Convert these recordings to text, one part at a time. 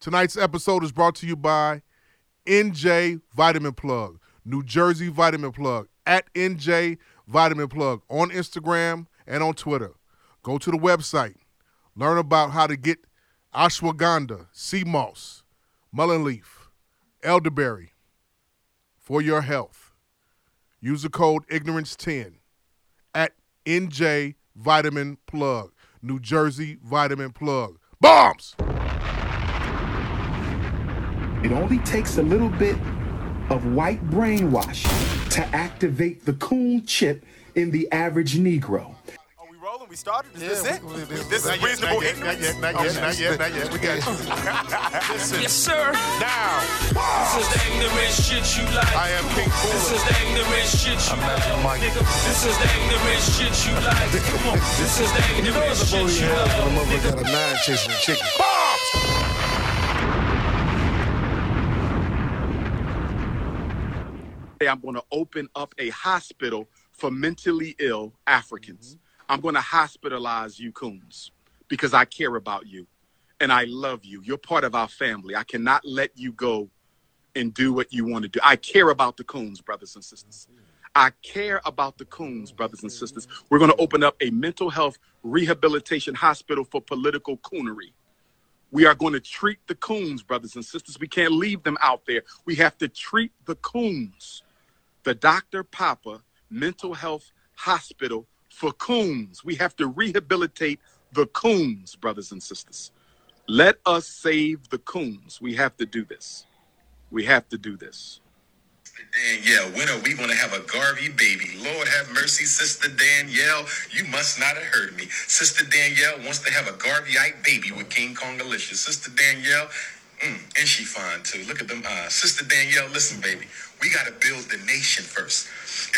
Tonight's episode is brought to you by NJ Vitamin Plug, New Jersey Vitamin Plug, at NJ Vitamin Plug on Instagram and on Twitter. Go to the website, learn about how to get ashwagandha, sea moss, mullein leaf, elderberry for your health. Use the code IGNORANCE10 at NJ Vitamin Plug, New Jersey Vitamin Plug. Bombs! It only takes a little bit of white brainwash to activate the coon chip in the average Negro. Are we rolling? We started? Is this it? we- we- this not is yet, reasonable not yet, ignorance? Not yet, not yet, not yet. We got you. Yes, sir. Now, This is the ignorant shit you like. I am King This Cooler. is the ignorant shit you like. Nigga, this is the ignorant shit you like. Come on. This is the ignorant shit you like. got a nine chasing a chicken. Today I'm going to open up a hospital for mentally ill Africans. I'm going to hospitalize you coons because I care about you and I love you. You're part of our family. I cannot let you go and do what you want to do. I care about the coons, brothers and sisters. I care about the coons, brothers and sisters. We're going to open up a mental health rehabilitation hospital for political coonery. We are going to treat the coons, brothers and sisters. We can't leave them out there. We have to treat the coons. The Dr. Papa Mental Health Hospital for coons. We have to rehabilitate the coons, brothers and sisters. Let us save the coons. We have to do this. We have to do this. Danielle, when are we gonna have a Garvey baby? Lord have mercy, Sister Danielle. You must not have heard me. Sister Danielle wants to have a Garveyite baby with King Kongalicious. Sister Danielle, mm, and she fine too. Look at them eyes. Sister Danielle, listen, baby. We gotta build the nation first.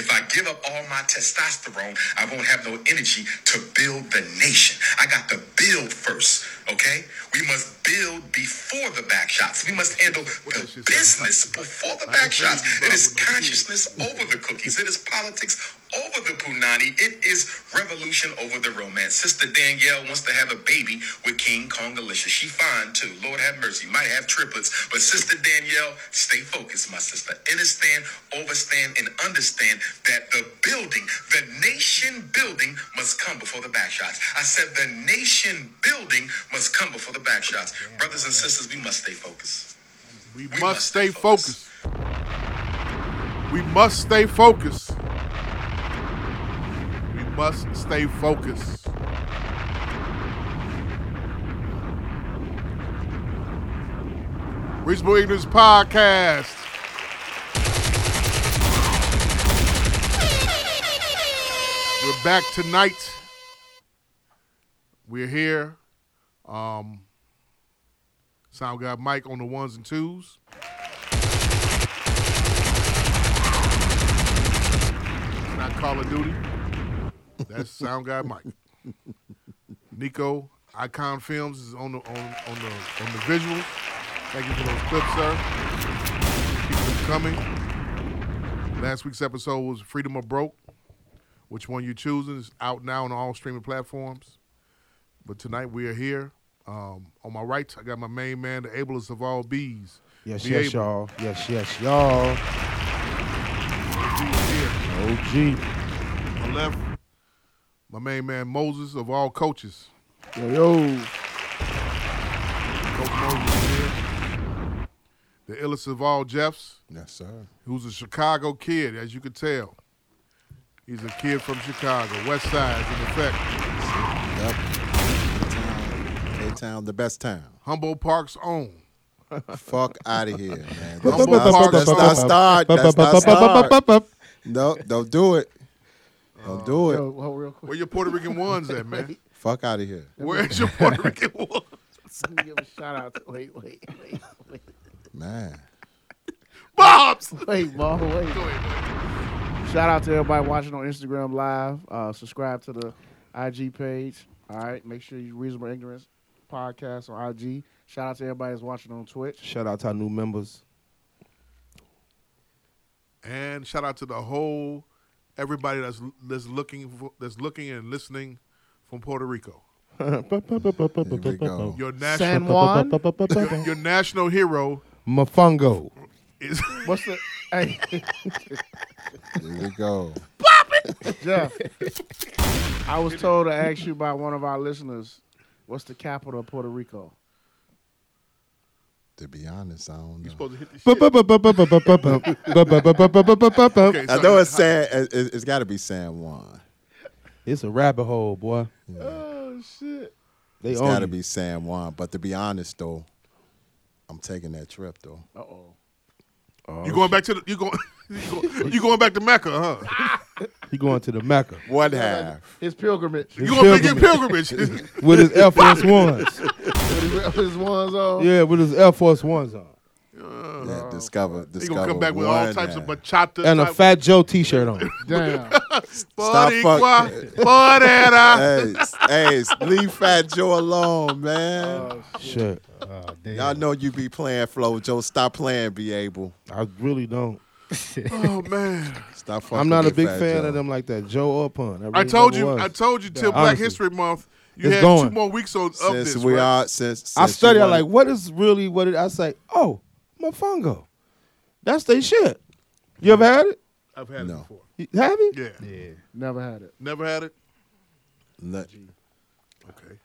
If I give up all my testosterone, I won't have no energy to build the nation. I got to build first, okay? We must build before the back shots. We must handle that the shit sound? business before the back shots. It is consciousness over the cookies. It is politics over the punani. It is revolution over the romance. Sister Danielle wants to have a baby with King Kongalicious. She fine too. Lord have mercy. Might have triplets. But Sister Danielle, stay focused, my sister. Understand, overstand, and understand that the building, the nation building, must come before the back shots. I said the nation building must come before the back shots. Brothers and sisters, we must stay focused. we must stay focused. We must stay focused. We must stay focused. Reasonable Ignorance Podcast. We're back tonight. We're here. Um, Sound guy Mike on the ones and twos. It's not Call of Duty. That's Sound guy Mike. Nico Icon Films is on the on, on the on the visuals. Thank you for those clips, sir. Keep them coming. Last week's episode was Freedom or Broke. Which one you choosing is out now on all streaming platforms. But tonight we are here. Um, on my right, I got my main man, the ablest of all bees. Yes, Be yes, able. y'all. Yes, yes, y'all. He is here. OG. My left, my main man Moses of all coaches. Yo, yo. Coach Moses is here. The illest of all Jeffs, Yes, sir. who's a Chicago kid, as you could tell. He's a kid from Chicago, West Side, in effect. Yep. A town, the best town. Humboldt Park's own. Fuck out of here, man. Humble That's not, Park. that's not start. That's not start. No, don't do it. Don't do it. real quick. Where your Puerto Rican ones at, man? Fuck out of here. Where's your Puerto Rican ones? Give a shout out. To, wait, wait, wait, wait, Man. Bob's! Go wait, Ma, wait. ahead, go ahead. Shout out to everybody watching on Instagram Live. Uh, subscribe to the IG page. All right, make sure you reasonable ignorance podcast on IG. Shout out to everybody that's watching on Twitch. Shout out to our new members. And shout out to the whole everybody that's that's looking for, that's looking and listening from Puerto Rico. we go. Your San national Juan. your, your national hero Mafungo. is What's the? Hey, Here we go. Jeff. I was told to ask you by one of our listeners, what's the capital of Puerto Rico? To be honest, I don't know. supposed to hit the shit. I so- know it's San. it- it- It's got to be San Juan. It's a rabbit hole, boy. Oh shit! They It's own got to you. be San Juan. But to be honest, though, I'm taking that trip though. Uh oh. You going back to the you going you going, you going back to Mecca, huh? He going to the Mecca One half. His pilgrimage. You going back in pilgrimage. with his Air Force Ones. his ones on. Yeah, with his Air Force Ones on. Yeah, discover. He Discover. gonna come back with all one types of half. bachata And a type- Fat Joe t shirt on. Damn. Stop Boricua, Borera. Hey, s- hey, s- leave Fat Joe alone, man. Oh, Shit. Y'all know you be playing Flo Joe. Stop playing, be able. I really don't. Oh man. Stop fucking I'm not a with big Fat fan Joe. of them like that, Joe or Pun. really I told you never was. I told you till Black honestly. History Month you It's had two going. more weeks on of Since this. we right? are, since, since I you study. I wanna- like what is really what it, I say. Oh, mofongo, that's they shit. You ever had it? I've had No. it before. You- Have it? Yeah. Never had it. Never had it? Let- Okay.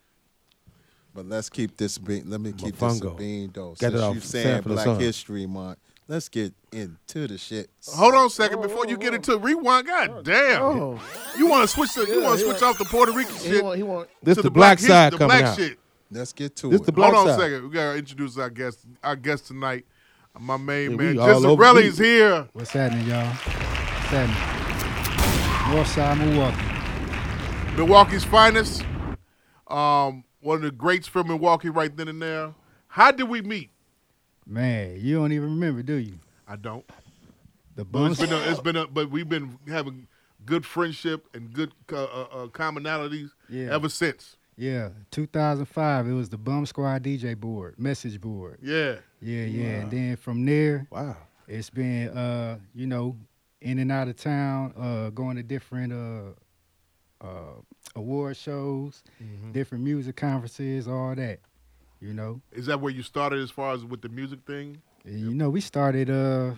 But let's keep this being. Let me keep this Mofongo. a bean though. Get it Since off you San saying for the Black Sun. History Month, let's get into the shit. Hold on a second before you get into rewind. God damn. Oh. You want to switch the, you want to switch off the Puerto Rican He shit want. He want. This to the, black, his- side the coming black out. shit. Let's get to This it. the black Hold on side. a second. We gotta introduce our guest. Our guest tonight, my main man, Yeah, we all over Gisarelli's you. here. What's happening, y'all? What's happening? Northside, Milwaukee. Milwaukee's finest. Um, one of the greats from Milwaukee, right then and there. How did we meet? Man, you don't even remember, do you? I don't. The But bum it's been a, it's been a, but we've been having good friendship and good uh, uh, uh, commonalities Yeah. ever since. Yeah, 2005. It was the Bum Squad DJ board, message board. Yeah. Yeah, yeah. And then from there, Wow. it's been uh, you know, in and out of town, uh, going to different uh, uh, award shows, Mm-hmm. different music conferences, all that. You know, Is that where you started as far as with the music thing? and, you know, we started uh,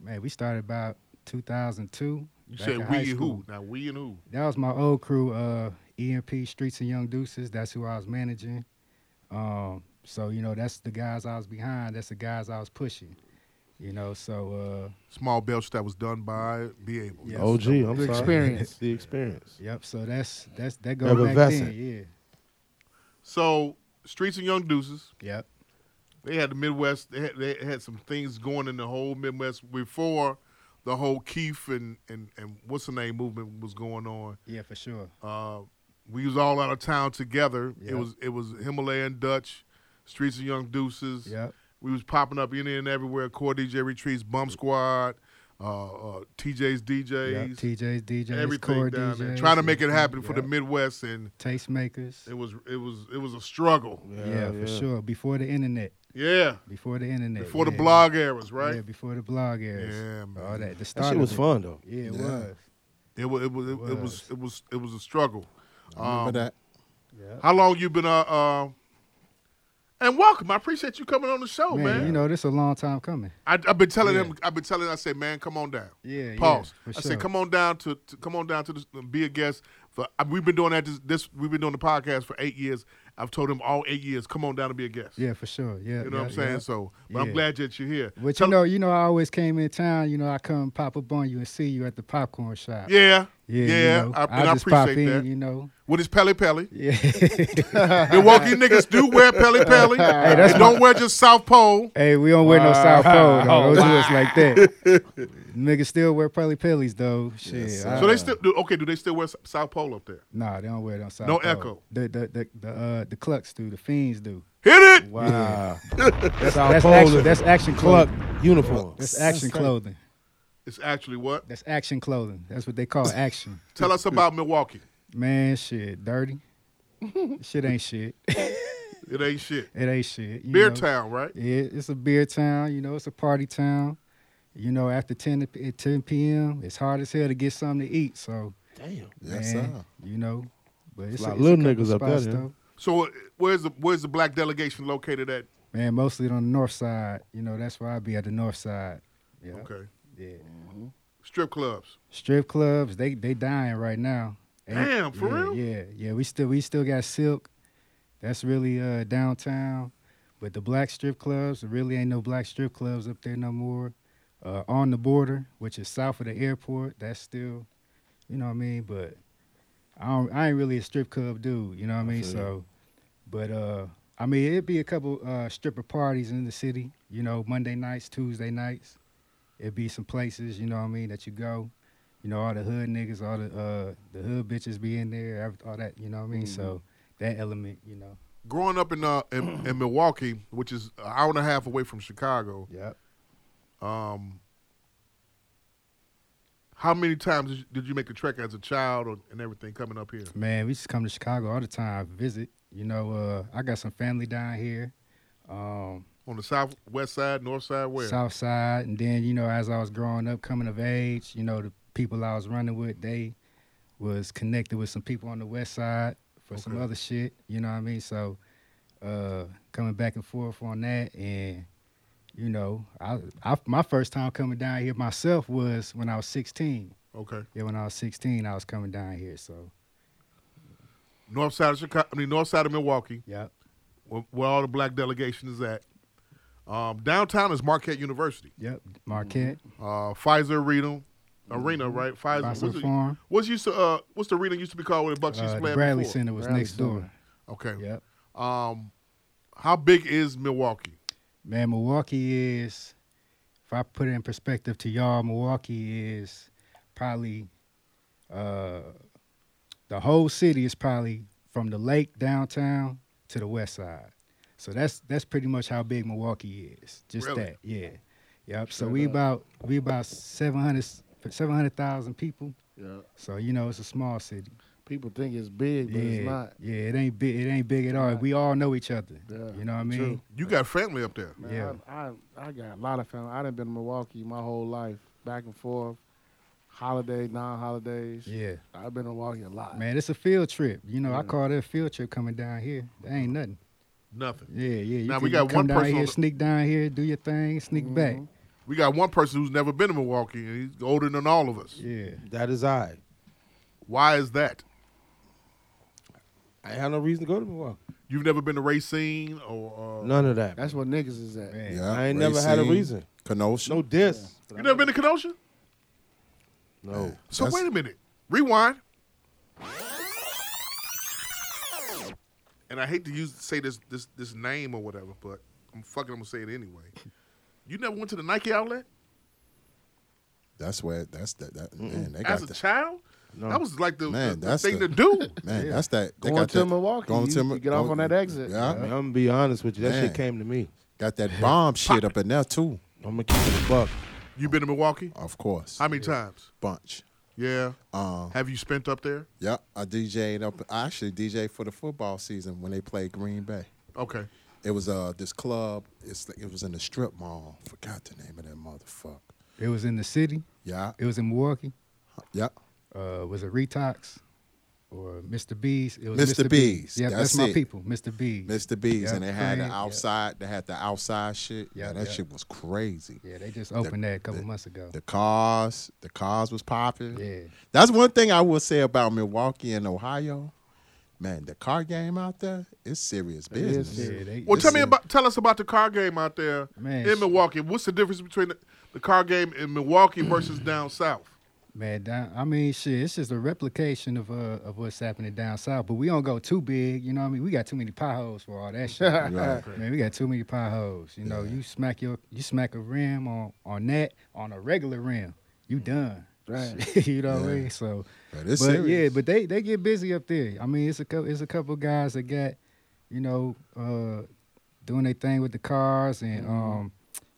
man, we started about 2002. You back in said we high and school. who? Now we and who? That was my old crew, uh, EMP Streets and Young Deuces. That's who I was managing. Um, so you know, that's the guys I was behind. That's the guys I was pushing. You know, so uh, Small Belch that was done by Be Able. Yeah. OG. I'm The sorry. experience. the experience. yep. So that's that's that goes back Effervescent. then. So Streets and Young Deuces, Yeah. Yep. they had the Midwest. They had, they had some things going in the whole Midwest before the whole Keith and and and what's the name movement was going on. Yeah, for sure. Uh, we was all out of town together. It Yeah. was it was Himalayan Dutch, Streets and Young Deuces. Yep. We was popping up in and everywhere. Core DJ Retreats, Bump Squad, uh, uh, TJ's yep. DJs, TJ's DJs, everything core down there, DJs, trying to make it happen for the yep. Midwest, and tastemakers. it was it was it was a struggle. Yeah, for sure. Before the internet. Yeah, Before the internet. before the yeah. blog eras, Yeah, right? before the blog eras. Yeah, All man. that. The That start shit of was it. fun though. Yeah, Yeah. it was. It was it was it, it was it was it was a struggle. Remember Um, that? how long you been uh, uh and welcome. I appreciate you coming on the show, man. man, you know, this a long time coming. I, I've been telling Yeah. him. I've been telling. I said, man, come on down. Yeah, yeah, Pause. for I sure. said, come on down to, to come on down to this, be a guest. For I- we've been doing that. This, this we've been doing the podcast for eight years. I've told him all eight years, come on down to be a guest. Yeah, for sure. Yeah, You know yeah, what I'm saying? yeah. So, but I'm Yeah. glad that you're here. But Tell- you know, you know, I always came in town. You know, I come pop up on you and see you at the popcorn shop. yeah, yeah, yeah. you know, I, and I just pop appreciate in. that. You know, With his pelly pelly, yeah. Milwaukee niggas do wear pelly pelly. they don't wear just South Pole. hey, we don't wear no South Pole. Though. Don't do us like that. Niggas still wear pelly pellies though. Shit. I- So they still do. Okay, do they still wear S- South Pole up there? nah, they don't wear no South. No Pole. echo. The the the the, uh, the clucks do. The fiends do. Hit it. Wow. That's, That's action. That's action club clothing. uniform. That's action clothing. It's actually what? That's action clothing. That's what they call action. Tell us about Milwaukee. Man, shit, dirty. shit ain't shit. It ain't shit. It ain't shit. you Beer know. Town, right? Yeah, it's a beer town. You know, it's a party town. You know, after 10, to- at 10 p.m., it's hard as hell to get something to eat. So, Damn. Yes, man, sir. you know, but it's, lot a, of it's a little couple niggas up there, spots, yeah. though. So uh, where's the where's the black delegation located at? Man, mostly on the north side. You know, that's where I be at the north side. Yeah. Okay. Yeah. Strip clubs. Strip clubs, they they dying right now. Damn, for yeah, real? Yeah, yeah. We still we still got Silk. That's really uh downtown. But the black strip clubs, there really ain't no black strip clubs up there no more. Uh, on the border, which is south of the airport, that's still, you know what I mean. But I don't, I ain't really a strip club dude, you know what I mean. feel you. So, but uh, I mean it'd be a couple uh stripper parties in the city, you know, Monday nights, Tuesday nights. It'd be some places, you know what I mean, that you go. You know, all the hood niggas, all the uh the hood bitches be in there, every- all that, you know what I mean. So that element, you know. Growing up in uh in, in Milwaukee, which is an hour and a half away from Chicago. Yep. Um. How many times did you- did you make a trek as a child or, and everything coming up here? Man, we just come to Chicago all the time, visit. You know, uh, I got some family down here, um, On the southwest side, north side, where? South Side, and then you know, as I was growing up, coming of age, you know, the people I was running with, they was connected with some people on the West Side for some Okay. other shit. You know what I mean? So, uh, coming back and forth on that, and you know, I, I my first time coming down here myself was when I was 16. Okay. Yeah, when I was 16, I was coming down here. So, North side of Chicago. I mean, north side of Milwaukee, yeah. where, where all the black delegation is at. Um, downtown is Marquette University. Yep, Marquette, Uh, Pfizer Arena, Arena, right? Pfizer. Bison What's, it, Mm-hmm. Farm. what's used to uh, what's the arena used to be called where the Bucks used Uh, to play the at Bradley before? Center was Bradley next door. Center. Okay. Yep. Um, how big is Milwaukee? Man, Milwaukee is, if I put it in perspective to y'all, Milwaukee is probably, uh, the whole city is probably from the lake downtown to the west side. So that's that's pretty much how big Milwaukee is. Just Really? that, yeah. Yep. So we about we about 700 700,000 people. Yeah. So you know it's a small city. People think it's big, but yeah. it's not. Yeah, it ain't big. It ain't big at all. We all know each other. Yeah, you know what I mean? true. You got family up there. Man, Yeah. I, I I got a lot of family. I done been in Milwaukee my whole life, back and forth, holiday, non-holidays. Yeah. I've been in Milwaukee a lot. Man, it's a field trip. You know, I call that a field trip coming down here. That ain't nothing. Nothing. Yeah, yeah. You Now, can we got come one down person on here, the- Mm-hmm. sneak down here, do your thing, sneak back. We got one person who's never been to Milwaukee, and he's older than all of us. Yeah. That is I. Why is that? I ain't have no reason to go to Milwaukee. You've never been to Racine or uh, None of that. That's where niggas is at. Man. Yeah, I ain't never had a Racine, reason. Kenosha. No diss. you never been to Kenosha? No. So That's- wait a minute. Rewind. And I hate to use say this this this name or whatever, but I'm fucking I'm gonna say it anyway. You never went to the Nike outlet That's where. That's that. that man, they as got a that. child? That was like the, the- Man, the that's thing the- to do. Man, that's that. They Going got to that, Milwaukee, you- Mi- oh, you get off on that exit. Yeah, I'm gonna be honest with you. That Man. shit came to me. got that bomb shit up in there too. I'm gonna keep it a buck. You been to Milwaukee? Of course, How many times? bunch. Yeah. Uh, Have you spent up there? yeah, I DJ'd up. I actually DJ for the football season when they played Green Bay. Okay. It was uh this club. It's like- it was in the strip mall. Forgot the name of that motherfucker. It was in the city. Yeah, It was in Milwaukee. yeah. Uh, was it Retox or Mr. B's? It was Mr. B's, Yeah, that's that's, my it. people. Mr. B's. Mr. B's, Yeah, and they had the Crane, yeah. outside. They had the outside shit. Yeah, Yeah, that yeah. shit was crazy. Yeah, they just opened that a couple the- months ago. The cars, the cars was popping. Yeah. That's one thing I will say about Milwaukee and Ohio. Man, the car game out there is serious business. yeah, they, Well, tell me Listen. about tell us about the car game out there Man, in it's- Milwaukee. What's the difference between the, the car game in Milwaukee versus down south? Man, down, I mean, shit, it's just a replication of uh, of what's happening down south. But we don't go too big, you know. what I mean, we got too many potholes for all that shit. Man, we got too many potholes. You know, you smack your you smack a rim on on that on a regular rim, you done. Right. you know what I mean? So, But it's yeah, serious. but they they get busy up there. I mean, it's a couple it's a couple guys that got, you know, uh, doing their thing with the cars and um,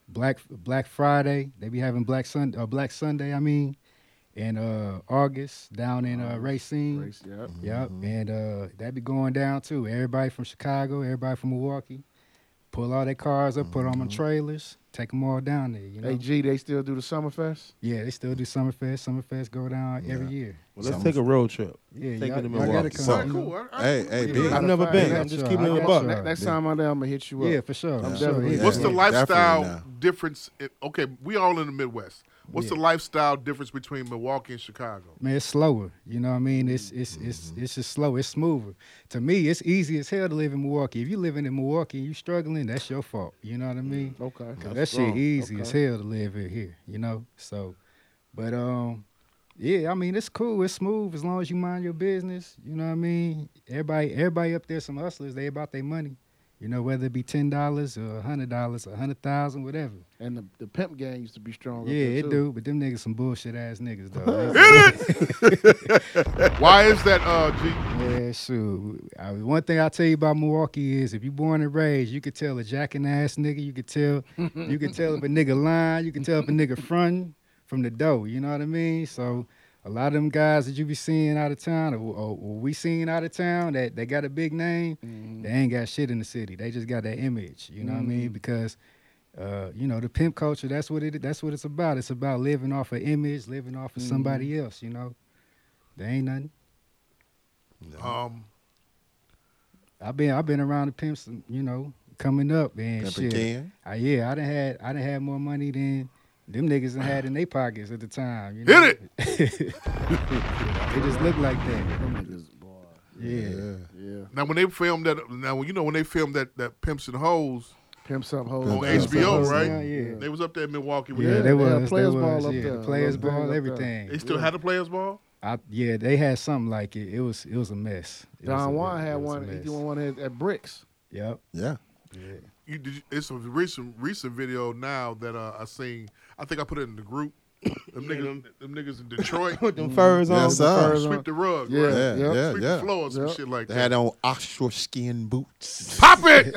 Black Black Friday. They be having Black Sun uh, Black Sunday. I mean, in uh, August down in uh, Racine. Race, yep. Mm-hmm. Yep, and uh, that be going down too. Everybody from Chicago, everybody from Milwaukee, Pull all their cars up, put on my trailers, take them all down there. You know, Mm-hmm. Hey G, they still do the Summerfest? yeah, they still do Summerfest. Summerfest go down every year. Well, let's take a road trip. Yeah, Take y'all, it to y'all gotta Milwaukee. come. All right, you know. cool. All right, Hey, hey, Yeah, big. matter of never fact, been. I I'm just got keeping you. it a I got buck. you. Ne- Next time I'm there, I'm gonna hit you up. Yeah, for sure. I'm for sure. definitely- Yeah. What's the Yeah, lifestyle definitely difference? In, okay, we all in the Midwest. What's the lifestyle difference between Milwaukee and Chicago? Man, it's slower. You know what I mean? It's it's it's Mm-hmm. it's just slow. It's smoother. To me, it's easy as hell to live in Milwaukee. If you living in Milwaukee and you struggling, that's your fault. You know what I mean? Okay. 'Cause that shit easy as hell to live in here, you know? So but um yeah, I mean it's cool, it's smooth as long as you mind your business, you know what I mean? Everybody everybody up there some hustlers, they about their money. You know, whether it be ten dollars or a hundred dollars, a hundred thousand, whatever. And the, the pimp gang used to be strong. up yeah, there, it too. do, but them niggas some bullshit ass niggas though. Why is that, uh, G? Yeah, sure. I, one thing I tell you about Milwaukee is if you born and raised, you could tell a jacking ass nigga. You could tell, you could tell if a nigga lying. You could tell if a nigga fronting from the dough. You know what I mean? So a lot of them guys that you be seeing out of town, or, or, or we seeing out of town, that they got a big name, they ain't got shit in the city. They just got that image. You know what I mean? Because uh, you know the pimp culture. That's what it. That's what it's about. It's about living off an image, living off of somebody else. You know, there ain't nothing. Um, I've been I've been around the pimps, you know, coming up and Pimp shit. again? I, yeah, I done had I done had more money than them niggas done had in their pockets at the time. You know? hit it. It just looked like that. Them niggas, boy. Yeah. Yeah. Now, when they filmed that, now when you know when they filmed that that Pimps and Hoes Pimps up hoes. on down. Pimps and HBO, Hoes right? Down, yeah. They was up there in Milwaukee. When Yeah, yeah. they They, was. had they players was, ball up yeah, there, The players little thing up ball, there. everything. they still had a players ball. I, yeah, they had something like it. It was it was a mess. It was a- Don Juan it had was a one. He mess. did one at, at Bricks. Yep. Yeah. You, did you, it's a recent recent video now that uh, I seen. I think I put it in the group. Them niggas, them, niggas in Detroit Put them furs on. Yes, sir. sweep the rug. Yeah, right? Yeah, yeah. yeah, sweep the yeah. floor or some Yep. shit like They that. had on ostrich skin boots. Pop it.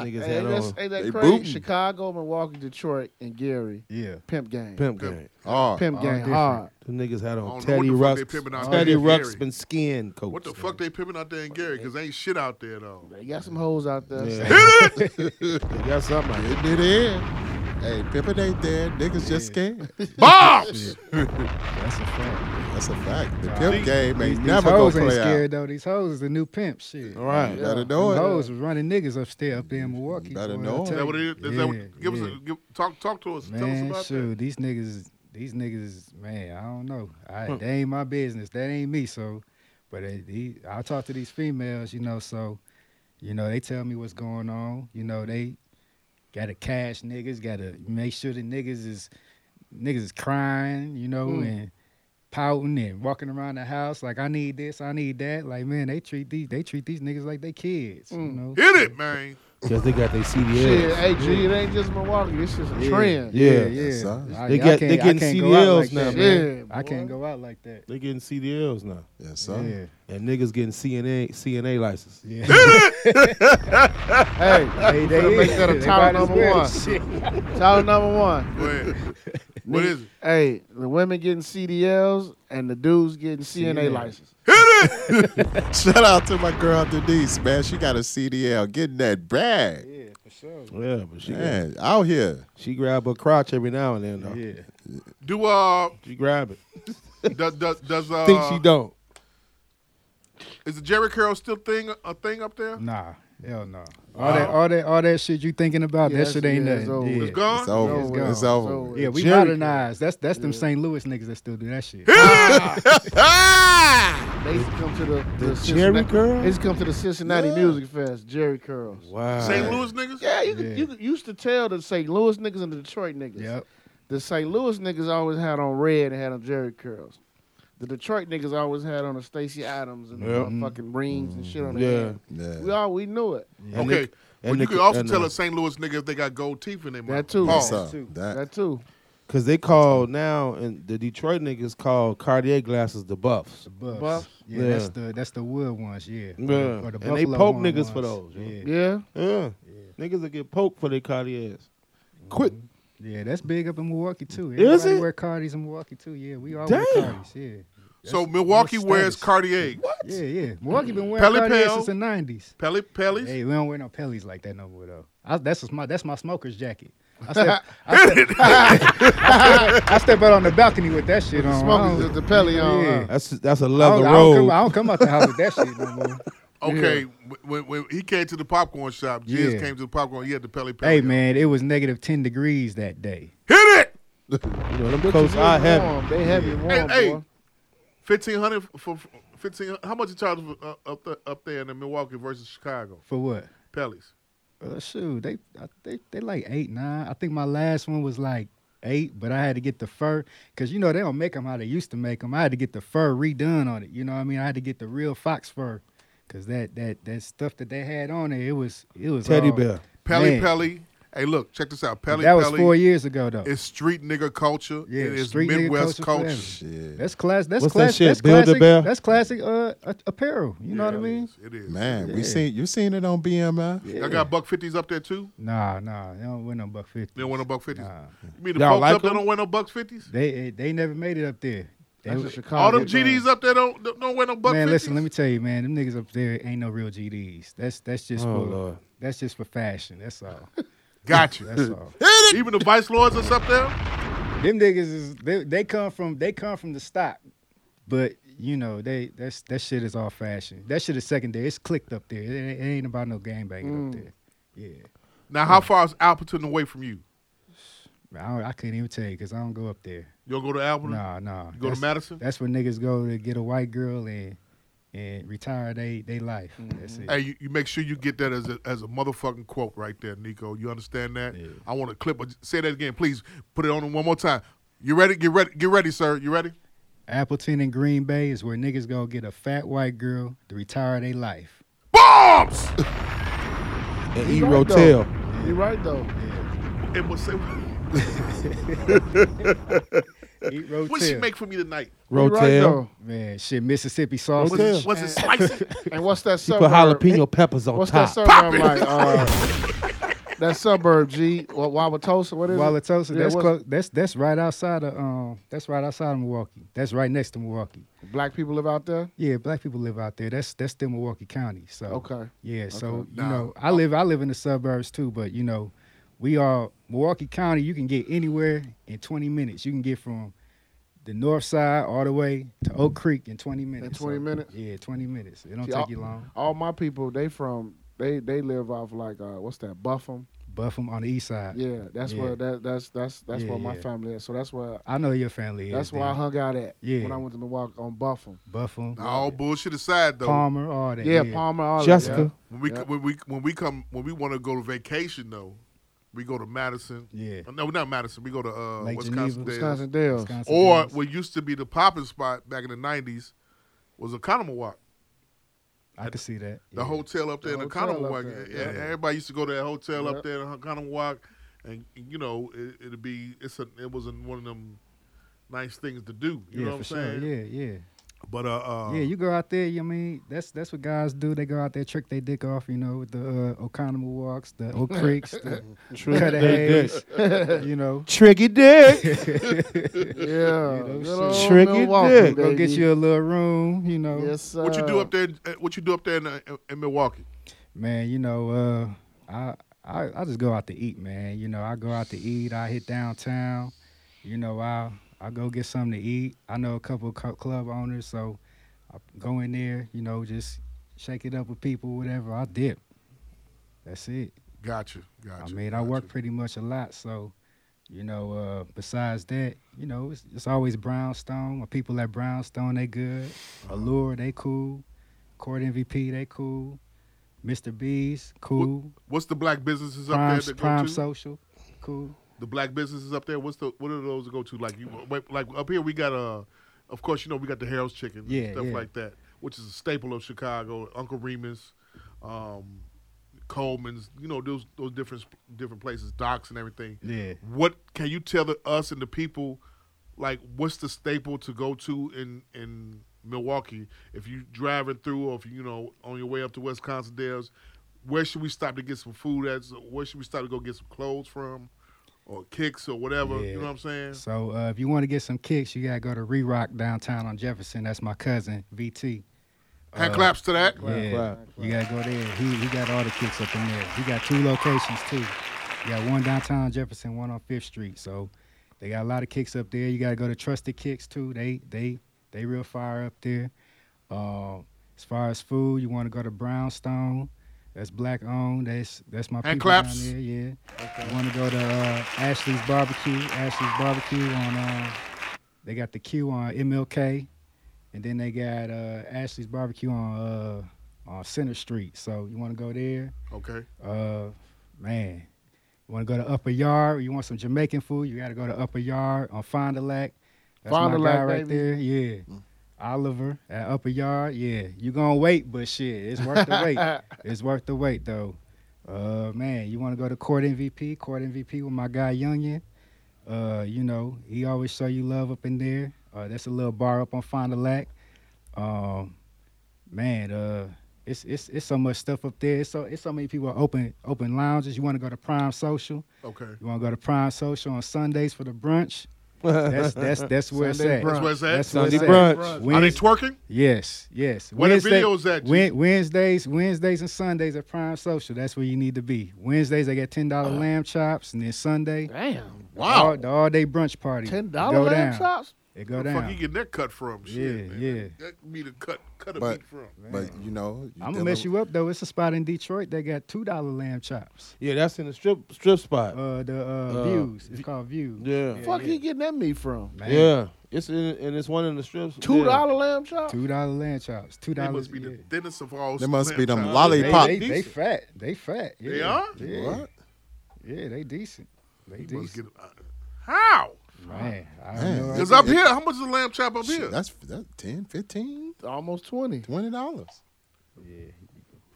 Niggas Hey, had that's, on ain't They that crazy? booting. Chicago, Milwaukee, Detroit, and Gary. Yeah. Pimp gang. pimp gang. Oh, Pimp All gang different. hard. The niggas had on I don't know what Teddy the fuck Ruxpin. they pimping out Teddy there in Gary. Ruxpin skin coat. What the fuck they pimping out there in Gary? Because ain't shit out there though. They got some hoes out there. they got something. out here. Getting it in. Hey, pimping ain't there. Niggas just scared. Bombs. That's a fact. That's a fact. The These- pimp game These, ain't these never hoes gonna ain't play scared out. though. These hoes is the new pimp shit. All right. Better Them do it. hoes was running niggas upstairs up there in Milwaukee. Better boy, I know tell it. Is that what it you. is? Is that Yeah, what, give us yeah. a, give, talk talk to us. Tell us Man, about shoot, these niggas, these niggas, man, I don't know. I, They ain't my business. That ain't me. So, but it, these, I talk to these females, you know. So, you know, they tell me what's going on. You know, they got to cash niggas. Got to make sure the niggas is niggas is crying, you know, Hmm. and pouting and walking around the house like I need this, I need that. Like man, they treat these, they treat these niggas like they kids. You know, that. Hit it, man. Because they got their Shit, CDLs. hey G, it ain't just Milwaukee. This is a Yeah. trend. Yeah. Yes, yeah. sir. I- They I got- can't- they I getting can't go out CDLs like now, that. man. I can't boy. go out like that. They getting CDLs now. Yes, sir. Yeah. And niggas getting CNA CNA license. Yeah. Hey, hey, they make that a they topic might as number well. one. Shit. title number one. Go ahead. what is it? Hey, the women getting CDLs and the dudes getting CNA CNA. license. Shout out to my girl Denise, man. She got a CDL. Getting that bag. Yeah, for sure. Yeah, but she Man, out here. she grab her crotch every now and then though. Yeah. Do uh She grab it. does does, does uh Think she don't. is the Jerry Curl still thing a thing up there? Nah. Hell no. All Oh. that, all that, all that shit you thinking about, Yeah, that that's- shit ain't yeah, it's nothing. over. Yeah. It's gone. It's over. It's It's, gone. over. It's over. Yeah, we Jerry- modernized. That's that's them St. Louis niggas that still do that shit. They used to come to the, the, The Jerry Cincinnati, Curl? They used to come to the Cincinnati Music Fest. Jerry curls. Wow. St. Louis niggas? Yeah, you, could- Yeah. you could- used to tell the St. Louis niggas and the Detroit niggas. Yep. The St. Louis niggas always had on red and had on Jerry curls. The Detroit niggas always had on the Stacy Adams and Yep. the fucking rings and shit on Yeah. their hand. We Yeah. all we knew it. And Okay. they- Well, and you they- could also and, tell uh, a St. Louis nigga if they got gold teeth in their mouth. That too. Pause. Yes, sir. That, That. too. Cause they call now and the Detroit niggas call Cartier glasses the buffs. The buffs. Buffs? Yeah, Yeah. That's the that's the wood ones. Yeah. Yeah. Or the And they buffalo poke one niggas for those, ones. yeah. Yeah. Yeah. Yeah. Niggas that get poked for their Cartiers. Quick. Yeah, that's big up in Milwaukee too. Is Everybody it? wear Cardis in Milwaukee too. Yeah, we all Damn. wear Cardis. Yeah. so Milwaukee status. wears Cartier. Yeah, yeah. Milwaukee been wearing Pelly Cartier Pell. since the nineties. Pelly Pellies. Hey, we don't wear no pellies like that no more though. I, that's just my that's my smoker's jacket. I step, I, Hit step, it. I step out on the balcony with that shit on. I Smoking with don't- the pelly on. Yeah. huh? That's that's a I Oh, leather don't, I don't come, road. I don't come out the house with that shit no more. Okay, when, when he came to the popcorn shop, Jizz Yeah. came to the popcorn. He had the Pelly Pelly. Hey on. man, it was negative ten degrees that day. hit it. You know, them Bitches coats is I have. warm. They heavy warm, Hey, hey. boy. Fifteen hundred for for fifteen. How much you charge for, uh, up the, up there in the Milwaukee versus Chicago? For what? Pellies. Uh, shoot, they I, they they like eight nine. I think my last one was like eight, but I had to get the fur because you know they don't make them how they used to make them. I had to get the fur redone on it. You know what I mean? I had to get the real fox fur because that that that stuff that they had on there it was it was Teddy all- bear. Pelly Man. Pelly. Hey, look, check this out. Pelly that was Pelly four years ago though. is street nigga culture. Yeah, it is street nigga Midwest culture culture. forever. Shit, that's class. That's What's that classic. shit, That's classic. Build-A-Bear? That's classic uh, a- apparel. You know Yeah, what I it mean? is, It is. man, Yeah. we seen you seen it on BMI. I got buck fifties up there too. Nah, nah, they don't win no buck fifty. They don't want no buck fifties. Nah. You mean the Y'all folks like up there them? don't wear no bucks fifties? They they never made it up there. They That's was- a Chicago. All them thing. GDs up there don't don't- don't wear no buck man, fifties. listen, let me tell you, man, them niggas up there ain't no real GDs. That's that's just Oh, for Lord. that's just for fashion. That's all. Got you. That's all. Even the vice lords is up there. them niggas is they, they come from they come from the stock, but you know they that's that shit is all fashion. That shit is secondary. It's clicked up there. It, ain't- it ain't about no game banging Mm. up there. Yeah, Now, how far is Alperton away from you? I, don't, I couldn't even tell you because I don't go up there. You don't go to Alperton? Nah, nah. You go to That's- Madison? That's where niggas go to get a white girl and and retire they they life. That's it. Mm-hmm. Hey, you, you make sure you get that as a, as a motherfucking quote right there, Nico. You understand that? I want to clip. Say that again, please. Put it on one more time. You ready? Get ready. Get ready, sir. You ready? Appleton and Green Bay is where niggas go get a fat white girl to retire their life. Bombs! And E You right, though. Rotel. You right though. and we'll say, Eat rotel. what she make for me tonight? You right Rotel. though. Man, shit, Mississippi sausage. Was it, was it spicy? And what's that She suburb? put jalapeno peppers on What's that top. suburb like? Uh, that suburb, G. What, Wauwatosa? What is it? Wauwatosa, Yeah, that's what's- close. That's that's right outside of um. That's right outside of Milwaukee. That's right next to Milwaukee. Black people live out there. Yeah, black people live out there. That's that's still Milwaukee County. So Okay. Yeah, so you Nah. know, I live I live in the suburbs too, but you know, we are Milwaukee County. You can get anywhere in 20 minutes. You can get from the north side all the way to Oak Creek in 20 minutes. 20 minutes? Yeah, 20 minutes. It don't See, take I'll- you long. All my people, they from they they live off like uh, what's that? Buffum. Buff them on the east Uh, side. Yeah, that's Yeah. where that that's that's that's Yeah, where my yeah. family is. So that's where I know your family is. that's where I hung out at Yeah. when I went to Milwaukee on Buffum. Buff them. Now, all bullshit aside, though, Palmer, all that. Yeah, Palmer. All Jessica. when we yeah. when we when we come when we want to go to vacation, though, we go to Madison. Yeah. No, not Madison. We go to uh, Lake Wisconsin. Dells. Geneva. That. Wisconsin Dells. Wisconsin Or Dells. what used to be the popping spot back in the '90s was Economowalk. I could see that. The yeah. hotel up there The in hotel up Economowalk. there, E- e- Everybody used to go to that hotel up Yep. there in Economowalk, and you know it, it'd be it's a, it was in one of them nice things to do. You yeah, know what I'm for saying? sure. Yeah, yeah. But uh, uh yeah, you go out there. You mean that's that's what guys do. They go out there, trick their dick off. You know, with the uh, O'Connell walks, the Oak Creeks, the Cudahy's. You know, Tricky dick. Yeah, yeah. know, Good shit. old Tricky Milwaukee, dick. go get baby. you a little room. You know, Yes, sir. what you do up there? uh, What you do up there in, uh, in Milwaukee? man. You know, uh, I, I I just go out to eat, man. You know, I go out to eat. I hit downtown. You know, I I go get something to eat. I know a couple of cu- club owners, so I go in there. You know, just shake it up with people, whatever. I dip. That's it. Gotcha, gotcha. I mean, I gotcha. work pretty much a lot, so you know. Uh, besides that, you know, it's, it's always Brownstone. My people at Brownstone, they good. Uh-huh. Allure, they cool. Court MVP, they cool. Mr. B's, cool. What's the black businesses up Prime, there that go Prime to? Social, cool. the black businesses up there. What's the what are those that go to? Like you, wait, like up here we got uh, of course you know we got the Harold's Chicken, and Yeah, stuff yeah. like that, which is a staple of Chicago. Uncle Remus, um, Coleman's, you know those those different different places, docks and everything. Yeah. What can you tell the, us and the people, like what's the staple to go to in in Milwaukee if you driving through or if you know on your way up to Wisconsin Dells? Where should we stop to get some food? At where should we stop to go get some clothes from? or kicks or whatever. You Yeah. know what I'm saying? So uh, if you want to get some kicks, you gotta go to Rerock downtown on Jefferson. That's my cousin VT. Hand claps to that. uh, Yeah, you gotta go there. He he got all the kicks up in there. He got two locations too. You got one downtown Jefferson, one on Fifth Street. So they got a lot of kicks up there. You gotta go to Trusted Kicks too. They they they real fire up there. Uh, as far as food, you want to go to Brownstone. That's black owned. That's that's my Hand people claps. down there. Yeah. You want to go to uh, Ashley's Barbecue. Ashley's Barbecue on. Uh, they got the Q on MLK, and then they got uh, Ashley's Barbecue on uh, on Center Street. So you want to go there? Okay. Uh, man, you want to go to Upper Yard? You want some Jamaican food? You got to go to Upper Yard on Fond du Lac. That's Fond my du guy Lac, right baby. there. Yeah. Oliver at Upper Yard. Yeah, you gonna wait, but shit, it's worth the wait. It's worth the wait though. Uh, man, you want to go to Court MVP? Court MVP with my guy Youngin. Uh, you know, he always show you love up in there. Uh, that's a little bar up on Fond du Lac. Um, man, uh, it's it's it's so much stuff up there. It's so it's so many people are open open lounges. You want to go to Prime Social? Okay. You want to go to Prime Social on Sundays for the brunch? That's that's that's where it's Sunday at. brunch. That's where it's at? Uh, That's where Sunday it's at. brunch. Are they Wednes- twerking? Yes, yes. Where the videos at, G? Wed- Wednesdays, Wednesdays and Sundays at Prime Social. That's where you need to be. Wednesdays they got ten dollar lamb chops, and then Sunday, damn, wow, the all day brunch party. ten Go dollar lamb down. chops. It go Where the down. fuck you getting that cut from? Shit, Yeah, man. yeah. That meat a cut, cut a But meat from. but you know, I'm gonna mess you up though. It's a spot in Detroit that got two dollar lamb chops. Yeah, that's in the strip strip spot. Uh, the uh, Uh, views. It's called views. yeah. Fuck you getting that meat from? Man, Yeah, it's in and it's one in the strips. Two yeah. dollar lamb chops. Two dollar lamb chops. Two They dollars. must be the thinnest of all. They must be them lamb chops. lollipop- They, Pop. they, they fat. They fat. Yeah. They are? Yeah. What? Yeah, they decent. They You must decent. get- How? Man, I Man, don't know. it's Because up here, how much is a lamb chop up Shit, here? That's that's 10, 15, Almost twenty. 20 dollars.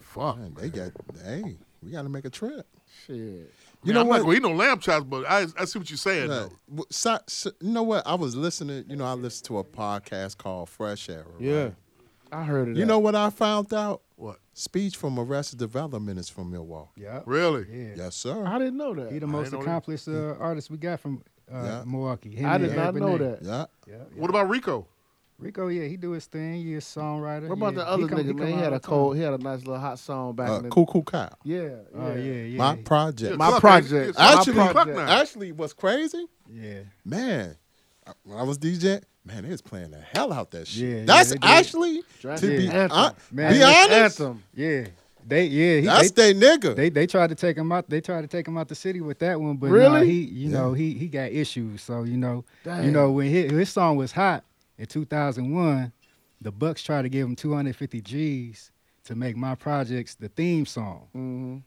Fuck. Man, they got hey, we got to make a trip. Shit. You You know know I'm what? not gonna eat no lamb chops, but I, I see what you're saying. Look, though. w- so, so- you know what? I was listening. You know, I listened to a podcast called Fresh Air. right? Yeah. I heard it. You know what I found out? What? Speech from Arrested Development is from Milwaukee. Yeah. Really? Yeah. Yes, sir. I didn't know He that. the most know that. accomplished uh, artist we got from uh, Yeah. Milwaukee. Him I and did not Eric know Benet. that. Yeah. Yeah, yeah. What about Rico? Rico, yeah, he do his thing. He a songwriter. What about yeah. the other he come- he nigga, come man? He out had all a the cold, he had a nice little hot song back Uh, in the Cuckoo Kyle. Yeah, time. yeah. Oh yeah, yeah. My yeah. project. My Cluck, project. it's My Actually, Cluck project. now. actually, what's crazy, yeah. man? I- When I was DJing, man, they was playing the hell out that shit. Yeah, yeah, that's they did. actually, Drag to the be, anthem. hon- Man, be the honest, Anthem. Yeah. They yeah, he, that's they, they nigga. they they tried to take him out. They tried to take him out the city with that one, but Really? nah, he you know he he got issues. So you know you Damn. know when his, his song was hot in 2001, the Bucks tried to give him 250 G's to make my projects the theme song. Mm-hmm. Mhm.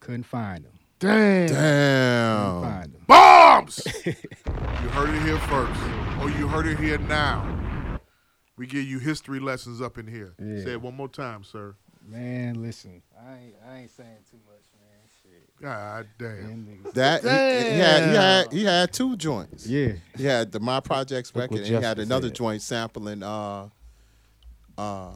Couldn't find him. Damn. Couldn't Damn. find him. Bombs! you heard it here first. Or you heard it here now. We give you history lessons up in here. Yeah. Say it one more time, sir. Man, listen, I ain't I ain't saying too much, man. Shit, God damn. them niggas. That he, he had he had he had two joints. Yeah. He had the My Projects record, and he had Justice another said. joint sampling uh, uh,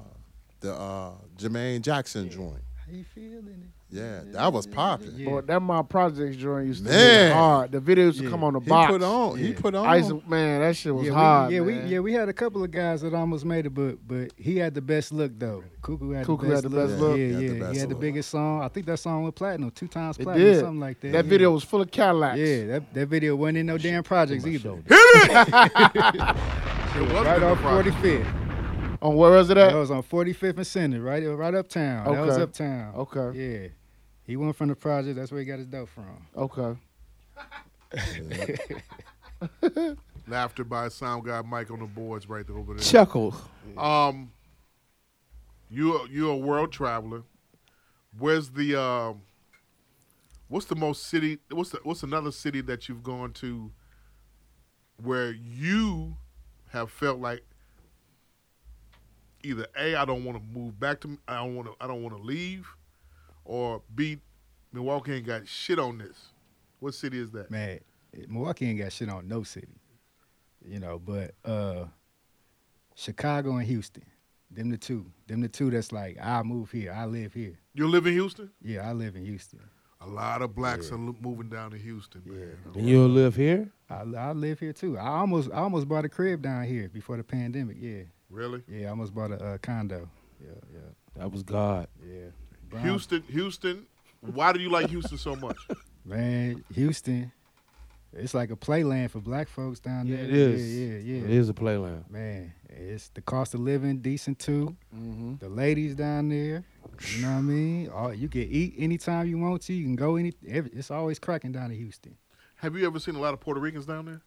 the uh, Jermaine Jackson joint. How you feeling? Yeah, that was popping. Yeah. Boy, that my project joint used to Man. be hard. The videos used to come on the He box. put on. He Yeah. put on. I used to, man, that shit was yeah, hard. we, yeah, man. we yeah we had a couple of guys that almost made it, but but he had the best look though. Cuckoo had Cuckoo the had best the look. best look. Yeah, He yeah, had the he best had the look. biggest song. I think that song went platinum, two times It platinum, did. something like that. That yeah. video was full of Cadillacs. Yeah, that, that video wasn't in no damn projects either. It was Right the off project. 45th. On where was it That at? was on 45th and Center, right right uptown. That was Okay. uptown. Okay. Yeah. He went from the project. That's where he got his dope from. Okay. Laughter by sound guy Mike on the boards right there over there. Chuckle. Um, you you're a world traveler. Where's the um, what's the most city? What's the, what's another city that you've gone to where you have felt like either a I don't want to move back to I don't want to I don't want to leave, or b Milwaukee ain't got shit on this. What city is that? man, Milwaukee ain't got shit on no city, you know. But uh, Chicago and Houston, them the two, them the two that's like I move here, I live here. You live in Houston? Yeah, I live in Houston. I A lot of blacks are lo- moving down to Houston, man. And you'll live here? I, I live here too. I almost I almost bought a crib down here before the pandemic. Yeah. Really? Yeah, I almost bought a uh, condo. Yeah, yeah. That was God. Yeah. Houston, Houston. Why do you like Houston so much? Man, Houston, it's like a playland for black folks down there. it is. Yeah, yeah, yeah. It is a playland. Man, it's the cost of living decent too. The ladies down there, you know what I mean. All, you can eat anytime you want to. You can go any. Every, it's always cracking down in Houston. Have you ever seen a lot of Puerto Ricans down there?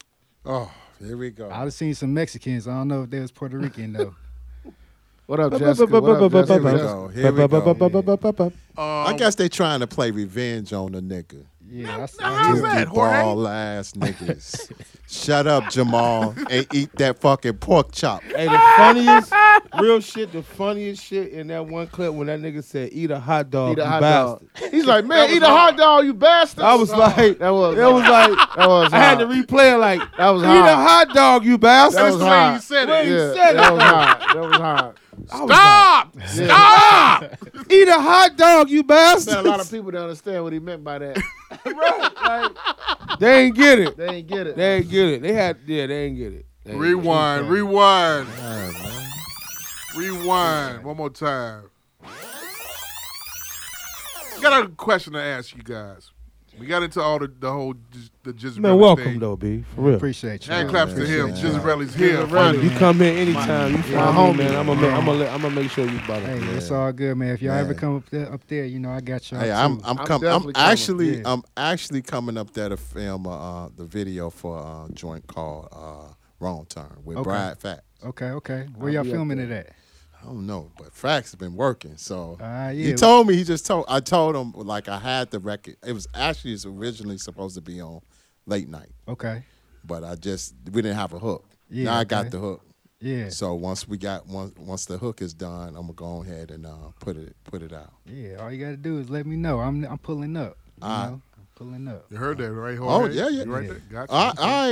Oh, here we go. I've seen some Mexicans. I don't know if they was Puerto Rican though. What up, Here we Jessica? What up, Jessica? go. Here we go. I guess they trying to play revenge on the nigga. Yeah, I s- Just that, you Jorge? ball ass niggas. Shut up, Jamal, and eat that fucking pork chop. Hey, the funniest, real shit, the funniest shit in that one clip when that nigga said, eat a hot dog, Eat a you hot dog. bastard. He's like, man, eat a hot dog, you bastard. I Oh. was like, that was it was like, that was. I had to hot. replay it like, That was eat hot. a hot dog, you bastard. That was That's the way he hot. said Wait. it. he Yeah, said that it. was hot. That was hot. Stop! Stop! Eat a hot dog, you Not bastard. a lot of people don't understand what he meant by that. they ain't get it. They ain't get it. They ain't get it. They had, yeah, they ain't get it. They ain't get it. Rewind, rewind, rewind. One more time. Got a question to ask you guys. We got into all the, the whole Giz- the Jizrelli Man, welcome thing. though, B. For real. appreciate you. Hand claps to him. Appreciate y'all. Jizrelli's here. Finally, You come here anytime. You find homie, me, man. I'm gonna, I'm gonna, I'm gonna make sure you bottom. Hey, Yeah. it's all good, man. If y'all ever Man. come up there, up there, you know I got y'all. Hey, too. I'm I'm I'm com- I'm definitely coming. actually Yeah. I'm actually coming up there to film uh, the video for a joint called uh, Wrong Turn with Okay. Brad Fax. okay, okay. Where y'all be up filming it at? I don't know, but Fax has been working. So Ah, he yeah. told me he just told I told him like I had the record. It was actually it's originally supposed to be on late night, Okay. but I just we didn't have a hook. Yeah, now I got okay. the hook. Yeah. So once we got once once the hook is done, I'm gonna go ahead and uh, put it put it out. Yeah, all you gotta do is let me know. I'm I'm pulling up. You Ah. Alright. know? I'm pulling up. You heard that, right? Oh, Jorge? yeah, yeah. You right Yeah. there? Gotcha. All right, all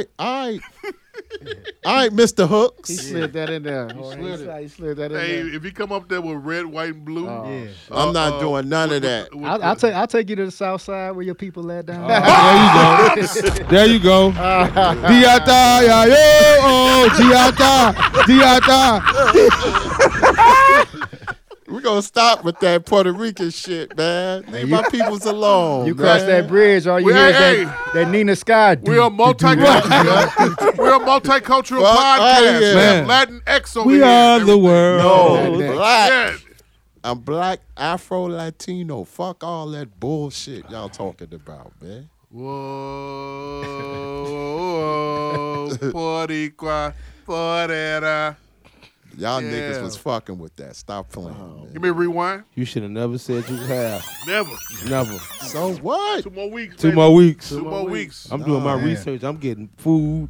right, all right, Mr. Hooks. He slid that in there. He slid, it. he slid that in Hey, there. if you come up there with red, white, and blue, Oh. Yeah. I'm not Uh-oh. doing none of that. with- I'll, I'll take I'll take you to the south side where your people at down. there. There you go. Diata, ya, yo, oh, Diata, Diata. We're gonna stop with that Puerto Rican shit, man. Leave my peoples alone. you cross man. that bridge, all you We- hear is hey, that, that Nina Sky. We're a multicultural. we're a multicultural Fuck outta podcast. here. We have Man. Latin X over We here. are the world. No, Yeah. black. Yeah. I'm black, Afro Latino. Fuck all that bullshit y'all talking about, man. Whoa, Boricua, Porera. Y'all Yeah. niggas was fucking with that. Stop playing. Give man. me a rewind. You should have never said you have. Never. Never. So what? Two more weeks. Two baby. more weeks. Two more weeks. I'm doing my man. research. I'm getting food,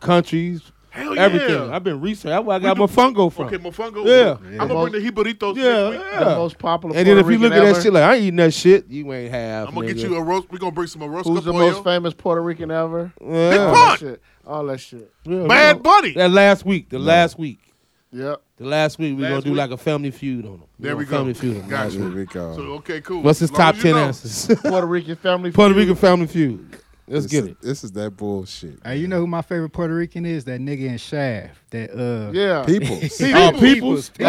countries, Oh, Hell yeah. everything. I've been researching. That's where I got my fungo from. Okay, Mofongo. Yeah. I'm gonna bring the jibaritos. Yeah, next week. yeah. The most popular. And then Puerto if you Rican look at ever, that shit like I ain't eating that shit, you ain't have. I'm gonna get you a roast. We're gonna bring some arroz who's the most capollo. famous Puerto Rican ever? yeah. All Pun. that shit. All that shit. Yeah, Bad we- Bunny. That last week, the last week, Yep. the last week, we're Last gonna do week. like a family feud on them. There we go. Family feud. on 'em last Gotcha. Here week. we go. So okay, cool. What's his As long top as you ten know. answers? Puerto Rican family. Puerto feud. Rican family feud. Let's This get is- it. This is that bullshit. Hey, you know who my favorite Puerto Rican is? That nigga in Shaft. That uh. Yeah. Peoples. Oh, peoples. Oh,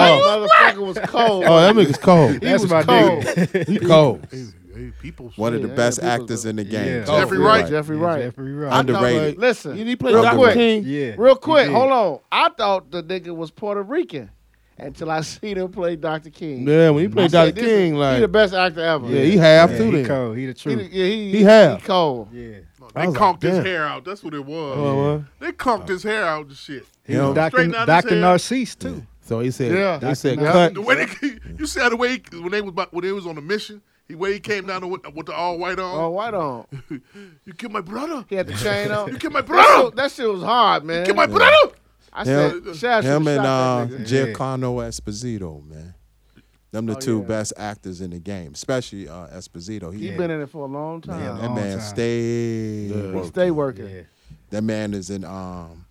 That motherfucker was cold. oh, that nigga's cold. That's was my cold. nigga. He cold. Hey, hey, people. One of Yeah, the yeah, best Peoples actors in the game. Yeah. Jeffrey Wright. Jeffrey Wright. Jeffrey Wright. Underrated. Listen, You need to play real Dr. quick, King. Yeah. real quick. he did. Hold on. I thought the nigga was Puerto Rican until I seen him play Dr. King. Yeah, when I he played said, Dr. this is- King, he the like best actor ever. yeah, he half Yeah, too he then. cold. He the He, truth. yeah, he, He half. He cold. Yeah. They I was conked like, his damn. hair out. That's what it was. Oh, what? They conked his hair out and shit. He was Doctor Straighten out his Doctor head. Narcisse too. So he said, Yeah. he said, Yeah. cut. The way they, you see how the way he, when they was about, when they was on the mission, the way he came down with, with the all white Oh, on. white on. You kill my brother. He had the chain on. You kill my That shit- brother. that shit was hard, man. Kill my brother. I said, Him- Shaz Him and uh, that nigga. Giancarlo Esposito, man. Them the Oh, two yeah. best actors in the game, especially uh, Esposito. He, He been in it for a long time. Yeah, that long man time. stayed. He working. stay working. Yeah. That man is in um,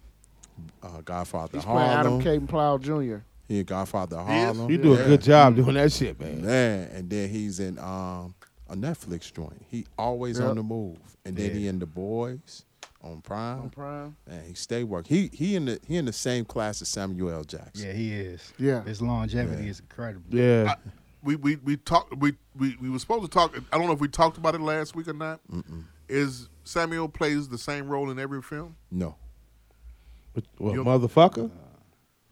uh, Godfather He's playing Adam Harlem. Caden Plow Jr. He in Godfather He is? Harlem. You do a Yeah. good job doing that shit, man. man. And then he's in um, a Netflix joint. He always Yep. on the move, and then Yeah. he in the boys on Prime. On Prime. and he stay work. He he in the he in the same class as Samuel L. Jackson. Yeah, he is. Yeah. His longevity is incredible. Yeah. I- we we we talked we, we we were supposed to talk. I don't know if we talked about it last week or not. Mm-mm. Is Samuel plays the same role in every film? No. What, what You- motherfucker?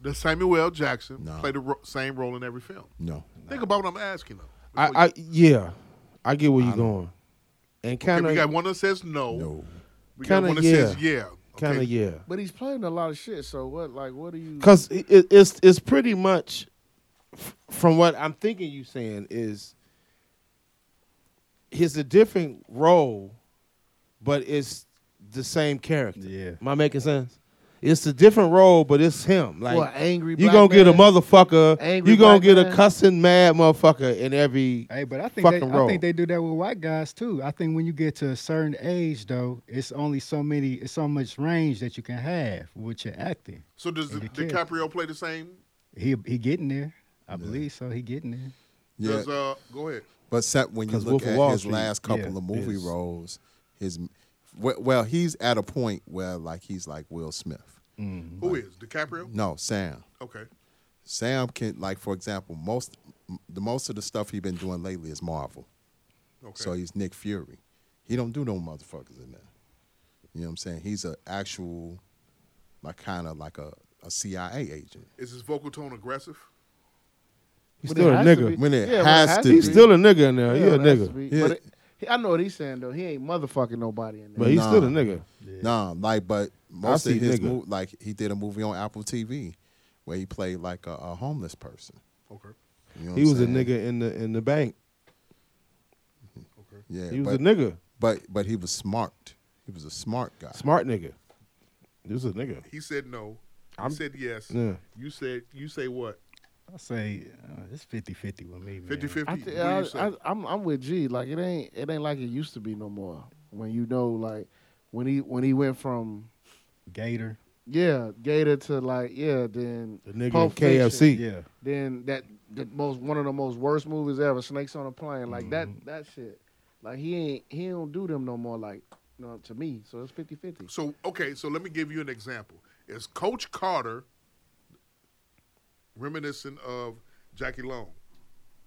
Does Samuel L. Jackson No. play the ro- same role in every film? No. Think about what I'm asking. Though. I, I yeah, I get where you're going, and kind okay, of we got one that says no. No. We got kind one of that yeah, says yeah. kind of yeah. But he's playing a lot of shit. So what? Like, what do you? Because it, it- it's it's pretty much f- from what I'm thinking you saying is he's a different role, but it's the same character. Yeah, am I making sense? It's a different role, but it's him. Like What, angry You black gonna get a man? motherfucker. Angry you gonna black get a man? cussing mad motherfucker in every Hey, but I think fucking they, role. I think they do that with white guys too. I think when you get to a certain age, though, it's only so many, it's so much range that you can have with your acting. So does And the, the kid. DiCaprio play the same? He he getting there, I believe so. He getting there. Yeah. Does uh go ahead. But set when you 'Cause look Wolf of at Wall his Street, last couple yeah, of movie is- roles, his we- well, he's at a point where like he's like Will Smith. Mm-hmm. Who is DiCaprio? No, Sam. Okay. Sam can like for example, most m- the most of the stuff he's been doing lately is Marvel. Okay. So he's Nick Fury. He don't do no motherfuckers in there. You know what I'm saying? He's a actual like kind of like a, a CIA agent. Is his vocal tone aggressive? He's When still it a has to nigga. be- When it yeah, when has to He's be. still a nigga in there. Yeah, He a it has to nigga, be. Yeah. But it, he- I know what he's saying though. He ain't motherfucking nobody in there. but he's still a Nah. nigga. Nah, like but most see of his nigga. mo- like he did a movie on Apple TV where he played like a, a homeless person. Okay. You know He what was a I'm saying? nigga in the in the bank. Yeah, He was but, a nigga, but but he was smart. He was a smart guy. smart nigga. He was a nigga. He said no. I I'm- said yes. Yeah. You said you say what? I say uh, it's 50-50 with me, man. 50 I 50. th- I, I, I'm I'm with G. Like it ain't it ain't like it used to be no more. When you know like when he when he went from Gator. yeah Gator to like yeah then The nigga Pulp in KFC. Fiction, Yeah. then that the most one of the most worst movies ever Snakes on a Plane like that Mm-hmm. that shit like he ain't he don't do them no more like you know, to me so it's 50-50. So okay, so let me give you an example. Is Coach Carter reminiscent of Jackie Long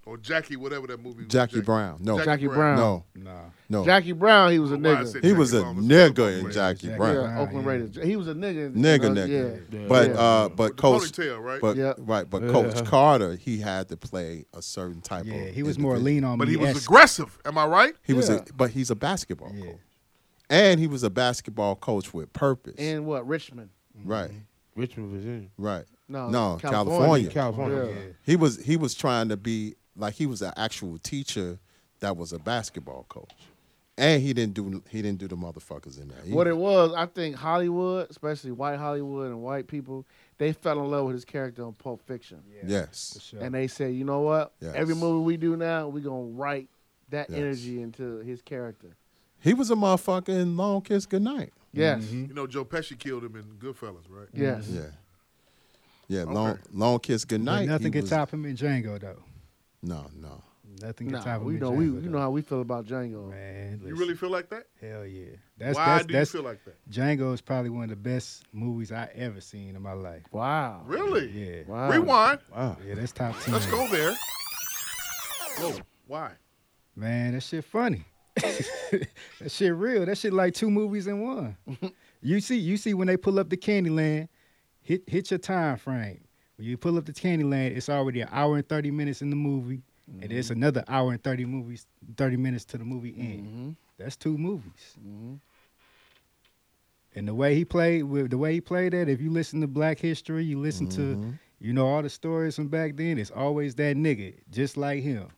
or Jackie whatever that movie? was, Jackie Brown. No. Jackie Jackie Brown. Brown. No. Nah. No. Jackie Brown he was a Why I nigga. said he Jackie was a Long, it's nigga in Brown. Jackie Jackie Brown. yeah, Brown, Oakland yeah. Raiders. He was a nigga. Nigga, you know, nigga. Yeah. But Yeah. uh but With the coach ponytail, right? But Yeah. right, but Coach Yeah. Carter, he had to play a certain type of Yeah, he was more individual. lean on But me. he was esque. aggressive. Am I right? He was Yeah. a but he's a basketball Yeah. coach. And he was a basketball coach with purpose. And what Richmond? right. Richmond, Virginia. Right. No, No, California. California. California. Yeah. He was he was trying to be like he was an actual teacher that was a basketball coach. And he didn't do he didn't do the motherfuckers in there. either. What it was, I think Hollywood, especially white Hollywood and white people, they fell in love with his character on Pulp Fiction, For Yes. sure. and they said, you know what? Yes. Every movie we do now, we gonna write that Yes. energy into his character. He was a motherfucker in Long Kiss Goodnight. Yes, You know, Joe Pesci killed him in Goodfellas, right? yes. Yeah. Yeah, long long kiss But goodnight. nothing he can was- top him in Django though. No, no. Nothing can Nah, top him. we in know Django, we you know though. how we feel about Django. man. You listen. really feel like that? Hell yeah. That's Why that's do that's you feel like that? Django is probably one of the best movies I ever seen in my life. Wow. Really? Yeah. Wow. Rewind. Wow. Yeah, that's top 10. Let's go there. Whoa, why? Man, that shit funny. that shit real. That shit like two movies in one. you see, you see when they pull up the Candyland, hit hit your time frame. When you pull up the Candyland, it's already an hour and thirty minutes in the movie, and it's another hour and thirty movies, thirty minutes to the movie end. That's two movies. And the way he played with the way he played that, if you listen to Black History, you listen to, you know, all the stories from back then. It's always that nigga, just like him.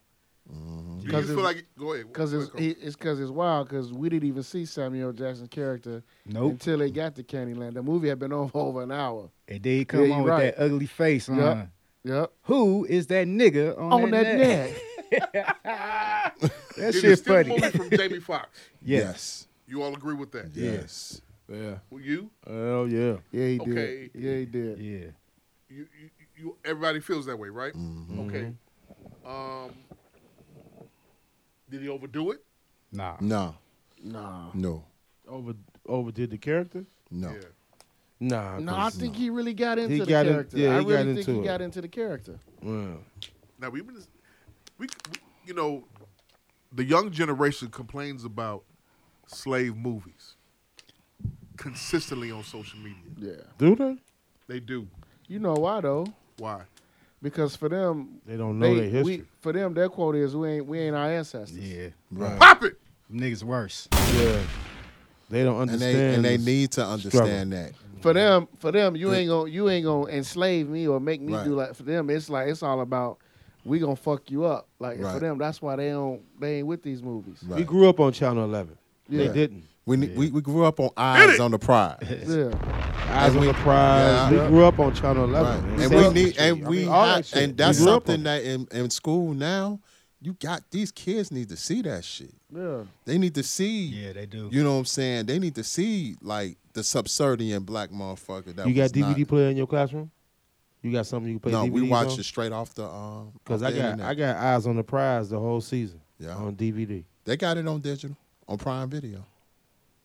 Do you Because just it- feel like go ahead. Cause Go it's ahead, he, it's cause it's wild because we didn't even see Samuel Jackson's character Nope. until they got to Candyland. The movie had been on for over an hour. And then he come you on with right. that ugly face on. Yup. Yep. Who is that nigga on, On, that, neck. That It shit is still funny. moving from Jamie Foxx. Yes. You all agree with that? Yes. Yeah. Well, You, Hell yeah. Yeah, he did. Okay. Yeah, he did. Yeah. you, you, you. Everybody feels that way, right? Okay. Um, Did he overdo it? Nah. Nah. Nah. No. Over overdid the character? No. Nah. No, I 'cause- think he really got into He the got in- character. yeah, I he really got think into he it. got into the character. Yeah. Now we've been, we, we- you know, the young generation complains about slave movies consistently on social media. Yeah, Do they? they do. You know why though? Why? Because for them, They don't know their we- history. for them, their quote is, "We ain't we ain't our ancestors." Yeah, Right. Pop it. Niggas worse. Yeah. They don't And understand. they and they the need to struggle. understand that. For them, for them, you ain't gonna you ain't gonna enslave me or make me Right. do like. For them, it's like it's all about we gonna fuck you up. Like for Right. them, that's why they don't they ain't with these movies. We Right. grew up on Channel 11. They Yeah. didn't. We, ne- we we grew up on eyes on the prize. Yeah, Eyes we- on the prize. Yeah. We grew up on Channel 11. Right. man. And Sesame we need Street. and I we mean, all ha- that shit. and that's We grew up on something it. that in, in school now, you got these kids need to see that shit. yeah. They need to see Yeah, they do. You know what I'm saying? They need to see like the subservient black motherfucker that You got was DVD not, player in your classroom? You got something you can play No, DVDs we watch on? it straight off the um Cause off I the got internet. I got eyes on the prize the whole season. Yeah. On DVD. They got it on digital, on Prime Video.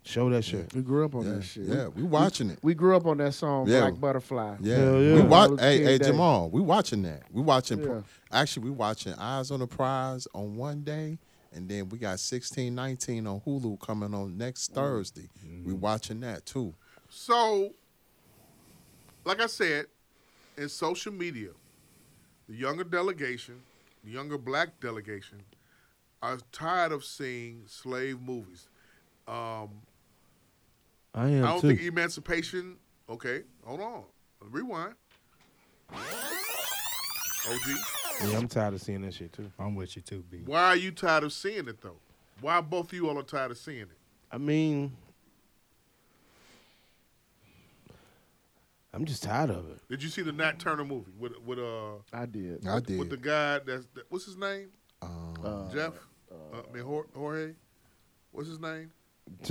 Show that shit. We grew up on Yeah, that shit. yeah, we watching it. We grew up on that song Yeah. Black Butterfly. Yeah, Hell yeah. we watch. That was Hey, King hey, Day. Jamal, we watching that. We watching. pro- Yeah. Actually, we watching Eyes on the Prize on one day, and then we got sixteen nineteen on Hulu coming on next Thursday. We Mm-hmm. watching that too. So, like I said, in social media, the younger delegation, the younger black delegation, are tired of seeing slave movies. Um, I I am don't too. think Emancipation. Okay, hold on. Rewind. OG, yeah, I'm tired of seeing that shit too. I'm with you too, B. why are you tired of seeing it though? Why both of you all are tired of seeing it? I mean, I'm just tired of it. Did you see the Nat Turner movie with with uh I did. I with the did. guy that's that, what's his name? Um, Jeff. Uh, I mean Jor- Jorge. What's his name?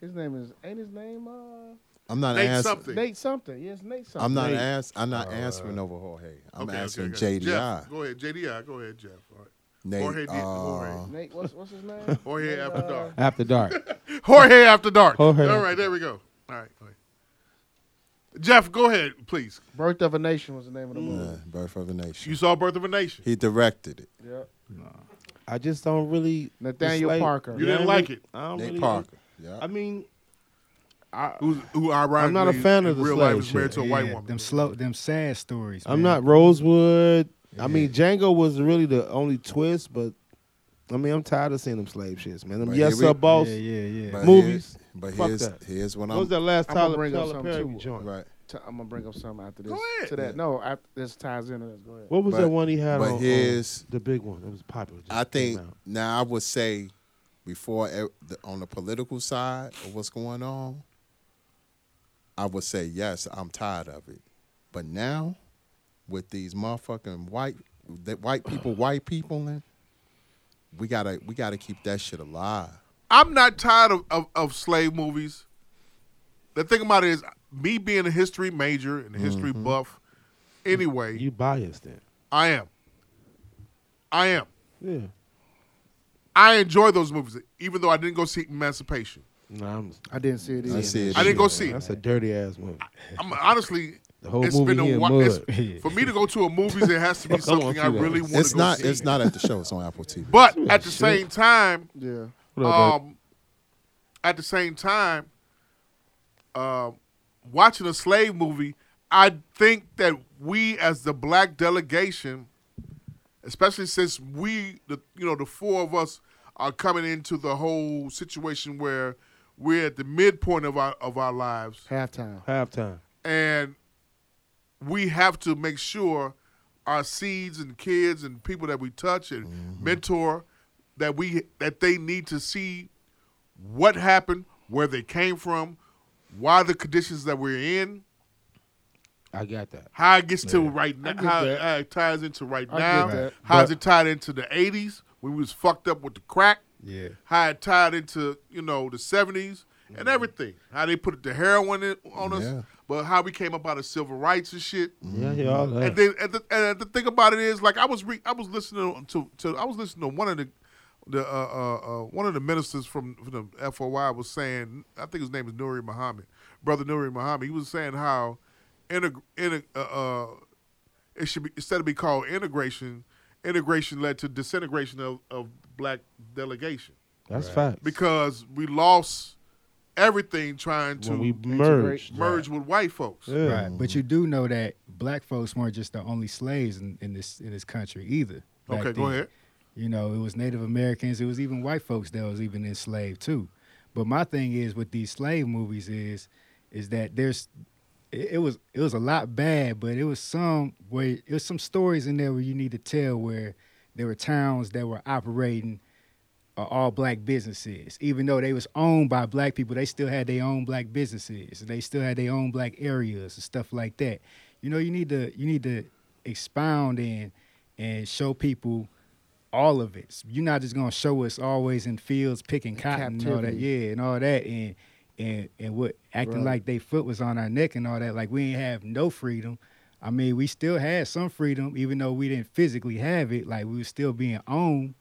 His name is ain't his name uh I'm not Nate answering. something. Nate something. Yes, Nate something. I'm not Nate. ask, I'm not answering over Jorge. I'm Okay, okay, answering okay. JDI. Jeff, go ahead, JDI. Go ahead, Jeff. All right. Nate, Jorge, did, uh, Jorge. Nate, what's what's his name? Jorge After Dark. After dark. Jorge After Dark. Jorge All After right, there we go. All right. all right. Jeff, go ahead, please. Birth of a Nation was the name of the movie. yeah, Birth of a Nation. You saw Birth of a Nation. He directed it. Yeah. I just don't really. Nathaniel it's Parker. You didn't I like mean? it. I don't Nate really- Parker. Yeah. I mean, I, Who's, who ironically, I'm not a fan in of the real life slave is married to a Yeah, white woman. Them slow, them sad stories. I'm man. not Rosewood. I mean, Django was really the only twist, but I mean, I'm tired of seeing them slave shits, man. Them Right, yes here sir, we- boss. Yeah, yeah, yeah. But Movies. here's- but Fuck here's that. here's what What I'm was that last I'ma Tyler, bring up Tyler something Perry too. joint? right. T- I'm gonna bring up something after this. Go ahead. To that. No, I, this ties into this. Go ahead. What was But- that one he had but on? his- on the big one. It was popular. just I came think out. now I would say before e- the- on the political side of what's going on, I would say yes, I'm tired of it. But now, with these motherfucking white that white people, white people, in, we gotta we gotta keep that shit alive. I'm not tired of, of, of slave movies. The thing about it is, me being a history major and a history buff, anyway, Mm-hmm. you biased then. I am. I am. Yeah. I enjoy those movies, even though I didn't go see Emancipation. No, I'm. I didn't see it. I Either. see it. I didn't go either. see it. That's a dirty ass movie. I'm honestly, The whole it's movie been he a in while. mud. For me to go to a movie, there has to be Fuck, I wanna something see I that. really want to It's go not. see. It's not at the show. It's on Apple TV. But at the same time, Yeah. What up, babe? um, at the same time, uh, watching a slave movie, I think that we as the black delegation, especially since we, the you know, the four of us are coming into the whole situation where we're at the midpoint of our of our lives, Halftime. Halftime. and we have to make sure our seeds and kids and people that we touch and mentor that we that they need to see what happened, where they came from, why the conditions that we're in, I got that. how it gets to right now, how that. how it ties into right I get now, that. how's it tied into the '80s when we was fucked up with the crack, Yeah. how it tied into you know the '70s and everything, how they put the heroin in, on us. Yeah. but how we came up out of civil rights and shit. Yeah, yeah, all that. And then and the, and the thing about it is, like, I was re- I was listening to, to I was listening to one of the the uh, uh, uh, one of the ministers from, from the FOI was saying, I think his name is Nuri Muhammad, brother Nuri Muhammad. He was saying how integ- integ- uh, uh, it should be instead of be called integration, integration led to disintegration of, of black delegation. That's Right. facts. Because we lost everything trying to When we merged. merge with white folks. Right. But you do know that black folks weren't just the only slaves in, in this in this country either. back Okay, go then. ahead. You know, it was Native Americans, it was even white folks that was even enslaved too. But my thing is with these slave movies is is that there's it, it was it was a lot bad, but it was some where it was some stories in there where you need to tell where there were towns that were operating uh, all black businesses. Even though they was owned by black people, they still had their own black businesses. They still had their own black areas and stuff like that. You know, you need to you need to expound and and show people all of it. You're not just gonna show us always in fields picking cotton and all that, captivity. yeah, and all that, and and and what acting Right. like they foot was on our neck and all that. Like we ain't have no freedom. I mean, we still had some freedom, even though we didn't physically have it. Like we were still being owned,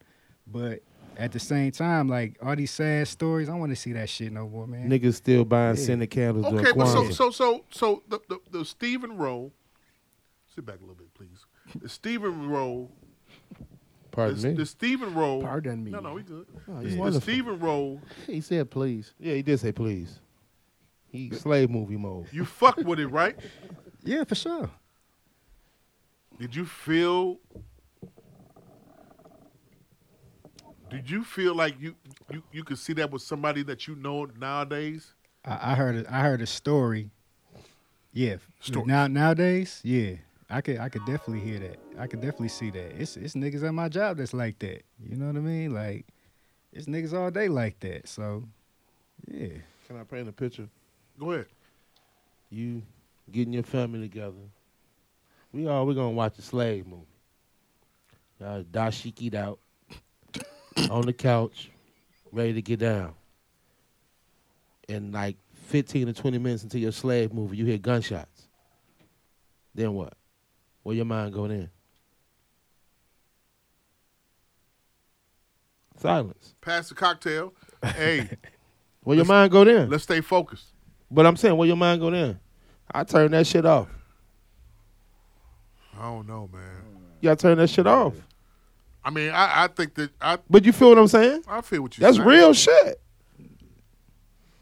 but at the same time, like all these sad stories, I want to see that shit no more, man. Niggas still buying Yeah. scented candles Okay, during but so Kwanzaa. so so so the the, the Stephen Rowe, sit back a little bit, please. The Stephen Rowe, Pardon the, me. Oh, the Stephen Rowe. Pardon me. No, no, we good. No, the it's the wonderful. Stephen Rowe, He said, please. yeah, he did say please. He slave movie mode. you fuck with it, right? Yeah, for sure. Did you feel? Did you feel like you you you could see that with somebody that you know nowadays? I, I heard a, I heard a story. Yeah, Story. now nowadays, yeah, I could I could definitely hear that. I could definitely see that. It's it's niggas at my job that's like that. You know what I mean? Like, it's niggas all day like that. So, yeah. Can I paint a picture? Go ahead. You getting your family together. We all we gonna watch a slave movie. Y'all dashikied out on the couch, ready to get down. And like fifteen to twenty minutes into your slave movie, you hear gunshots. Then what? Where your mind go then? Silence. Pass the cocktail. Hey, Where your mind go then? let's stay focused. But I'm saying, where your mind go then? I turn that shit off. I don't know, man. Y'all turn that shit off. I mean, I, I think that I But you feel what I'm saying? I feel what you. That's saying. real shit.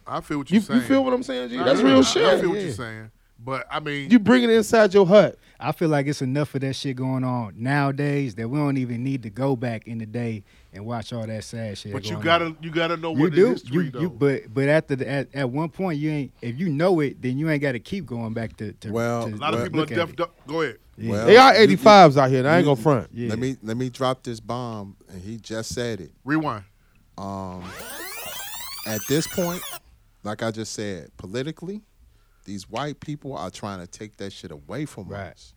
I feel what You, you're you saying. feel what I'm saying, G? I That's feel- real I- shit. I feel what Yeah. you're saying, but I mean, You bring it inside your hut. I feel like it's enough of that shit going on nowadays that we don't even need to go back in the day and watch all that sad shit. but you going on. gotta you gotta know you what the do. history you, though. you, but but after the, at, at one point you ain't if you know it then you ain't got to keep going back to, to Well, to a lot of Well, people are look at deaf. it. dumb. Go ahead. Well, They are you- you- 85s out here. And I ain't gonna front. Yeah. Let me let me drop this bomb, and he just said it. Rewind. At this point, like I just said, politically, these white people are trying to take that shit away from Right. us.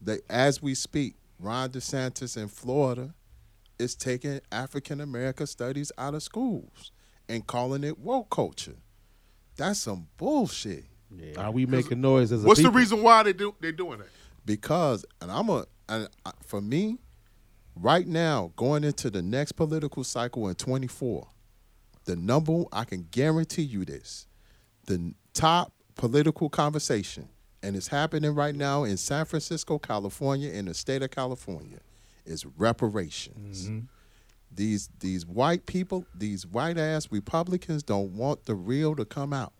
They, as we speak, Ron DeSantis in Florida is taking African American studies out of schools and calling it woke culture. That's some bullshit. Are we making noise as a What's the people? reason why they do they doing that? because and I'm a and I- for me right now going into the next political cycle in 24 the number I can guarantee you this the top political conversation and it's happening right now in San Francisco, California in the state of California is reparations these these white people, these white ass Republicans don't want the real to come out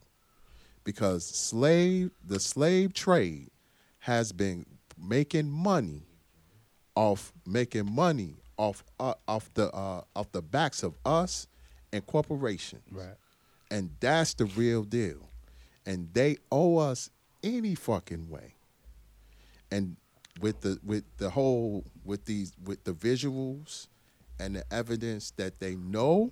because slave the slave trade has been making money off making money off uh, off the uh, off the backs of us and corporations. Right. And that's the real deal. And they owe us any fucking way and with the with the whole with these with the visuals and the evidence that they know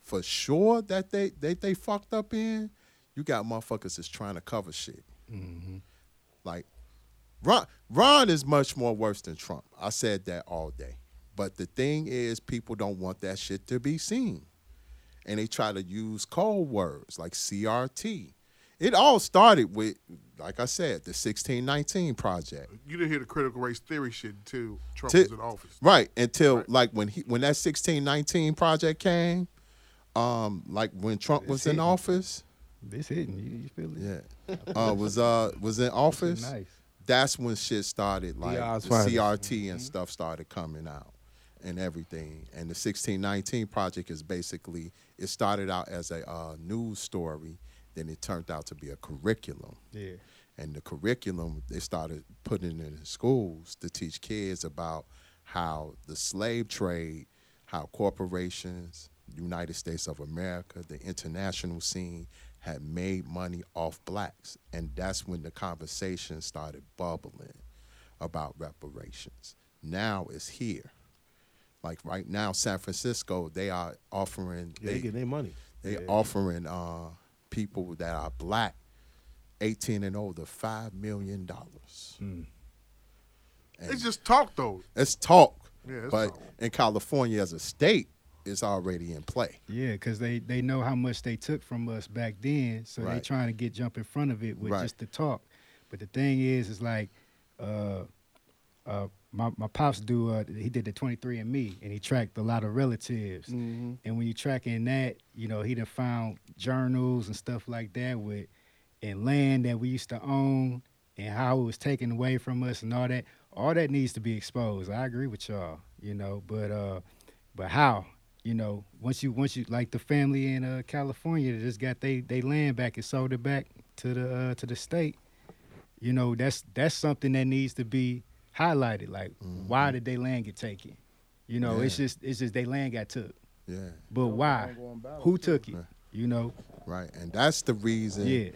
for sure that they that they fucked up in, you got motherfuckers that's trying to cover shit. Like Ron, Ron is much more worse than Trump. I said that all day. But the thing is, people don't want that shit to be seen, and they try to use cold words like CRT. It all started with, like I said, the 1619 project. You didn't hear the critical race theory shit until Trump Ti- was in office. Right. Until like when he when that sixteen nineteen project came, um, like when Trump was in hitting. office. This hitting. You, you feel it? Yeah. Uh was uh was in office. Nice. That's when shit started like Yeah, I was the fine. CRT and stuff started coming out and everything. And the sixteen nineteen project is basically it started out as a uh, news story, then it turned out to be a curriculum Yeah. and the curriculum they started putting it in schools to teach kids about how the slave trade, how corporations, United States of America, the international scene had made money off blacks. And that's when the conversation started bubbling about reparations. Now it's here. Like right now, San Francisco, they are offering Yeah, they get their money. they offering uh, people that are black, eighteen and older, five million dollars. It's just talk though. It's talk, Yeah, it's but talk. in California as a state, it's already in play. Yeah, because they, they know how much they took from us back then, so they Right. trying to get jump in front of it with Right. just the talk. But the thing is, is like, uh, uh, my my pops do uh, he did the 23 and Me, and he tracked a lot of relatives. Mm-hmm. And when you tracking that, you know he done found journals and stuff like that with, and land that we used to own, and how it was taken away from us, and all that. All that needs to be exposed. I agree with y'all, you know, but uh, but how? you know, once you once you like the family in uh, California that just got they they land back and sold it back to the uh, to the state. You know, that's that's something that needs to be highlighted. Like, Mm-hmm. why did they land get taken? You know, it's just it's just they land got took, Yeah, but why? Who took it? You know, right. And that's the reason. yeah.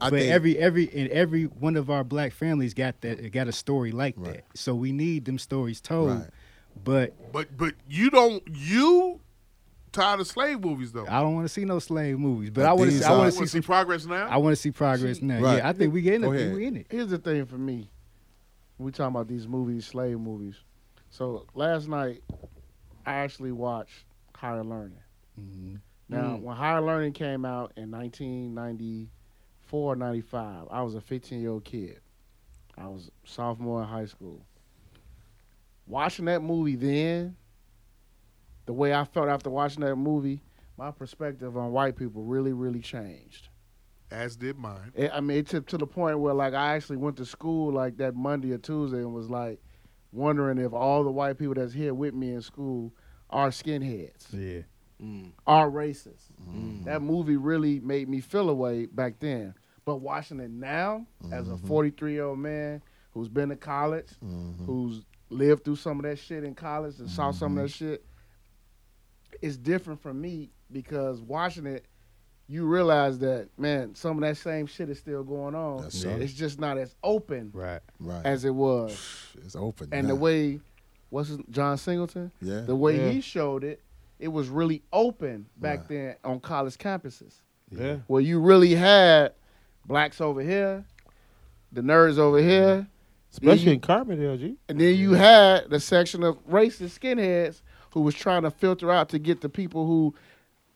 I but think every every and every one of our black families got that got a story like Right. that. So we need them stories told. Right. But But but you don't you tired of slave movies though. I don't want to see no slave movies. But, But I want these to I are- want You to see wanna see progress now. I want to see progress now. Right. Yeah, I think we get in it. Go ahead. We in it. Here's the thing for me. We talking about these movies, slave movies. So last night, I actually watched Higher Learning. Now, when Higher Learning came out in 1994, 95, I was a 15 year old kid. I was sophomore in high school. Watching that movie then, the way I felt after watching that movie, my perspective on white people really, really changed. As did mine. It, I mean, it took to the point where like I actually went to school like that Monday or Tuesday and was like wondering if all the white people that's here with me in school are skinheads, Yeah. are racist. Mm. That movie really made me feel away back then. But watching it now as Mm-hmm. a 43 year old man who's been to college, who's lived through some of that shit in college and saw some of that Mm-hmm. shit, it's different for me because watching it you realize that man, some of that same shit is still going on. That's right. It's just not as open Right. right as it was, it's open. and now. the way what's his, John Singleton, yeah, the way Yeah. he showed it, it was really open back Right. then on college campuses Yeah. where you really had blacks over here, the nerds over here, Especially Then in Carbondale, G. and then you had the section of racist skinheads who was trying to filter out to get the people who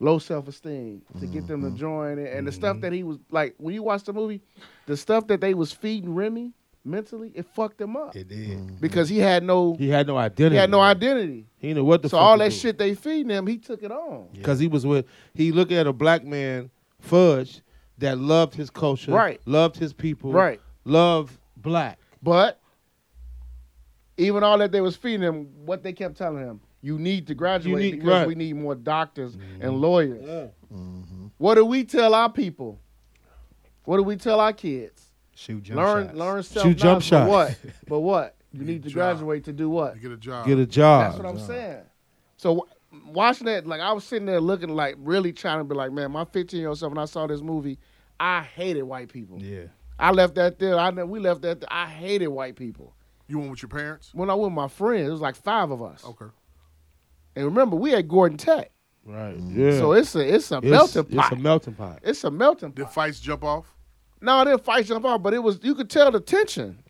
low self esteem to get them to join it. And the Mm-hmm. stuff that he was like when you watch the movie, the stuff that they was feeding Remy mentally, it fucked him up It did. because he had no He had no he identity. had no identity. He didn't know what the So fuck all to that do. shit they feeding him, he took it on. because he was with he looked at a black man fudge that loved his culture Right. loved his people Right. loved black But even all that they was feeding him, what they kept telling him, you need to graduate need- because right. we need more doctors and lawyers. What do we tell our people? What do we tell our kids? Shoot jump learn, shots. learn self Shoot jump But shots. what? But what? You You need to need a job. graduate to do what? You get a job. get a job That's what I'm saying. So w- watching that, like I was sitting there looking, like really trying to be like, man, my 15 year old self. When I saw this movie, I hated white people. Yeah. I left that there. I know we left that. There. I hated white people. you went with your parents? When I went with my friends, it was like five of us. Okay. And remember, we at Gordon Tech, right yeah so it's a it's a Mm-hmm. it's, melting pot. it's a melting pot it's a melting Did pot. fights jump off? No, I didn't fight jump out, but it was you could tell the tension.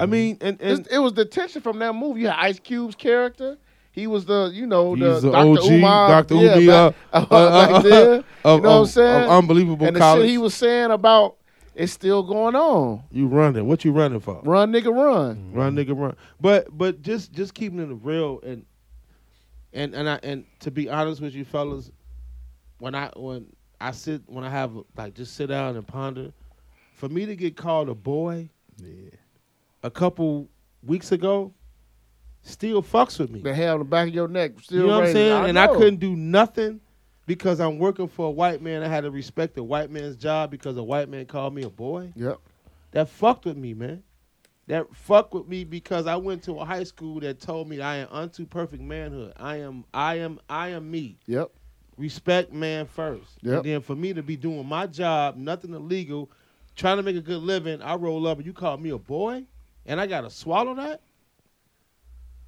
i mean and, It's- Mm-hmm. and it was the tension from that movie. You had Ice Cube's character. He was the, you know, the He's the Dr. OG, Umar, Dr. yeah, Umi, back, uh, uh, uh, back there. of- you know what I'm of- saying? of unbelievable and the college. shit he was saying about it's still going on. You running? What you running for? Run, nigga, run. Run, nigga, run. But but just just keeping it real and and and I and to be honest with you, fellas, when I when I sit when I have like just sit down and ponder, for me to get called a boy, a couple weeks ago, still fucks with me. The hair on the back of your neck still Mm. you know what I'm raining. saying? and I know. couldn't do nothing because I'm working for a white man. I had to respect a white man's job because a white man called me a boy. Yep. That fucked with me, man. That fucked with me because I went to a high school that told me I am unto perfect manhood. I am, I am, I am me. Yep. Respect man first. Yep. And then for me to be doing my job, nothing illegal, trying to make a good living, I roll up and you call me a boy and I gotta swallow that.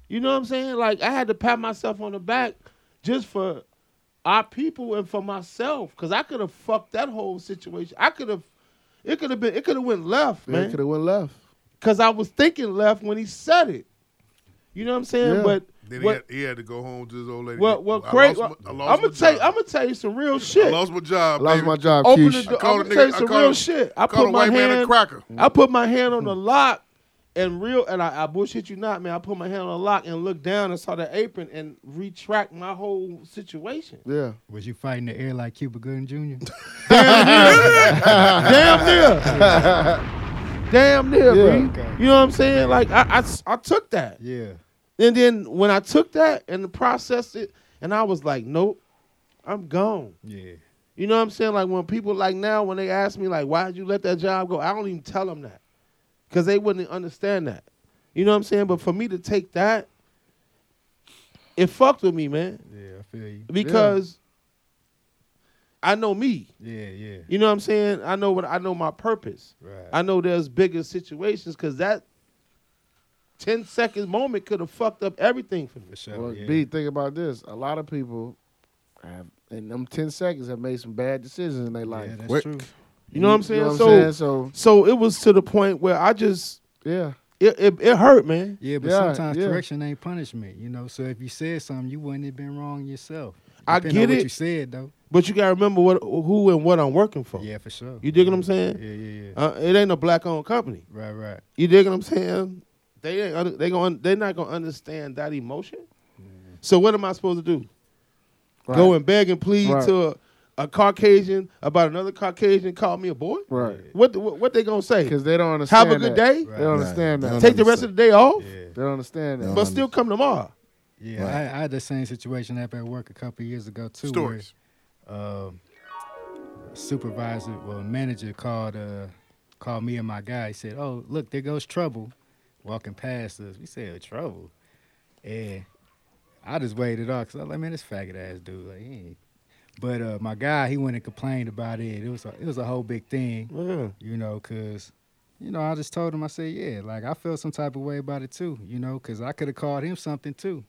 You know what I'm saying? Like I had to pat myself on the back just for our people and for myself. Cause I could have fucked that whole situation. I could have it could have been it could have went left, Man, man. could have went left. Cause I was thinking left when he said it. You know what I'm saying? Yeah. But Then he what- had, he had to go home to his old lady. well, well, I Craig, lost my- I I'm lost my gonna tell you, job. I'm gonna tell you some real I shit. lost my job. I lost baby. my job, Open the Keish. door. I I'm called a gonna nigga- tell you I some called real a- shit. I Called put a my white man a hand. cracker. I put my hand on Hmm. the lock, and real, and I, I bullshit you not, man. I put my hand on the lock and looked down and saw the apron and retract my whole situation. Yeah. Was you fighting the air like Cuba Gooding Jr.? Damn near, damn near, Yeah. Bree. You know what I'm saying? Like I, I s- I took that. yeah. And then when I took that and processed it, and I was like, nope, I'm gone. Yeah. You know what I'm saying? Like when people like now, when they ask me like, "Why'd you let that job go?" I don't even tell them that, cause they wouldn't understand that. You know what I'm saying? But for me to take that, it fucked with me, man, Yeah, I feel you. because I know me. Yeah, yeah. You know what I'm saying? I know what I know my purpose. Right. I know there's bigger situations, cause that 10 second moment could have fucked up everything for me. For sure. Well, yeah. B, think about this. A lot of people have in them ten seconds have made some bad decisions in their yeah, life. that's Quick. true. You know what I'm saying? You know what so, I'm saying? So so it was to the point where I just yeah. it it, it hurt, man. Yeah, but Yeah, sometimes yeah. correction ain't punishment, you know. So if you said something, you wouldn't have been wrong yourself. I Depending on get what it. you said though. But you gotta remember what who and what I'm working for. Yeah, for sure. You dig what I'm Yeah, saying? yeah, yeah. Uh, it ain't a black owned company. Right, right. You dig what I'm saying? They ain't under- they going they're not gonna understand that emotion. Mm-hmm. So what am I supposed to do? Go and beg and plead Right. to a, a Caucasian about another Caucasian call me a boy? Right. What what, what they gonna say? Because they don't understand. Have a good that. day. They don't understand Right. that. Take the rest of the day off, Yeah. They don't understand that. No. but still come tomorrow. Yeah, Right. I, I had the same situation up at work a couple of years ago too. Stories. Where, um, supervisor, well, manager called uh, called me and my guy. He said, "Oh, look, there goes trouble, walking past us." We said, "Trouble," and I just waited off because I was like, "Man, this faggot ass dude." Like, he ain't. But uh, my guy, he went and complained about it. It was a, it was a whole big thing Yeah. you know, because, you know, I just told him, I said, yeah, like I felt some type of way about it too, you know, because I could have called him something too,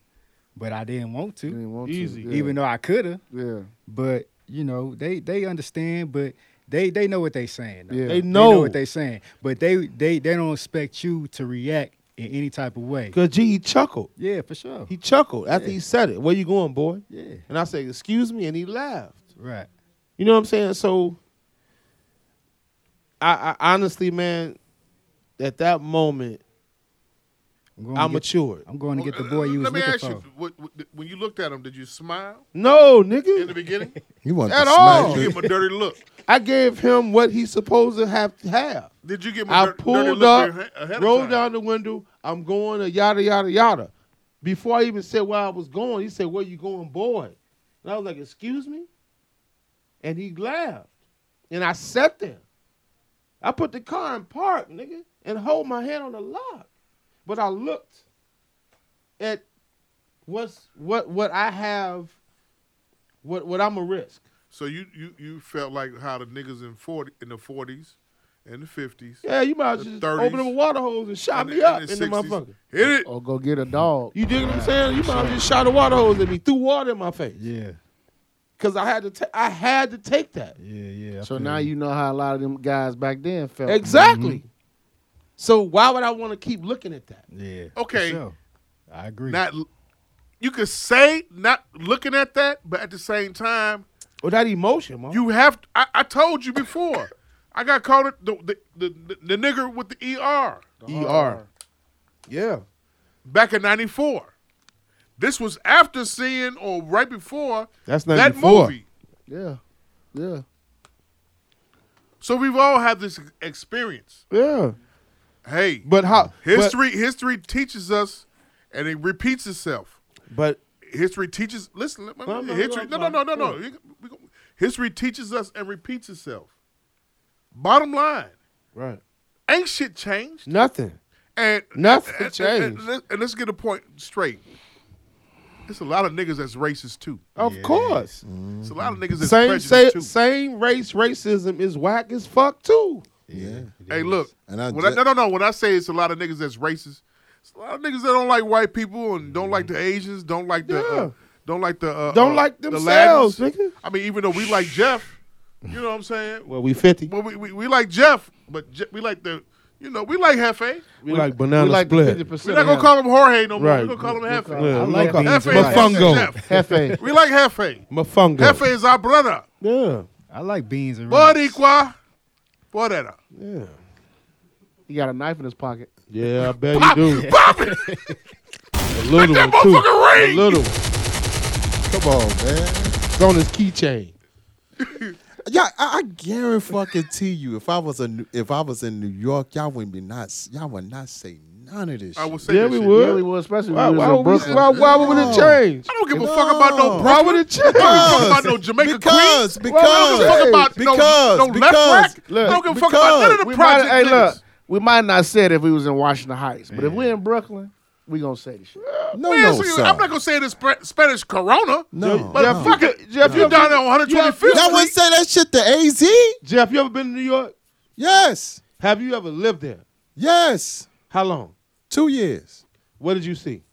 but I didn't want They to, didn't want to. Easy. Yeah. even though I could have. yeah. But, you know, they, they understand, but they, they know what they saying. though. Yeah. They know. what they saying, but they, they, they don't expect you to react in any type of way. Cause G he chuckled. Yeah, for sure. He chuckled after Yeah. he said it. Where you going, boy? Yeah, And I said, excuse me, and he laughed. right. You know what I'm saying? So, I, I honestly, man, at that moment, I'm going, I to, get, matured. I'm going to get the Uh, boy you was Let me looking ask for. you, what, what, when you looked at him, did you smile No, in the nigga, beginning? You want At to all. smack Did you this- give him a dirty look? I gave him what he's supposed to have to have. Did you give him a I dir- dirty pulled look up, ahe- ahead rolled of time? down the window. I'm going to yada yada yada. Before I even said where I was going, he said, "Where you going, boy?" And I was like, "Excuse me," and he laughed, and I sat there. I put the car in park, nigga, and hold my hand on the lock, but I looked at what's what what I have, what what I'm a risk. So you, you you felt like how the niggas in forty in the forties, and the fifties, Yeah, you might as The well just 30s, open up a water hose and shot and me the, up and in the the 60s. motherfucker. Hit it. Or go get a dog. You dig what I'm saying? You might have just shot a water hose at me, threw water in my face, Yeah, cause I had to. ta- I had to take that. yeah, yeah. I So feel now you know how a lot of them guys back then felt. Exactly. So why would I want to keep looking at that? Yeah. for Okay. sure. I agree. Not l- you could say not looking at that, but at the same time, Well, that emotion, man. you have. I, I told you before. I got called it the the, the the nigger with the ER ER. Yeah. back in '94. This was after seeing or right before That's that 94. movie. Yeah. Yeah. So we've all had this experience. Yeah. Hey, But how history history teaches us, and it repeats itself. But, History teaches. Listen, let- No, no, history. No, no, no, no, no, no. You- we go- History teaches us and repeats itself. Bottom line, but right. ain't shit changed, Nothing. and Nothing and- and- changed. And, let- and let's get a point straight. There's a lot of niggas that's racist too. Of course. It's a lot of niggas that's Mm-hmm. prejudiced Same say, too. same race racism is whack as fuck too. Yeah. Hey, look. And I when ju- I, no, no, no. When I say it's a lot of niggas that's racist, it's a lot of niggas that don't like white people and don't like the Asians, don't like the, Yeah. uh, don't like the, uh, Don't uh, like the themselves, Latins. nigga. I mean, even though we like Jeff, you know what I'm saying? Well, we fifty. Well, we, we, we like Jeff, but Je- we like the, you know, we like Hefe. We, like banana split. We're not gonna call him Jorge no more. Right. We're gonna call him Hefe. Yeah, we like gonna these call- Hefe, rice. Mofongo. Jeff. Hefe. We like Hefe. Mofongo. Hefe is our brother. Yeah. I like beans and rice. Boricua. Whatever. Yeah. He got a knife in his pocket. Yeah, I bet you do. Pop it. A little that one too. motherfucker A ring. little one. Come on, man. It's on his keychain. Yeah, I, I guarantee you, if I was a New- if I was in New York, y'all would be not y'all would not say none of this. I shit. would say Yeah, that we shit. would. Yeah, we would, especially Why, when we why, was in would we, Brooklyn. why, why would it change? I don't give a fuck about no No. Brooklyn. Why would it change? talking about no Jamaica because, Queen. Because, I don't give a fuck about no- because, no left because, rack. I don't give a fuck about none of the We might, project hey, niggas. look, we might not say it if we was in Washington Heights, but if we're in Brooklyn, we gonna say this shit. No, Man, no, so you- sir. I'm not gonna say this sp- Spanish Corona. No, but no. fuck it. Jeff, you down there on 125th Y'all would Street. say that shit to AZ? Jeff, you ever been to New York? Yes, Have you ever lived there? yes. How long? Two years. What did you see?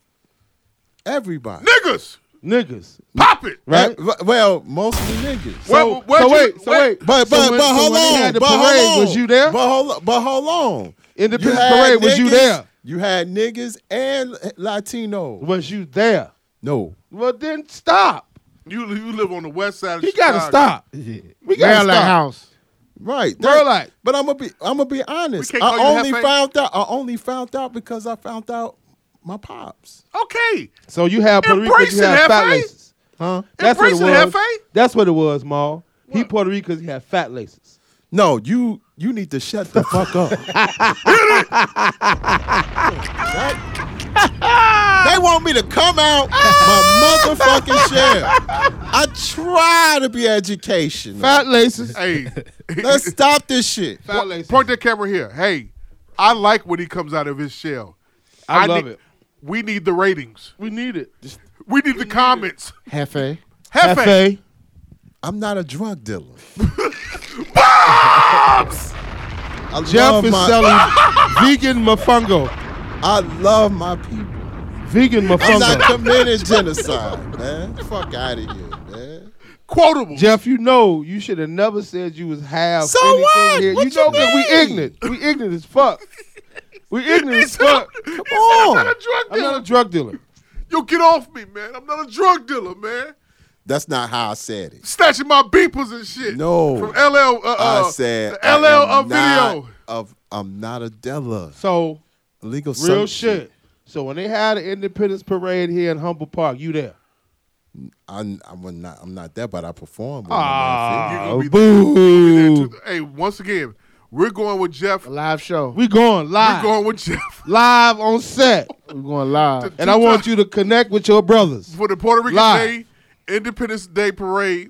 Everybody. Niggas, Niggas, pop it. right? Eh, well, mostly niggas. Where- So, where'd so you- wait, so where- wait. But but so when, but so hold when on. They had the but parade, hold on. was you there? But hold but hold on. Independence had parade, was you niggas- there? You had niggas and Latinos. Was you there? No. Well, then stop. You you live on the west side. Of He gotta Chicago. stop. Yeah. We gotta stop. House. Right. Bro, That- like- but I'm gonna be I'm gonna be honest. We can't I call you only Hefe. found out I only found out because I found out my pops. Okay, So you have Puerto Embrace Ricans, you it, have fat Hefe. laces. Huh? That's what it Embrace it, was. Hefe. That's what it was, Maul. He Puerto Ricans, he had fat laces. No, you you need to shut the fuck up. They want me to come out my motherfucking shell. I try to be educational. Fat laces. hey, Let's stop this shit. Fat laces. point that camera here. Hey, I like when he comes out of his shell. I love need- it. We need the ratings. We need it. We need the comments. Hefe. Hefe. Hefe. I'm not a drug dealer. I Jeff love is my, selling vegan mofongo. I love my people. Vegan I'm not mofongo. committing genocide, man. Fuck out of here, man. Quotable. Jeff, you know you should have never said you was half. So anything what? Here. What you you know 'cause we mean? ignorant. We ignorant as fuck. We ignorant as fuck. Come on. I'm not a drug I'm dealer. not a drug dealer. Yo, get off me, man. I'm not a drug dealer, man. That's not how I said it. Snatching my beepers and shit. No. From LL. Uh, uh, I said the LL I am of not video. Of I'm not a dealer. So Legal real shit. So when they had an independence parade here in Humble Park, you there? I I was not I'm not there, but I perform. You Ah, gonna be boo. Hey, once again, we're going with Jeff. A live show. We, We going live, We're going with Jeff live on set, are going live. and I want you to connect with your brothers. for the Puerto Rican Live. Day Independence Day Parade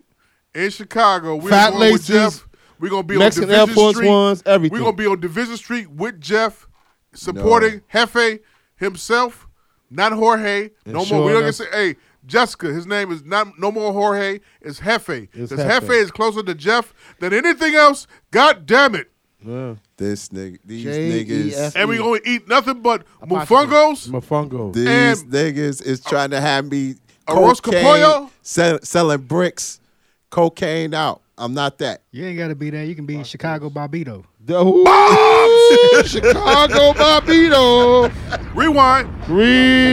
in Chicago. We're Fat going laces, with Jeff. We're gonna be Mexican on Division Air Force Street. Ones, everything. We're gonna be on Division Street with Jeff, supporting Hefe himself, not Jorge. no sure more. We don't get enough- say, hey, Jessica. His name is not no more Jorge. It's Hefe. It's Because Hefe. Hefe. is closer to Jeff than anything else. God damn it! Yeah. This nigga, these E J-E-F- niggas, And we Mm. gonna eat nothing but Apocalypse. mufungos. Mofongo. these And- niggas is trying to have me Arroz cocaine, Capoyo? sell, selling bricks, cocaine out. I'm not that. You ain't gotta be there. You can be Chicago Barbito. The Bombs! Chicago Bobito. Rewind.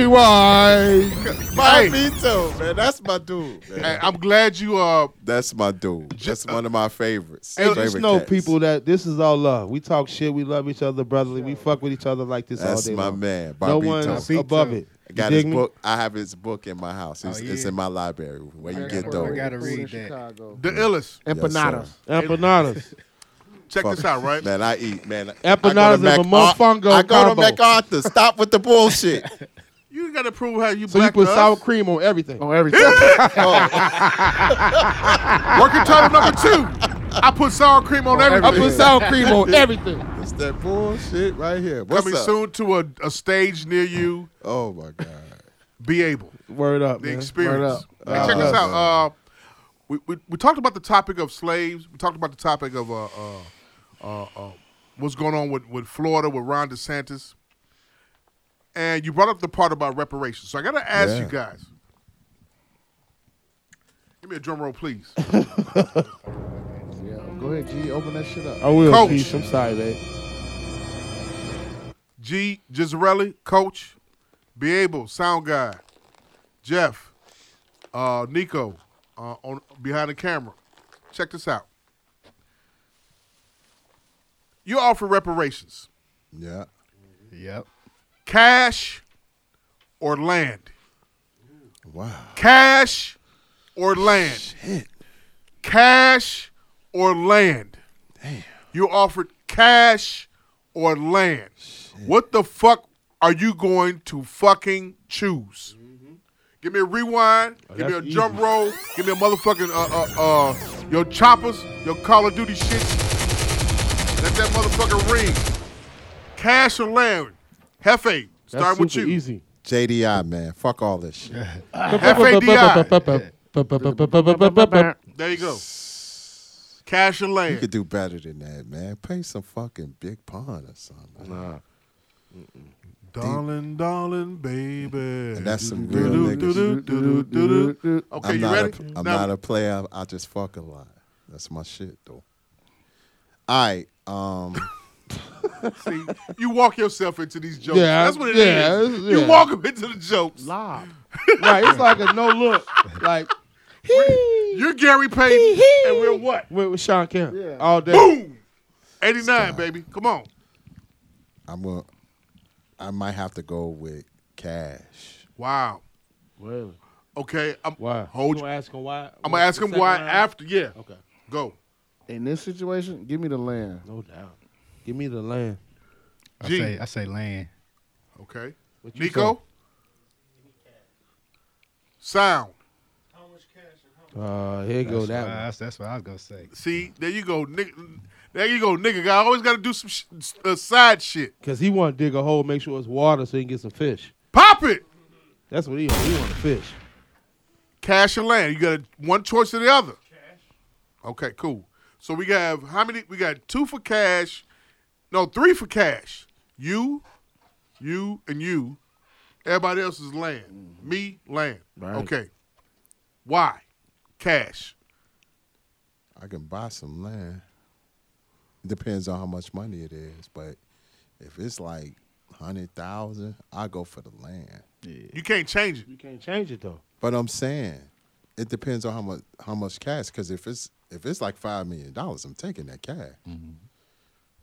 Rewind. Bobito, man, that's my dude. man. Hey, I'm glad you uh That's my dude. That's one of my favorites. Hey, just Favorite know, cats. people, that this is all love. We talk shit. We love each other, brotherly. We fuck with each other like this all That's day my long. man, No Barbito. one's Barbito. above it. I got You his dig me? book. I have his book in my house. It's, Oh, it's yeah. in my library where you I get gotta- I those. gotta Food in read that. Chicago. the illest. Empanadas. Empanadas. Check this out, right? Man, I eat, man. Empanadas I is a go to Mac- mofongo I go to combo. MacArthur. Stop with the bullshit. You gotta prove how you so you black put to sour us. cream on everything. On everything. Working title number two. I put sour cream on I everything. put sour cream on everything. it's that bullshit right here. What's Coming up? soon to a, a stage near you. Oh my god. Be able. Word up, The man. Word experience. up. Hey, check Uh, this out. Uh, we, we we talked about the topic of slaves. We talked about the topic of uh, uh, uh, uh, what's going on with, with Florida with Ron DeSantis. And you brought up the part about reparations. So I gotta ask Yeah. you guys. Give me a drum roll, please. Yeah, go ahead, G. Open that shit up. I will, Coach. Keith. I'm sorry, man. G. Gisarelli, coach. Be able, sound guy. Jeff, uh, Nico, uh, on behind the camera. Check this out. You offer reparations, Yeah. Yep. cash or land. Wow. Cash or land. Cash or land. Damn. You offered cash or land. What the fuck are you going to fucking choose? Give me a rewind. give me a Mm-hmm. Oh, that's jump easy. roll. Give me a motherfucking uh uh uh your choppers, your Call of Duty shit. Let that motherfucker ring. Cash or land. Hefe, That's start with super you. easy. JDI man, fuck all this shit. FADI. That's There you go. Cash or land. You could do better than that, man. Pay some fucking big pun or something. Darling, darling, baby. And that's some real niggas. niggas. Okay, I'm you not ready? A, I'm Now, not a player. I just fuck a lot. That's my shit though. All right. Um. see, you walk yourself into these jokes. Yeah, that's what it is. yeah, it's- You yeah. walk them into the jokes. Lob. right. It's like a no look. Like You're Gary Payton, and we're what? with, with Sean Kemp Yeah. all day. Boom! 89, baby. Come on. I'm gonna. I might have to go with cash. Wow. Really? Okay. I'm, Why? Hold you. you. Gonna ask him why? I'm going to ask him why after. Yeah. Okay. Go. In this situation, give me the land. No doubt. Give me the land. I G. say I say land. Okay. What you Nico? Sound. Uh, here That's, go that what, one. that's, that's what I was gonna say. See, there you go, nigga. There you go, nigga. I always got to do some sh- uh, side shit. Cause he want to dig a hole, make sure it's water, so he can get some fish. Pop it. That's what he want. He want to fish. Cash or land. You got one choice or the other. Cash. Okay, cool. So we got how many? We got two for cash. No, three for cash. You, you, and you. Everybody else is land. Me, land. Right. Okay. Why? Cash. I can buy some land. Depends on how much money it is, but if it's like hundred thousand, I go for the land. You can't change it. You can't change it though. But I'm saying it depends on how much how much cash. Because if it's if it's like five million dollars, I'm taking that cash. Mm-hmm.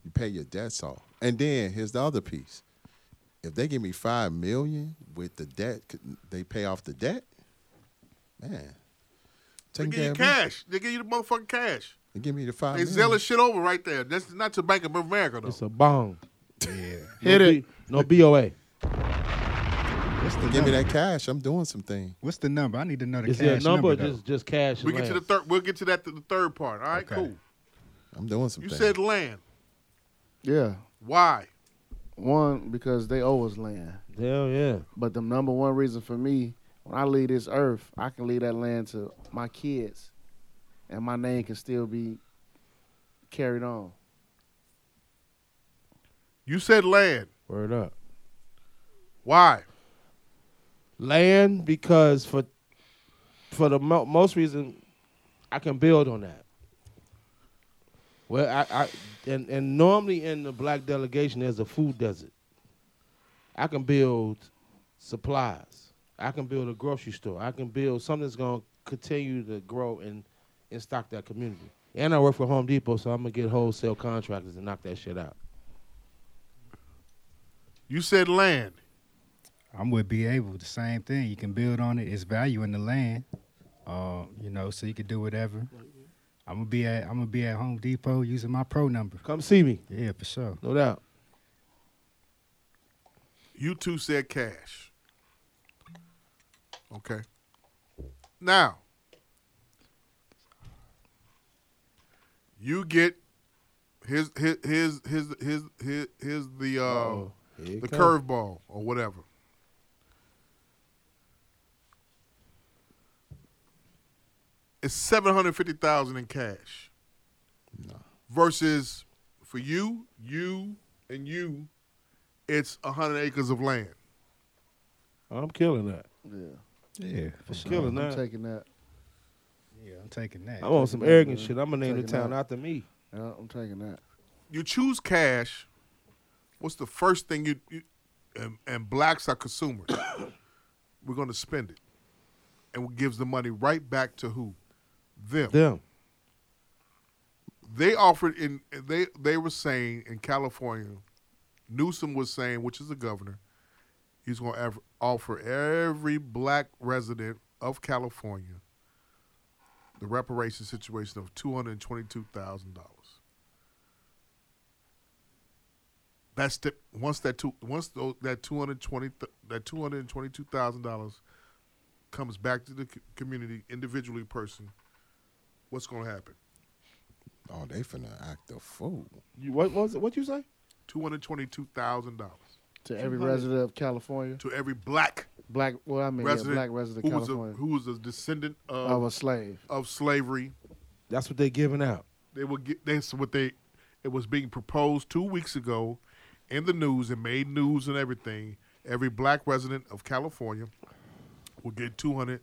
You pay your debts off, and then here's the other piece. If they give me five million with the debt, c- they pay off the debt. Man, They take give you cash. They give you the motherfucking cash. They give me the five They million. zealous shit over right there. That's not your Bank of America though. It's a bomb. Yeah. Hit no it. no BOA. What's the Give me number? that cash. I'm doing some things. What's the number? I need to know the Is there a cash number, or though. just just cash? We and get to the lands? third. We'll get to that to the third part. All right, Okay. cool. I'm doing some You things. said land. Yeah. Why? One, because they owe us land. Hell yeah. But the number one reason for me, when I leave this earth, I can leave that land to my kids, and my name can still be carried on. You said land. Word up. Why? Land because for for the mo- most reason, I can build on that. Well, I, I and, and normally in the black delegation, there's a food desert. I can build supplies. I can build a grocery store. I can build something that's going to continue to grow and, and stock that community. And I work for Home Depot, so I'm going to get wholesale contractors and knock that shit out. You said land. I'm with be able the same thing. You can build on it. It's value in the land, uh, you know, so you can do whatever. I'm gonna be at I'm gonna be at Home Depot using my pro number. Come see me, Yeah, for sure. no doubt. You two said cash. Okay. Now, you get his his his his his his, his the uh, Uh-oh. Oh, Here it the come. curveball or whatever. It's seven hundred fifty thousand in cash. Versus for you, you, and you, it's hundred acres of land. Oh, I'm killing that. Yeah, for sure. Killing I'm that. taking that. Yeah, I'm taking that. I'm on some arrogant shit. I'm going to name the Taking town that. after me. Yeah, I'm taking that. you choose cash, what's the first thing you, you and, and blacks are consumers. We're going to spend it. And what gives the money right back to who? Them. Them. They offered in they they were saying in California, Newsom was saying, which is the governor, he's going to offer every black resident of California the reparation situation of two hundred twenty-two thousand dollars. That's the once that two once those, that two hundred twenty that two hundred twenty two thousand dollars comes back to the c- community individually person. What's going to happen? Oh, they finna act a fool. You, what was it? What you say? Two hundred twenty two thousand dollars To every resident of California, to every black black. Well, I mean, yeah, resident, black resident who of was a California who was a descendant of uh, of a slave. of slavery. That's what they're giving out. They would get that's what they it was being proposed two weeks ago in the news and made news and everything. Every black resident of California will get two hundred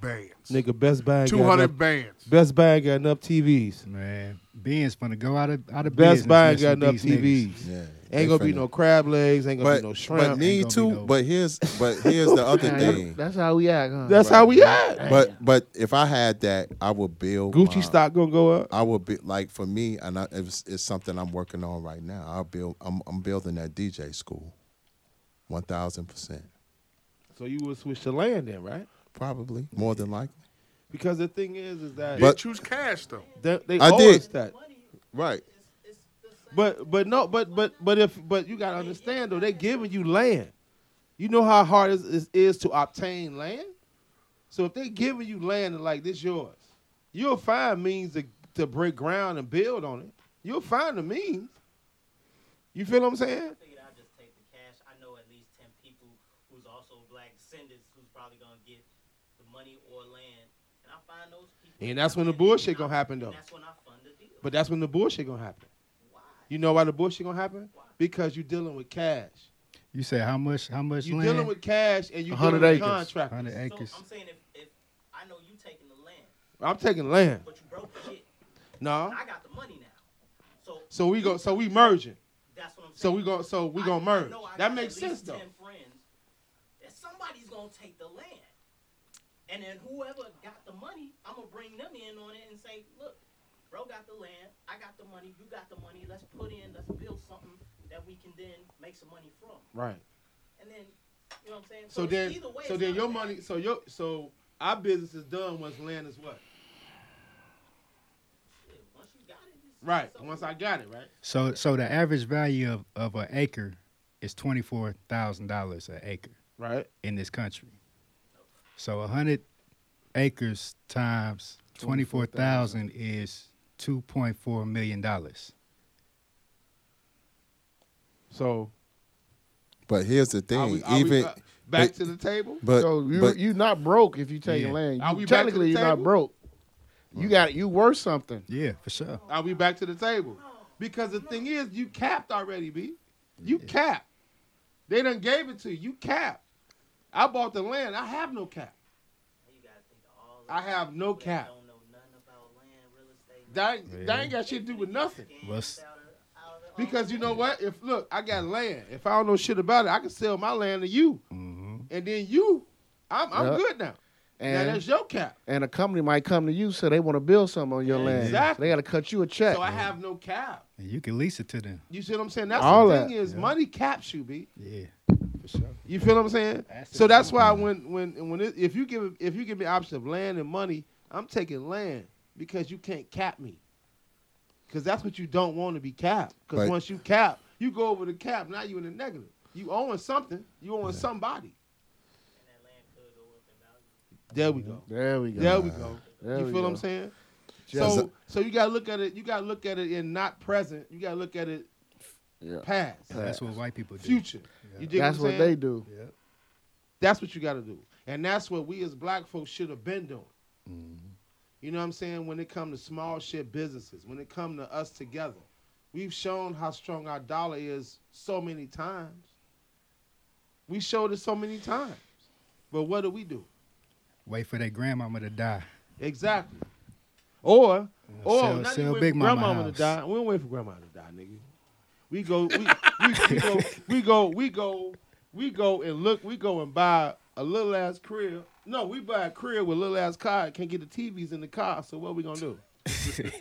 bands. Nigga, Best Buy. got two hundred enough- bands. Best Buy got enough TVs. Man, Ben's gonna go out of out of Best business Buy ain't messing got with enough these TVs. niggas. Yeah. they Ain't gonna be finna- no crab legs. Ain't gonna But be no shrimp. but need gonna to. be no- But here's but here's the other Man, thing. That's how we act, huh? That's how we at. But but if I had that, I would build Gucci my- stock gonna go up. I would be like for me, and I, it's, it's something I'm working on right now. I'll build. I'm, I'm building that DJ school, one thousand percent, So you would switch to land then, right? probably more than likely. Because the thing is, is that They But- choose cash though. they, they I owe did. us that. Right. But but no, but but but if but you gotta understand though, they giving you land. You know how hard it is, is to obtain land. So if they giving you land and like this yours, you'll find means to to break ground and build on it. You'll find the means. You feel what I'm saying? figured I'd just take the cash. I know at least 10 people who's also black descendants who's probably going to get the money or land. And I find those people. And that's when the bullshit gonna happen though. And that's when I fund the deal. But that's when the bullshit gonna happen. You know why the bullshit gonna happen? Because you're dealing with cash. You say how much? How much You're land? dealing with cash and you're 100 dealing with acres. contractors. hundred acres. So I'm saying if, if I know you taking the land, I'm taking land. but you broke the shit, No. I got the money now. So So we go. So we merging. that's what I'm saying. So we go. So we gonna merge. know I got That at makes least sense though. 10 friends that somebody's gonna take the land, and then whoever got the money, I'm gonna bring them in on it and say, look, bro got the land, I got the money, you got the money. Let's put in, let's build something that we can then make some money from, Right. and then. You know what I'm saying? So it's then. either way, So it's then not your bad. money. So your. So our business is done once land is what. Shit, Once you got it, it's- Right. it's Once over. I got it. Right. So so the average value of, of an acre is twenty four thousand dollars an acre Right. in this country. So hundred acres times twenty four thousand is two point four million dollars. So But here's the are thing. we, uh, are we even ba- back but- to the table? but so you but you not broke if you taking Yeah. land. Are You- we back to technically the you're table? not broke. You got you worth something. Yeah, for sure. Are we back to the table? Because the thing is, you capped already, B. You capped. They done gave it to you. You capped. I bought the land. I have no cap. You gotta think of all I have no people that cap. Don't know nothing about land, real estate. That ain't, that ain't got shit to do with nothing. Because you know what? If look, I got land. If I don't know shit about it, I can sell my land to you, mm-hmm. and then you, I'm, I'm Yep. good now. And- now that's your cap. And a company might come to you, so they want to build something on your land. Exactly. They got to cut you a check. So I have no cap. And you can lease it to them. You see what I'm saying? That's All the that. thing is money caps you, b. Yeah. You feel what I'm saying? so that's why when when when it, if you give if you give me option of land and money, I'm taking land because you can't cap me. Because that's what you don't want to be capped. Because Right. once you cap, you go over the cap. Now you in the negative. You owing something. You owing somebody. There we go. There we go. There we go. There you we feel what go. I'm saying? Just- so so you gotta look at it. You gotta look at it in not present. You gotta look at it Yeah. past. That's what white people do. Future. You dig That's what, what I'm saying? they do. That's what you got to do, and that's what we as black folks should have been doing. You know what I'm saying? When it come to small shit businesses, when it come to us together, we've shown how strong our dollar is so many times. We showed it so many times, but what do we do? Wait for their grandmama to die. Exactly. Or, or sell- Oh, not sell even wait Big for Mama grandmama house. to die. We don't wait for grandma to die, nigga. We go, we, we, we go, we go, we go, we go and look. We go and buy a little ass crib. No, we buy a crib with little ass car. Can't get the TVs in the car. So what we gonna do?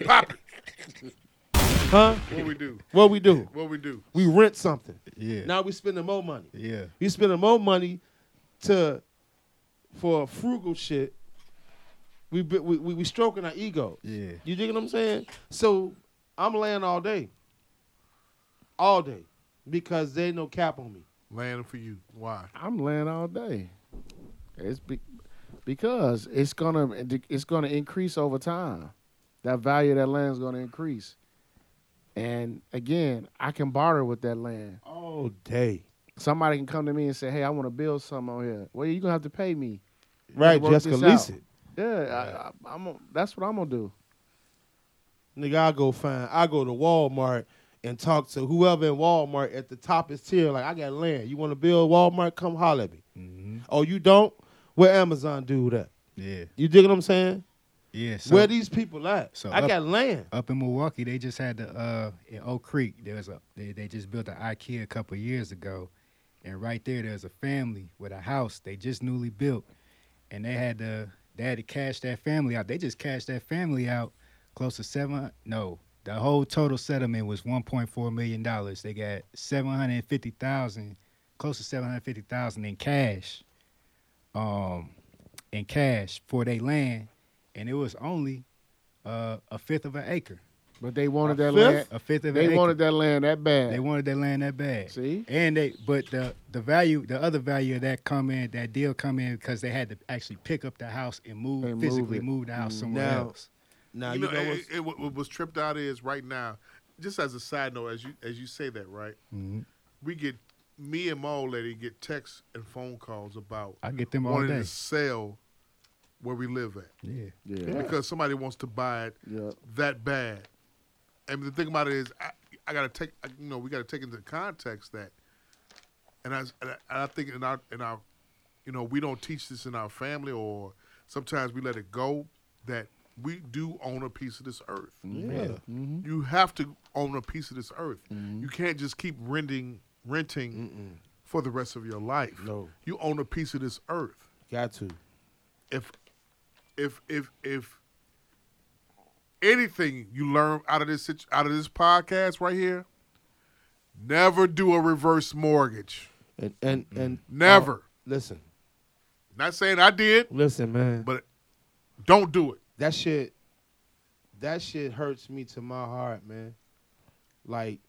Pop it. Huh? What we do? What we do? What we do? We rent something. Yeah. Now we spending more money. Yeah. You spending more money to for frugal shit. We be- we we, we stroking our ego. Yeah. You dig what I'm saying? So I'm laying all day, all day, because they ain't no cap on me. Land for you. Why? I'm laying all day. It's be, because it's gonna it's gonna increase over time. That value of that land is gonna increase. And again, I can borrow with that land. All day. Somebody can come to me and say, "Hey, I want to build something on here." Well, you're gonna have to pay me. Right, Work just this out. lease it. Yeah, I, I, I'm. gonna- That's what I'm gonna do. Nigga, I go find, I go to Walmart and talk to whoever in Walmart at the top is tier. Like, I got land. You want to build Walmart? Come holler at me. Mm-hmm. Oh, you don't? Where Amazon dude at? Yeah. You dig what I'm saying? Yeah. So Where these people at? so I up- got land. up in Milwaukee, they just had the uh in Oak Creek. There's a they, they just built an IKEA a couple years ago, and right there there's a family with a house they just newly built, and they had to they had to cash that family out. They just cashed that family out close to seven. No, the whole total settlement was 1.4 million dollars. They got 750,000, close to 750,000 in cash, um, in cash for their land, and it was only uh, a fifth of an acre. But they wanted that fifth? land. A fifth of They an acre. wanted that land that bad. They wanted their land that bad. See? And they but the the value the other value of that come in that deal come in because they had to actually pick up the house and move move physically it. move, the house somewhere Now- else. Now you know, it- what's- it- what, what was tripped out is right now. Just as a side note, as you as you say that, right? Mm-hmm. We get me and my old lady get texts and phone calls about I get them all wanting day. to sell where we live at Yeah. yeah. because somebody wants to buy it Yeah. that bad. And the thing about it is, I, I gotta take I, you know we gotta take into context that, and I and I, and I think in our in our, you know we don't teach this in our family or sometimes we let it go that we do own a piece of this earth. Yeah. You have to own a piece of this earth. You can't just keep renting renting for the rest of your life. No. You own a piece of this earth Got to. if if if if anything you learn out of this situ- out of this podcast right here, never do a reverse mortgage. And and and Never. oh, listen, Not saying I did, listen, man. but don't do it. that shit that shit hurts me to my heart, man. Like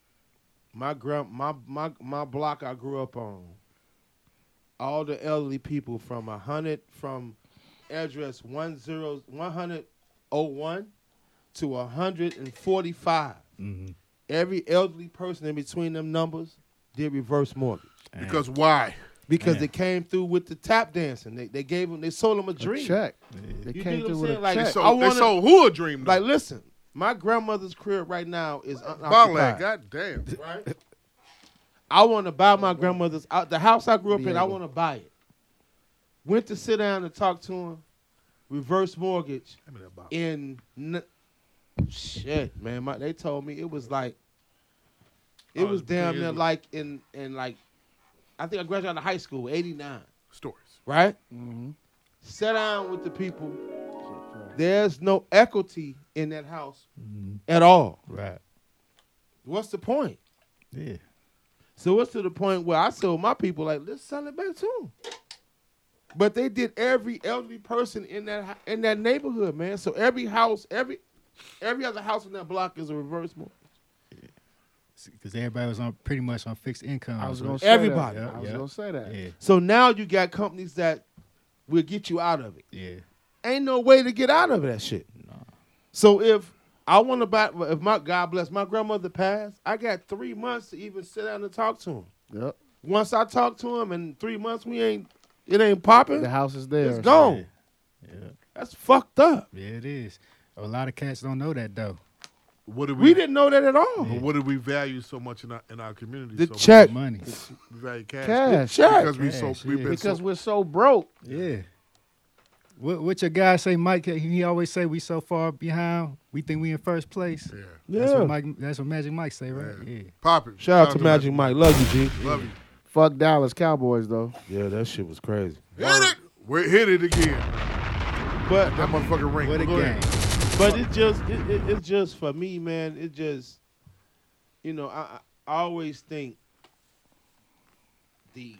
my grand my my my block I grew up on. All the elderly people from a hundred from address one zero one hundred oh one to a hundred and forty five. Every elderly person in between them numbers did reverse mortgage. Because why? Because Man. they came through with the tap dancing. They, they gave them, they sold them a A dream. check. They You came dig what through I'm with a saying? Like, check. They I sold, wanna- they sold who a dream like, though. listen, my grandmother's crib right now is Ball that, unoccupied. goddamn. right? I want to buy my grandmother's out the house I grew up in. I Diego. want to buy it. Went to sit down and talk to him. Reverse mortgage Give me that bottle. in n- shit, man. My, they told me it was like it Oh, was it's damn big, near isn't it? like in in like I think I graduated out of high school, eighty nine. Stories. Right? Mm-hmm. Sit down with the people. There's no equity in that house at all. Mm-hmm. Right. What's the point? Yeah. So it's to the point where I told my people, like, let's sell it back to them. But they did every elderly person in that hou- in that neighborhood, man. So every house, every every other house in that block is a reverse mortgage. Because everybody was on pretty much on fixed income. I was gonna say that. Everybody. I was gonna say that. Yeah. So now you got companies that will get you out of it. Yeah. Ain't no way to get out of that shit. So if I want to buy, if my God bless my grandmother passed, I got three months to even sit down and talk to him. Yep. Once I talk to him, in three months we ain't, it ain't popping. The house is there. It's gone. That's fucked up. Yeah, it is. A lot of cats don't know that though. What did we, didn't know that at all. But what do we value so much in our in our community? The so check. much? Money. We value cash. Cash. Yeah, Because we Cash, so we've yeah. been Because so, we're so broke. Yeah. What what your guy say, Mike? He always say we so far behind. We think we in first place. Yeah. That's Yeah. what Mike. That's what Magic Mike say, right? Yeah. Pop it. Shout out to Magic Mike. Love you, G. Love you. Fuck Dallas Cowboys though. Yeah, that shit was crazy. Hit it. We hit it again. But that motherfucker ring. What a Go ahead. But it's just it, it, it's just for me, man. It just you know I, I always think the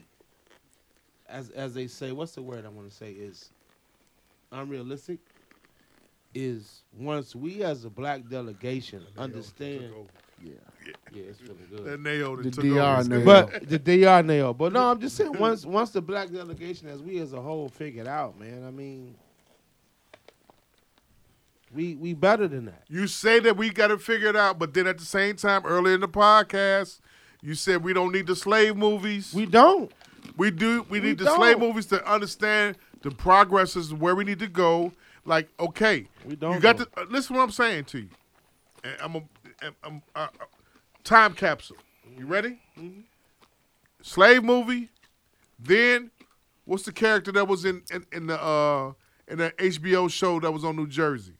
as as they say, what's the word I want to say is unrealistic. Is once we as a black delegation understand. Yeah. Yeah, it's really good. That nailed it. The took DR over. nailed. But uh, the DR nail. But no, I'm just saying once once the black delegation as we as a whole figured out, man. I mean, we we better than that. You say that we got to figure it out, but then at the same time, earlier in the podcast, you said we don't need the slave movies. We don't. We do. We We need the slave don't. movies to understand the progress is where we need to go. Like, okay, We don't You got though. to uh, listen. to What I'm saying to you, And I'm a I'm- I'm- uh, uh, time capsule. You ready? Mm-hmm. Slave movie. Then, what's the character that was in in, in the uh, in the HBO show that was on New Jersey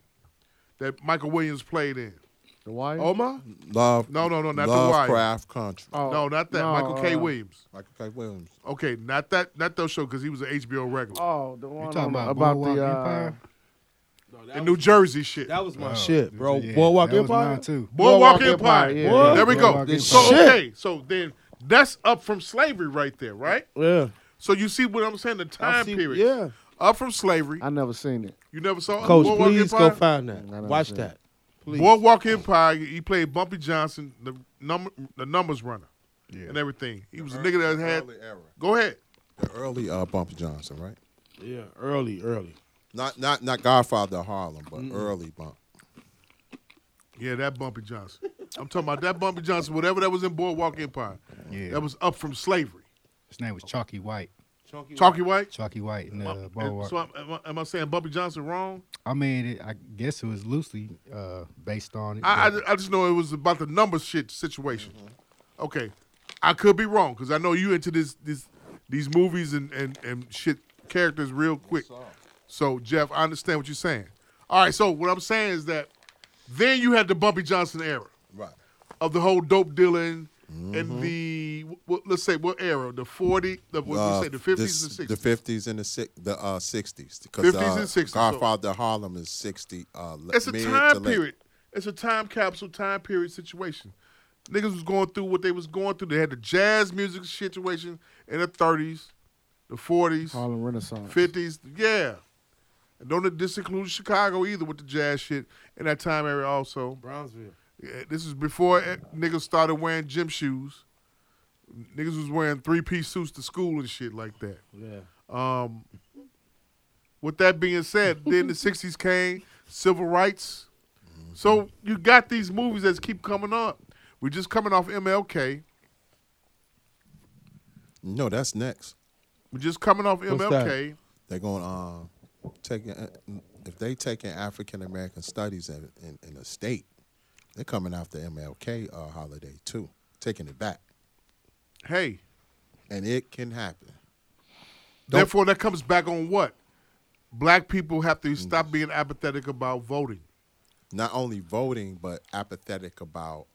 that Michael Williams played in? The Wire. Oh, Omar? Love. No, no, no, not the Wire. Lovecraft Country. no, not that. Michael K. uh, Williams. Michael K. Williams. Okay, not that. Not those show because he was an HBO regular. Oh, the one You talking on- about, about Boardwalk the uh, Empire? the New Jersey shit. That was my Oh, shit, bro. yeah, Boardwalk that was Empire. mine, too. Boardwalk, Boardwalk Empire. Empire, yeah, yeah. There we Boardwalk go. Empire. So Shit. okay, so then that's up from slavery right there, right? Yeah. So you see what I'm saying? The I time see- period. Yeah. Up from slavery. I never seen it. You never saw Coach, Boardwalk please Empire. go find that. never Watch seen that. Please. Boardwalk Empire. He played Bumpy Johnson, the number, the numbers runner, and everything. He was a nigga that had. Early era. Go ahead. The early uh, Bumpy Johnson, right? Yeah, early, early. Not not not Godfather of Harlem, but early Bump. Yeah, that Bumpy Johnson. I'm talking about that Bumpy Johnson. Whatever that was in Boardwalk Empire. Yeah. That was up from slavery. His name was Chalky White. Chunky Chalky White. Chalky White in Am- uh, am- Boardwalk. So am, am I- am I saying Bumpy Johnson wrong? I mean, it, I guess it was loosely uh, based on it. I, but- I, I just know it was about the number shit situation. Mm-hmm. Okay, I could be wrong because I know you into this this these movies and and and shit characters real quick. So Jeff, I understand what you're saying. All right, so what I'm saying is that then you had the Bumpy Johnson era Right. of the whole dope dealing Mm-hmm. and the wh- wh- let's say what era? The 40, the what Uh, you say, the 50s this- and The 60s. 50s and the si- the uh, 60s. 'cause, 50s uh, and 60s, so- Godfather of Harlem is 60. Uh, le- It's a mid to time late. period. It's a time capsule, time period situation. Niggas was going through what they was going through. They had the jazz music situation in the thirties, the forties, Harlem Renaissance. fifties. Yeah, and don't this include Chicago either with the jazz shit in that time area also. Brownsville. Yeah, this is before eh, niggas started wearing gym shoes. Niggas was wearing three piece suits to school and shit like that. Yeah. Um, with that being said, then the '60s came, civil rights. So you got these movies that keep coming up. We're just coming off MLK. No, that's next. We're just coming off What's MLK. They're going to um, take uh, if they taking African American studies in, in in a state, they're coming after MLK uh, holiday too, taking it back, Hey, and it can happen. Don't- therefore that comes back on what? Black people have to stop being apathetic about voting. not only voting but apathetic about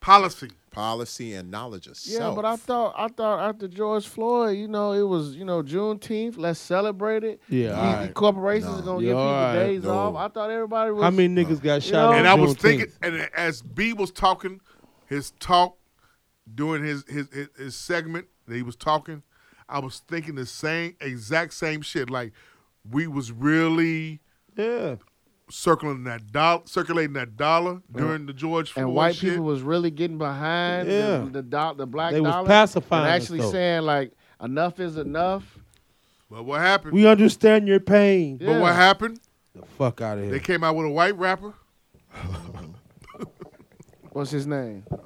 policy, policy and knowledge of Yeah, self. but I thought I thought after George Floyd, you know, it was you know Juneteenth. Let's celebrate it. Yeah, These- all these right. corporations No. are gonna Yeah, give people all right. days No. off. I thought everybody was. How many niggas got you shot? know- on and I was Oh. Juneteenth? thinking, and as B was talking, his talk during his his his, his segment that he was talking, I was thinking the same exact same shit. Like we was really yeah circling that dollar, circulating that dollar during the George Floyd and white shit. people was really getting behind Yeah. the the, do, the black They was dollar pacifying and us, actually though. saying like enough is enough. But what happened? We understand your pain. But what happened? The fuck out of here. They came out with a white rapper. What's his name? Uh,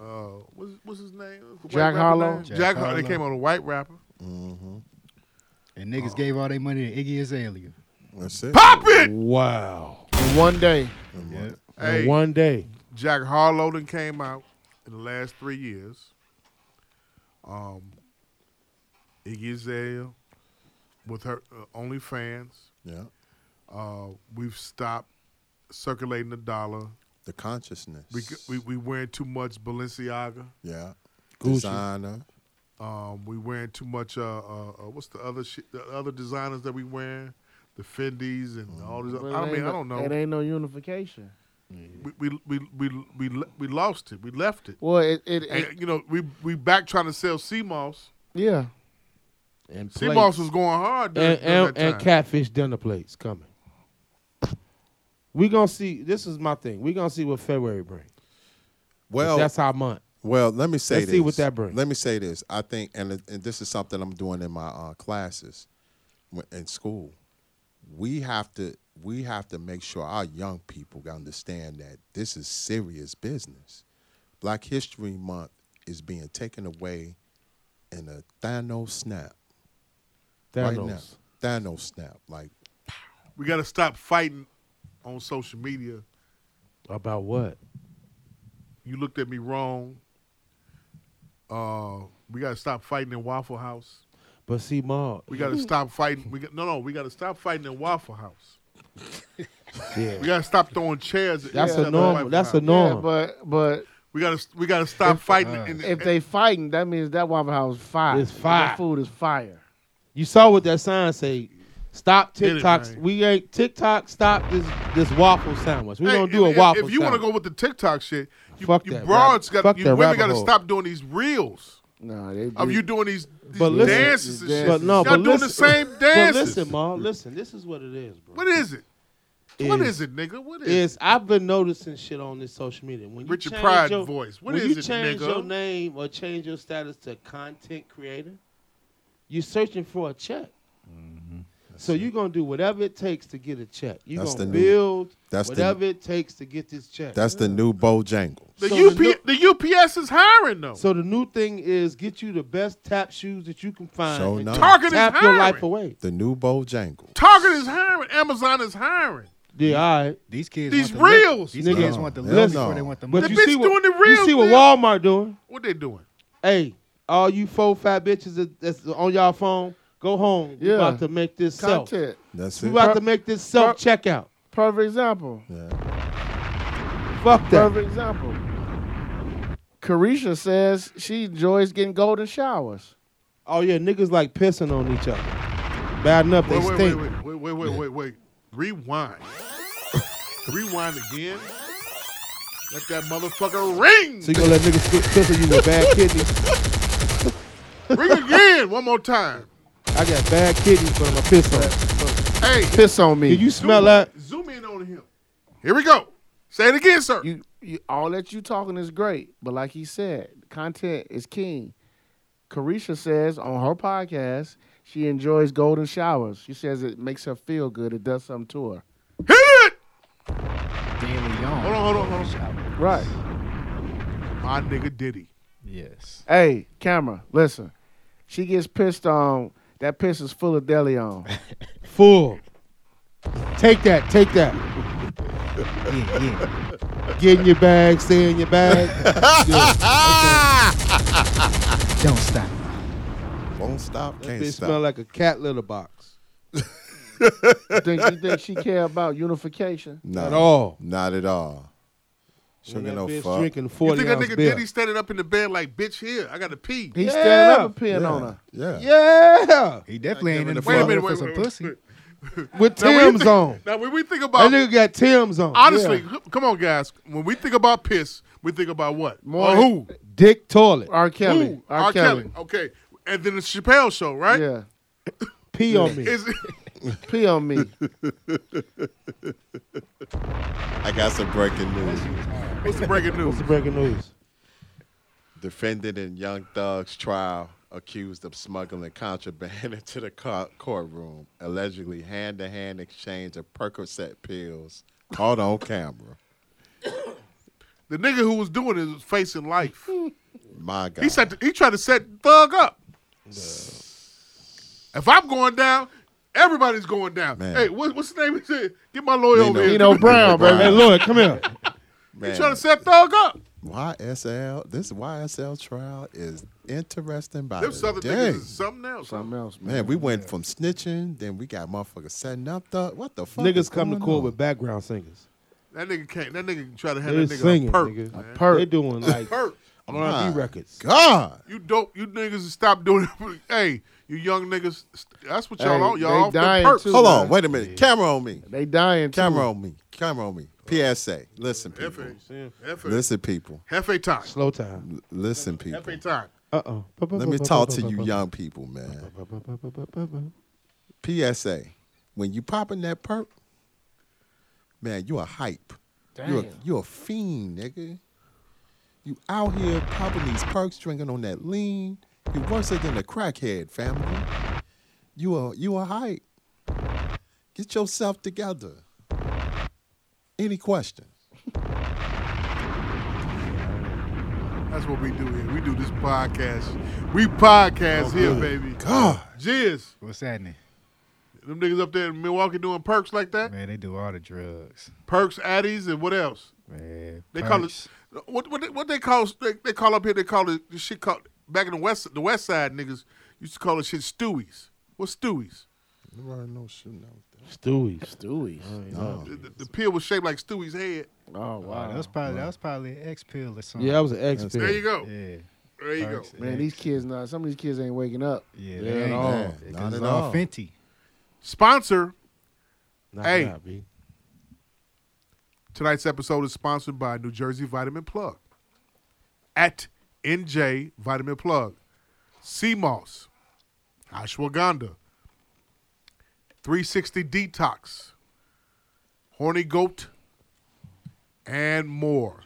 what's, what's his name? White Jack rapper Harlow? name? Jack Jack, Harlow. They Harlow. came out with a white rapper. And niggas gave all their money to Iggy Azalea. That's it. Pop it! Wow. In one day. Hey, One day. Jack Harlow done came out in the last three years. Um, Iggy Azalea with her uh, OnlyFans. Yeah. Uh, we've stopped circulating the dollar. The consciousness. We we we wearing too much Balenciaga. yeah. Gucci. Designer. Um, we wearing too much. Uh, uh, uh what's the other shit? The other designers that we wearing, the Fendys and all these. Well, I it mean, ain't I don't know. It ain't no unification. we we we we we we lost it. We left it. Well, it it, And, it- you know, we we back trying to sell sea moss. yeah. And Sea plates. moss was going hard during, and, during and, that time. and catfish dinner plates coming. We gonna see. This is my thing. We gonna see what February brings. Well, that's our month. Well, let me say Let's this. see what that brings. Let me say this. I think, and, it- and this is something I'm doing in my uh, classes w- in school. We have to we have to make sure our young people understand that this is serious business. Black History Month is being taken away in a Thanos snap. Right now. Thanos. Thanos snap. Like we got to stop fighting on social media. About what? You looked at me wrong. Uh, we got to stop fighting in Waffle House. But see, Ma, We got to stop fighting. We got, no, no, we got to stop fighting in Waffle House. Yeah. We got to stop throwing chairs. At That's each a other in norm- Waffle that's a House. norm. Yeah, but but we got to we got to stop fighting. in, if they fighting, that means that Waffle House is fire. It's fire. That food is fire. You saw what that sign say. Stop Get it, TikToks. man. we ain't TikTok. Stop this this waffle sandwich. We Hey, don't do a if, waffle. If you want to sandwich. go with the TikTok shit, you, Fuck you that broads rabbit- got fuck you that women rabbit got to hole. stop doing these reels. No, they of you doing these, these But listen- dances and shit. But no, Y'all but doing listen, the same But dances. listen, Ma, listen. This is what it is, bro. what is it? What Is- is it, nigga? What is, is I've been noticing shit on this social media. When you Richard change Pryor your, voice. What when is you it, change nigga? your name or change your status to content creator, you're searching for a check. So you're gonna do whatever it takes to get a check. Mm-hmm. You're That's gonna the new- build that's the- whatever it takes to get this check. that's the new Bojangles. The, so the UP, the, UPS is hiring though. So the new thing is get you the best tap shoes that you can find. So and no. Target is tap your life hiring. away. The new Bojangles. Target is hiring. Amazon is hiring. Yeah, all right. These kids These want the look. reels. These Nigga, kids want the hell look no. before they want the But The you bitch see doing what the you real see what deal. Walmart doing. What they doing? hey, all you four fat bitches that- that's on y'all phone, go home. We Yeah. about to make this self. Content. That's We it. about to make this self checkout. Perfect example. Fuck that. Perfect example. Carisha says she enjoys getting golden showers. Oh yeah, niggas like pissing on each other. Bad enough they Wait, wait, wait, stink. wait, wait, wait, wait, wait, wait. Rewind. Rewind again. Let that motherfucker ring. So you gonna let niggas get piss on you with bad kidneys? ring again. One more time. I got bad kidneys from my piss on. Hey, Piss on me. Did you smell that? zoom in on him. Here we go. Say it again, sir. you, you all that you talking is great, but like he said, content is king. Carisha says on her podcast she enjoys golden showers. She says it makes her feel good. It does something to her. Hit it. Daily Hold on, hold on, hold on. Right. My nigga Diddy. Yes. Hey, camera, listen. She gets pissed on. That piss is full of deli on. Full. Take that, take that. Yeah, yeah. Get in your bag, stay in your bag. Don't stop. Won't stop, can't they stop. smell like a cat litter box. you, think, you think she care about unification? No, At all. Not at all. When Sugar that no bitch fuck. drinking You think that nigga Diddy standing up in the bed like, bitch, here, I got to pee. He standing up and peeing on her. Yeah. Yeah. He definitely ain't in the Wait a fucking minute, for wait, some wait, wait. pussy. With Now, when you Tim's think- on. Now, when we think about that nigga got Tim's on. honestly, c- come on, guys. When we think about piss, we think about what? Or who? Dick toilet. R. Kelly. Who? R. R. Kelly. Kelly. Okay, and then the Chappelle Show, right? Yeah. Pee on me. Is it, Pee on me. I got some breaking news. what's the breaking news? What's the breaking news? Defendant in Young Thug's trial accused of smuggling contraband into the cour- courtroom, allegedly hand to hand exchange of Percocet pills caught on camera. The nigga who was doing it was facing life. My God. He said he tried to set Thug up. If I'm going down, everybody's going down. Man. Hey, what, what's the name? He said, Get my lawyer over here. Nino Brown, Brown. baby. Hey, Lloyd, come here. He Man, trying to set Thug up. YSL, this YSL trial is interesting by Them the Southern day. niggas is something else. Something else, man. Man, we went from snitching, then we got motherfuckers setting up the what the fuck? is Niggas come to going court on? with background singers. That nigga can't. That nigga try to have They that nigga singing, a perk. nigga. A man. perk. They doing like Perk. My R&B records. God. You dope. You niggas stop doing it. Hey, you young niggas. That's what y'all Hey, on. they Y'all off the dying perks. too. Hold on, wait a minute. Camera on me. They dying too. Camera on me. Camera on me. PSA. Listen, people. Hefe. Hefe. Listen, people. Hefe time. Slow time. L- Listen, people. Hefe time. Uh oh. Let me talk to you young people, man. PSA. When you popping that perp, man, you a hype. You a, Damn. you a fiend, nigga. You out here popping these perks, drinking on that lean. You worse than a crackhead, family. You a you a hype. Get yourself together. Any questions? That's what we do here. We do this podcast. We Oh, podcast here, baby. God. Jizz. What's happening? Them niggas up there in Milwaukee doing perks like that. Man, they do all the drugs. Perks, Addies, and what else? Man, They call perks. it what what they, what they call they, they call up here. They call it the shit called back in the west the west side niggas used to call it shit stewies. What's stewies? Stewie. Stewie's. Oh, The, the, the pill was shaped like Stewie's head. Oh, Wow, wow. that was probably that was probably an X pill or something. Yeah, I was an ex There you pill. go. Yeah, There you go. Perks. Man, these kids not. Some of these kids ain't waking up. yeah, Yeah, they ain't. no, Yeah, 'cause not it's at all. all Fenty. Sponsor Knock Hey. it out, B. Tonight's episode is sponsored by New Jersey Vitamin Plug. At NJ Vitamin Plug. Sea Moss. Ashwagandha. 360 Detox. Horny Goat. And more.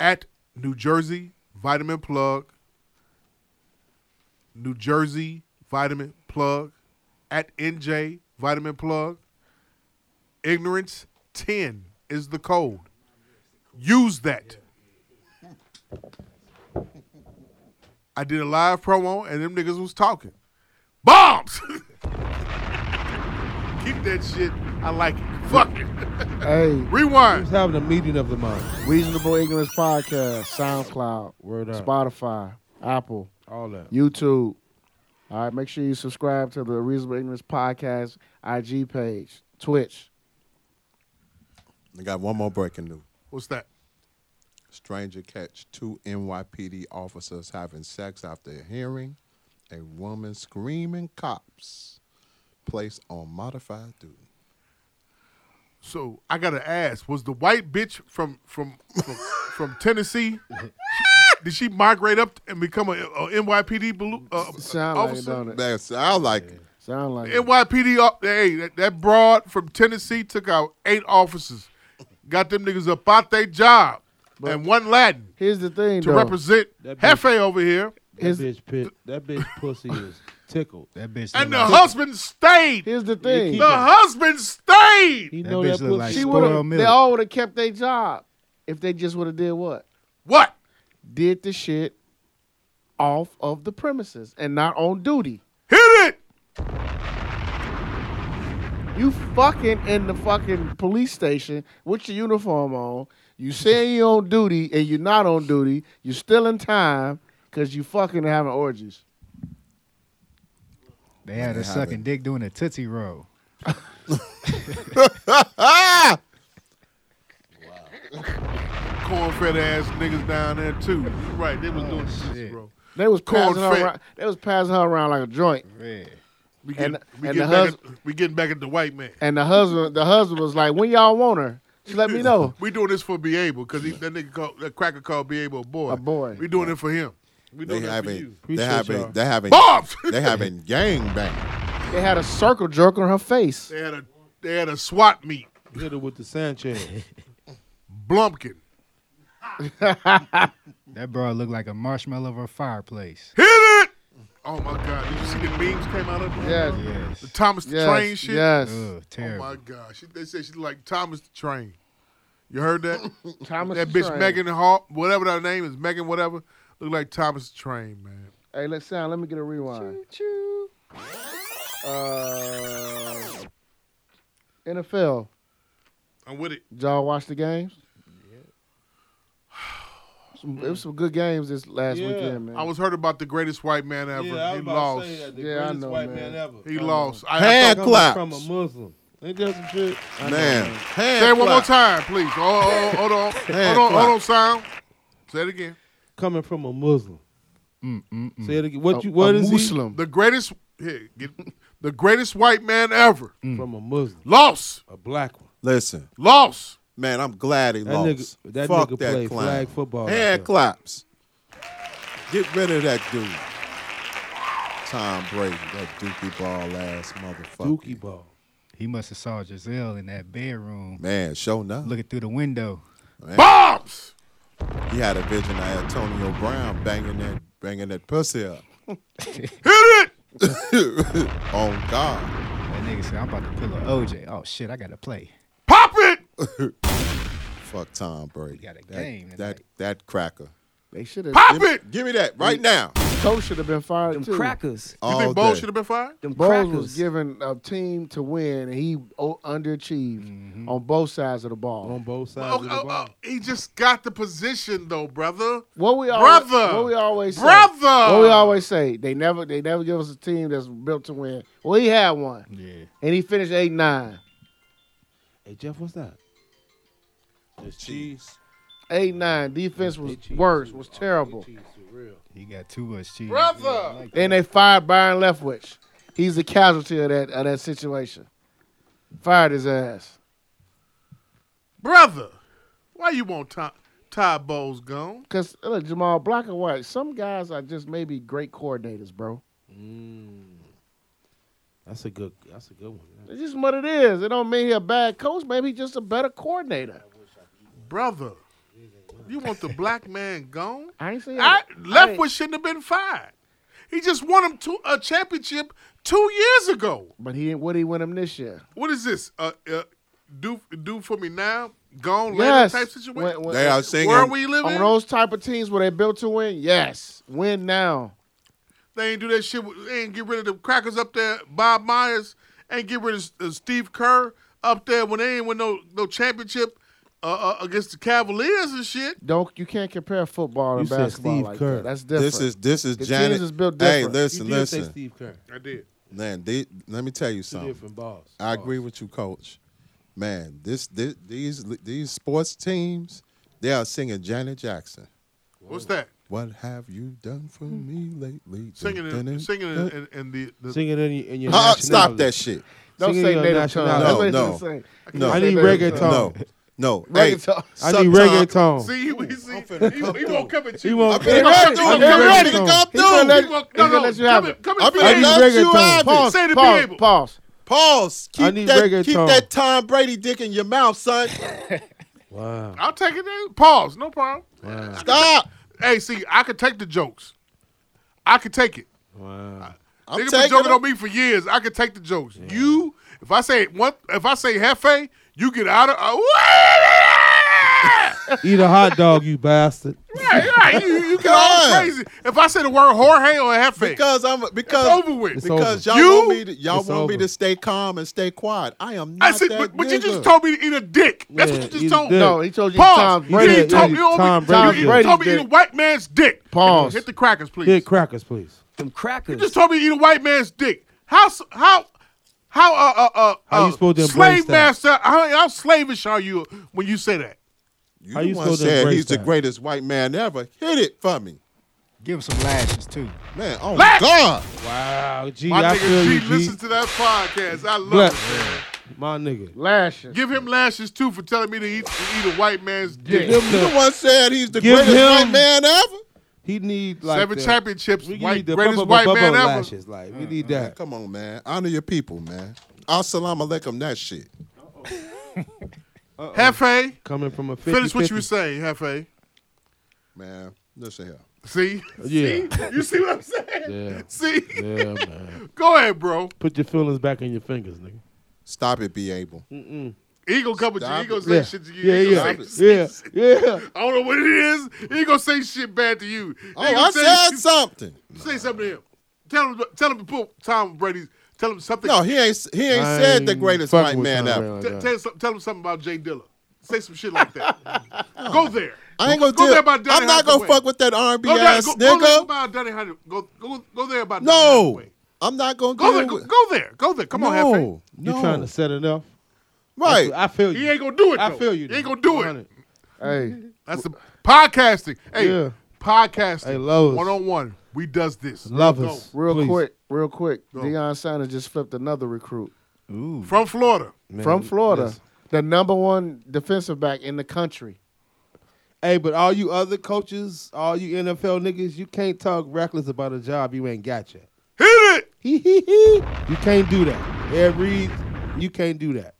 At New Jersey Vitamin Plug. New Jersey Vitamin Plug. At NJ Vitamin Plug. Ignorance 10 is the code. Use that. I did a live promo and them niggas was talking. Bombs! Keep that shit. I like it. Fuck it. Hey, We was Rewind. having a meeting of the mind. Reasonable Ignorance Podcast, SoundCloud, Word up. Spotify, Apple, All that. YouTube. All right, make sure you subscribe to the Reasonable Ignorance Podcast IG page, Twitch. I got one more breaking news. What's that? Stranger catch two NYPD officers having sex after a hearing. A woman screaming cops placed on modified duty. So I gotta ask, was the white bitch from from from, from Tennessee? Did she migrate up and become a, a NYPD blue, uh, Sound like it, officer? don't it? That sound like it. Sound like it. NYPD, op- uh, hey, that, that broad from Tennessee took out eight officers, got them niggas up out their job, and one Latin Here's the thing, to though. represent That bitch- Hefe over here, That Is- bitch pit, that bitch pussy is tickled. That bitch. and the look like, husband stayed. Here's the thing. the husband stayed. He That know bitch that look pussy. like She spoiled would have. milk. They all would have kept their job if they just would have did what? What? Did the shit off of the premises and not on duty. Hit it. You fucking in the fucking police station with your uniform on. You saying you on duty and you're not on duty. You're still in time because you fucking having orgies. they had They a have sucking it. dick doing a tootsie roll. wow. Corn-fed ass niggas down there too. You right, they was Oh, doing shit, bro. They was passing Corn-fed. her around. They was passing her around like a joint. We getting, And- we, and getting the back hus- at, we getting back at the white man. And the husband, the husband was like, "When y'all want her, just let me know." We doing this for be able because E, that nigga called that cracker called be able a boy. A boy. We doing it for him. We They doing it for you. haven't. They haven't. They haven't. Bobs! They haven't gang bang. They had a circle jerk on her face. They had a they had a SWAT meet. Hit her with the Sanchez. Blumpkin. That bro looked like a marshmallow of a fireplace. Hit it! Oh my God! Did you see the memes came out of it? Yes. Yes. The Thomas the Yes, Train shit. yes. Ugh, oh terrible. my God! She, they said she look like Thomas the Train. You heard that? Thomas that the bitch Train. Megan Hall, whatever that name is, Megan whatever, look like Thomas the Train, man. Hey, let's sound. Let me get a rewind. Uh, NFL. I'm with it. Did y'all watch the games? Some, it was some good games this last Yeah. weekend, man. I was heard about the greatest white man ever. Yeah, I was he about to lost. say that. The Yeah, I greatest know, white man. man ever. He I lost. know. I, I Hand thought- Coming claps. From a Muslim. Ain't that some shit? I know, Man. Say it Hand one more clap. time, please. Oh, oh, hold on, Hand hold on, hold on, sound. Say it again. Coming from a Muslim. Say it again. What you? A- What a is Muslim. The greatest, here, get, the greatest white man ever he? From a Muslim. lost, A black one. Listen, lost. man. I'm glad he That lost. nigga- that Fuck nigga that played clown. flag football out Hand there. claps. Get rid of that dude. Tom Brady, that dookie ball ass motherfucker. Dookie ball. He must have saw Giselle in that bedroom Man, show enough. looking through the window. Bombs. He had a vision of Antonio Brown banging that banging that pussy up. Hit it! On Oh, God. That nigga said, I'm about to pull a OJ. Oh shit, I gotta play. Pop it. Fuck Tom Brady. got a that, game that tonight. that cracker. they should have. Pop it. Give me that right now. Coach should have been fired Them too. crackers. You All think Bo day. should have been fired? Them Bowles crackers. was given a team to win, and he o- underachieved on both sides of the ball. On both sides Oh, of the oh, ball. oh, he just got the position though, brother. What we always, Brother. what we always say, Brother. what we always say, they never, they never give us a team that's built to win. Well, he had one, Yeah. and he finished eight nine, Hey Jeff, what's that? The cheese. eight nine. Defense was worse, was terrible. He got too much cheese. Brother. Then they fired Byron Leftwich. He's the casualty of that of that situation. Fired his ass. Brother. Why you want Ty, Ty Bowles gone? Cause uh, look, Jamal, black and white. Some guys are just maybe great coordinators, bro. That's a good. That's a good one. It's just what it is. It don't mean he a bad coach. Maybe he just a better coordinator. Brother. You want the black man gone? I ain't saying I, I ain't- Leftwich shouldn't have been fired. He just won him to a championship two years ago. But he didn't. What he win him this year? What is this? Uh, uh, do do for me now, gone yes. later type situation. When- when- They are singing. Where are we living? on those type of teams where they built to win, yes, win now. They ain't do that shit. with- They ain't get rid of the crackers up there. Bob Myers ain't get rid of uh, Steve Kerr up there when they ain't win no no championship uh, uh, against the Cavaliers and shit. Don't you can't compare football and You said basketball Steve like Kerr. that. That's different. This is this is The Janet. teams is built hey, different. listen, Say listen. Steve Kerr. I did. Man, they, let me tell you Two something. different balls. I agree with you, Coach. Man, this, this these these sports teams, they are singing Janet Jackson. What's that? What have you done for Hmm. me lately? Singing in, singing in, in, in the, the Singing in your, in your Uh, stop nationality. that shit. Don't Singing say your native national- tongue. That's No, what no. he's saying. No, I need reggaeton. no, no. Hey, Reggaeton. I need sometime- reggaeton. See, he, he, see, he, he won't come at you. He won't- I'm finna let you- I'm He finna let you reggaeton. come He finna through. let- He won't- He's no, gonna no, let you come have it. in, come in I'm for finna the let you have Pause. it. Say to be pause, able. pause. Pause. I Keep need that, keep reggaeton. that Tom Brady dick in your mouth, son. Wow. I'll take it. Then. Pause. No problem. Stop. Hey, see, I could take the jokes. I could take it. Wow. I'm Nigga been taking joking them. on me for years. I could take the jokes. You, if I say one, if I say hefe, you get out of. Uh, right, Eat a hot dog, you bastard. right. You, you get all Yeah. crazy. If I say the word Jorge or hefe, Because I'm because it's over with. It's Because over. y'all You- want me to y'all It's want me over. to stay calm and stay quiet. I am not I said, that but, but you just nigga. told me to eat a dick. That's Yeah, what you eat a just Oh, told me. dick. No, he told you Pause. Tom You Brady. didn't tell me. Tom Tom Brady's Brady. You dick. told me to eat a white man's dick. Pause. Hit the crackers, please. Hit crackers, please. Them crackers. You just told me to eat a white man's dick. How? s- How? How uh uh uh, How you uh, supposed to embrace slave that? master? How, how slavish are you when you say that? You the one said he's the greatest white man ever. Hit it for me. Give him some lashes too. Man, oh Lash! God. Wow, G, My I feel nigga G you, G. listens to that podcast. I love Black- it. My nigga. Lashes. Give him lashes too for telling me to eat, to eat a white man's dick. Give him You the the, one said he's the Give greatest white him- man ever. he need like Seven the, championships, we white- need the greatest bu- bu- white bu- man bu- ever. lashes. Like we need that. Come on, man. Honor your people, man. Assalamu alaikum, that shit. Hefe, Coming from a 50, finish what 50. you were saying, Hefe. Man, listen here. See? Yeah. See? You see what I'm saying? Yeah. See? Yeah, man. Go ahead, bro. Put your feelings back in your fingers, nigga. Stop it, be able. Eagle come with you. Stop He gonna it. say Yeah. shit to you. Yeah, He yeah, gonna say- yeah, yeah. I don't know what it is. He gonna say shit bad to you. He Oh, gonna I say- said something. Say something to him. Tell him. Tell him to put Tom Brady's. Tell him something. No, he ain't he ain't I said the ain't greatest fucking white with man Tom ever. Brady like T- that. tell, some- tell him something about Jay Dilla. Say some shit like that. go there. I ain't gonna go deal. there about Donny I'm not gonna Hathaway. fuck with that R&B Go, there, ass go, go there nigga. about Donny Hathaway. Go, go, go there about Donny no, Hathaway. I'm not gonna Go deal there. Go, with- go there. Go there. Come on, Hefe. no, You no. trying to set it up? right? I feel you. He ain't gonna do it. I though. feel you. He ain't though. gonna do it. 100. Hey, That's the podcasting. Hey, Yeah. podcasting. Hey, Lois. One on one. We does this. Love Let's us. real Please. quick, real quick. Deion Sanders just flipped another recruit go. From Florida. from Florida, yes. the number one defensive back in the country. Hey, but all you other coaches, all you NFL niggas, you can't talk reckless about a job you ain't got yet. Hit it. Hee hee hee. You can't do that. Every you can't do that.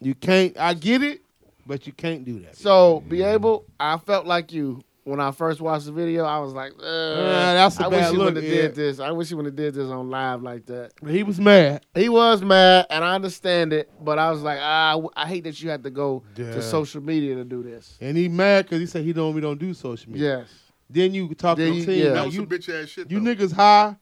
You can't. I get it, but you can't do that. So be able, I felt like you when I first watched the video. I was like, Ugh, that's a I bad wish you look, would have yeah. did this. I wish you would have did this on live like that. he was mad. He was mad, and I understand it, but I was like, ah, I w- I hate that you had to go Yeah. to social media to do this. And he mad because he said he don't we don't do social media. Yes. Then you talk Then to you- the team. yeah. like, That was you, some bitch ass shit. you though. niggas high,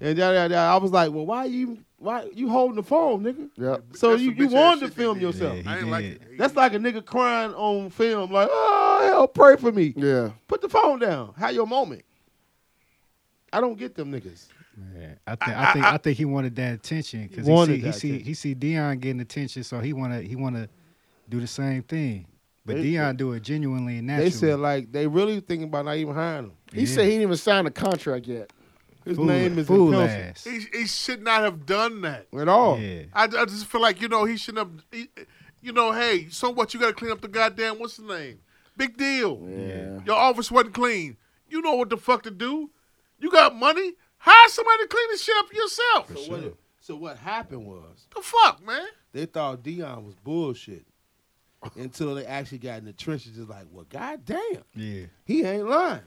and da da da. I was like, well, why you why you holding the phone, nigga? Yep. So That's you, some you bitch ass wanted to shit they film did. yourself. I ain't like it. That's like a nigga crying on film, like, oh hell, pray for me. Yeah. Put the phone down. Have your moment. I don't get them niggas. Yeah, I think I think I think he wanted that attention because he Wanted see he that see he attention. see Dion getting attention, so he wanna he wanna do the same thing. But They- Dion do it genuinely and They naturally. said like they really thinking about not even hiring him. He said he didn't even sign a contract yet. His fool, name is fool in pencil. ass. He, he should not have done that. at all. Yeah, I, I just feel like you know he shouldn't have. He, you know, hey, so what? You got to clean up the goddamn what's the name? Big deal. Yeah. Your office wasn't clean. You know what the fuck to do. You got money. Hire somebody to clean this shit up yourself. So, what, so what happened was The fuck, man. they thought Dion was bullshit until they actually got in the trenches. Just like, well, goddamn, yeah, he ain't lying.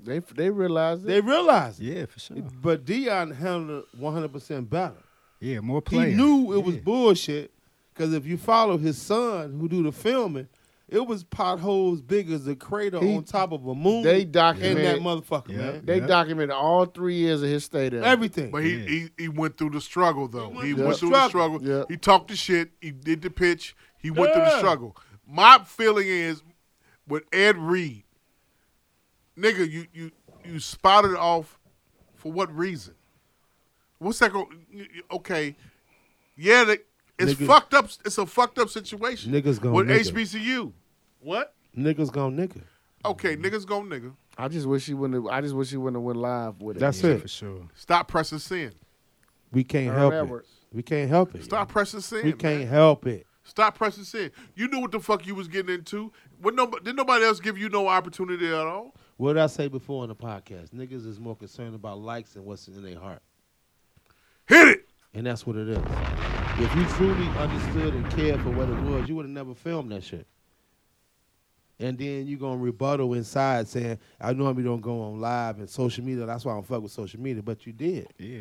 They they realized They it. realized it. yeah, for sure. But Dion handled it 100% better. Yeah, more He players. knew it was Yeah. bullshit because if you follow his son who do the filming, it was potholes big as a crater He- on top of a moon. they in that documented motherfucker, Yeah. man. they Yeah. documented all three years of his stay there. Everything. But he, Yeah. he he went through the struggle though. He He went went through through the the struggle. struggle. He talked the shit. He did the pitch. He went through the Yeah. struggle. My feeling is with Ed Reed, nigga, you you you spotted off for what reason? What's that? Go- you- you- okay, yeah, they, it's Nigga- fucked up. It's a fucked up situation. Niggas gonna with nigga. HBCU. What? Niggas gone nigga. Okay, niggas go nigga. I just wish he wouldn't. Have, I just wish he wouldn't have went live with it. That's yeah, it. for sure. Stop pressing sin. We can't Herb help Edwards. it. We can't help it. Stop pressing sin. We man. can't help it. Stop pressing sin. You knew what the fuck you was getting into. When no, did nobody else give you no opportunity at all? What did I say before in the podcast? Niggas is more concerned about likes and what's in their heart. Hit it. And that's what it is. If you truly understood and cared for what it was, you would have never filmed that shit. And then you gonna rebuttal inside saying, I normally don't go on live and social media, that's why I don't fuck with social media, but you did. Yeah,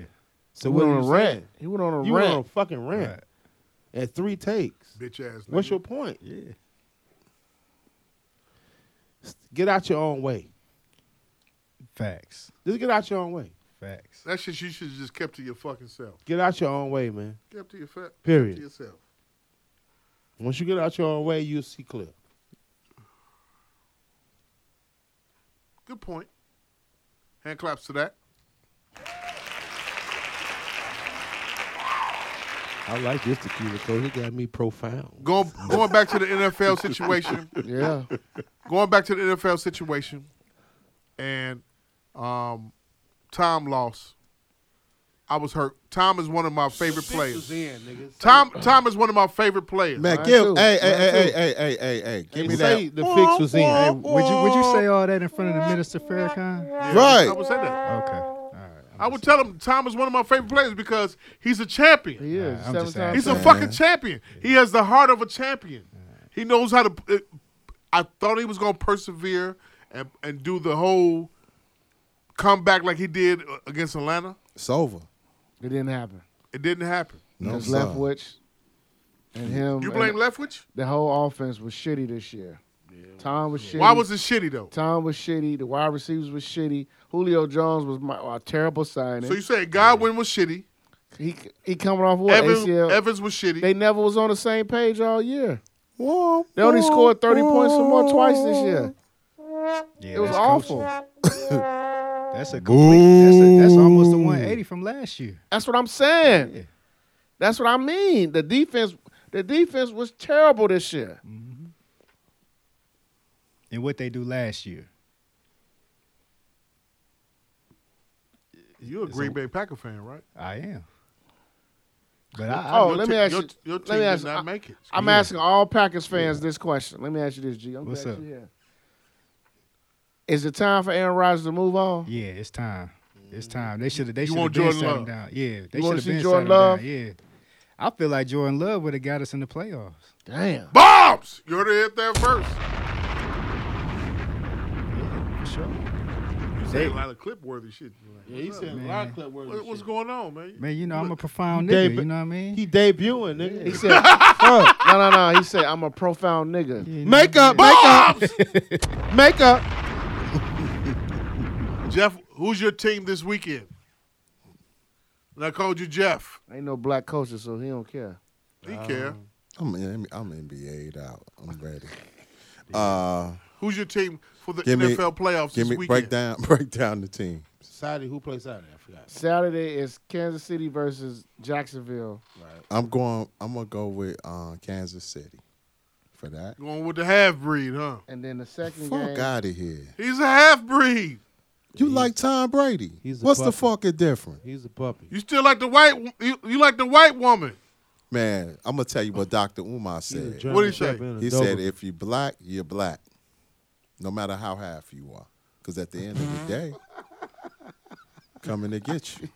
So He what went are on you a rant. saying? He went on a You rant. went on a fucking rant Right. at three takes. Bitch ass. Nigga. What's your point? yeah. Get out your own way. Facts, Just get out your own way. facts. that shit? You should have just kept to your fucking self. Get out your own way, man. Kept to your fa- kept Period. To yourself. Once you get out your own way, you'll see clear. Good point. Hand claps to that. I like this tequila, Cole. He got me profound. Going going back to the NFL situation. Yeah. Going back to the NFL situation, and um, Tom lost. I was hurt. Tom is one of my favorite players. Tom Tom is one of my favorite players. Man, give hey, hey, hey, hey, hey, hey, hey, hey, give me that. Hey, would you would you say all that in front of the minister Farrakhan? Right. I would say that. Okay. I would tell him Tom is one of my favorite players because he's a champion. He is. I'm just Seven-time saying. He's a champion. fucking champion. He has the heart of a champion. He knows how to. it- I thought he was going to persevere and, and do the whole comeback like he did uh, against Atlanta. It's over. It didn't happen. It didn't happen. No, Because I'm sorry. Leftwich and him. You blame and Leftwich? The whole offense was shitty this year. Tom was shitty. Why was it shitty though? Tom was shitty. The wide receivers was shitty. Julio Jones was my, a terrible signing. So you said Godwin was shitty. he he coming off what Evans, ACL? Evans was shitty. They never was on the same page all year. They only scored thirty points or more twice this year. it was that's awful. That's a complete. That's, a, that's almost a 180 from last year. That's what I'm saying. That's what I mean. The defense, the defense was terrible this year. and what they do last year. You're a Green Bay Packer fan, right? I am. But I, I oh, your let te- me ask your- you. your let team me did ask, not I, make it. I'm Yeah. asking all Packers fans this question. Let me ask you this, G. I'm What's glad up? you here. Is it time for Aaron Rodgers to move on? yeah, it's time. It's time. They should have. They You should have want been Jordan sat him Love? down. Yeah, they You should wanna have see been Jordan sat him Love? down. Yeah, I feel like Jordan Love would have got us in the playoffs. Damn. Bombs! You already hit that first. For sure. You They- say a lot of clip worthy shit. Yeah, he said Man. a lot of clip worthy What, what's shit. going on, man? Man, you know I'm a profound nigga. Dave- you know what I mean? He debuting, nigga. He said, no, no, no. He said, I'm a profound nigga. You know- Makeup, makeup, makeup. Jeff, who's your team this weekend? And I called you Jeff. Ain't no black culture, so he don't care. He care. I'm in, I'm NBA'd out. I'm ready. Uh, Who's your team for the give me- NFL playoffs this give me weekend? break down break down the team. Saturday, who plays Saturday? I forgot. Saturday is Kansas City versus Jacksonville. I'm going. I'm gonna go with uh, Kansas City for that. Going with the half breed, huh? And then the second Fuck game. out of here. He's a half breed. You like Tom Brady? he's a What's the puppet. fucking difference, He's a puppy. You still like the white? wo- You, you like the white woman? man? I'm gonna tell you what Dr. Umar He's a said. German What'd he say? Shepherd and a He said, Doberman. if you black, you're black, no matter how half you are, because at the end of the day, coming to get you.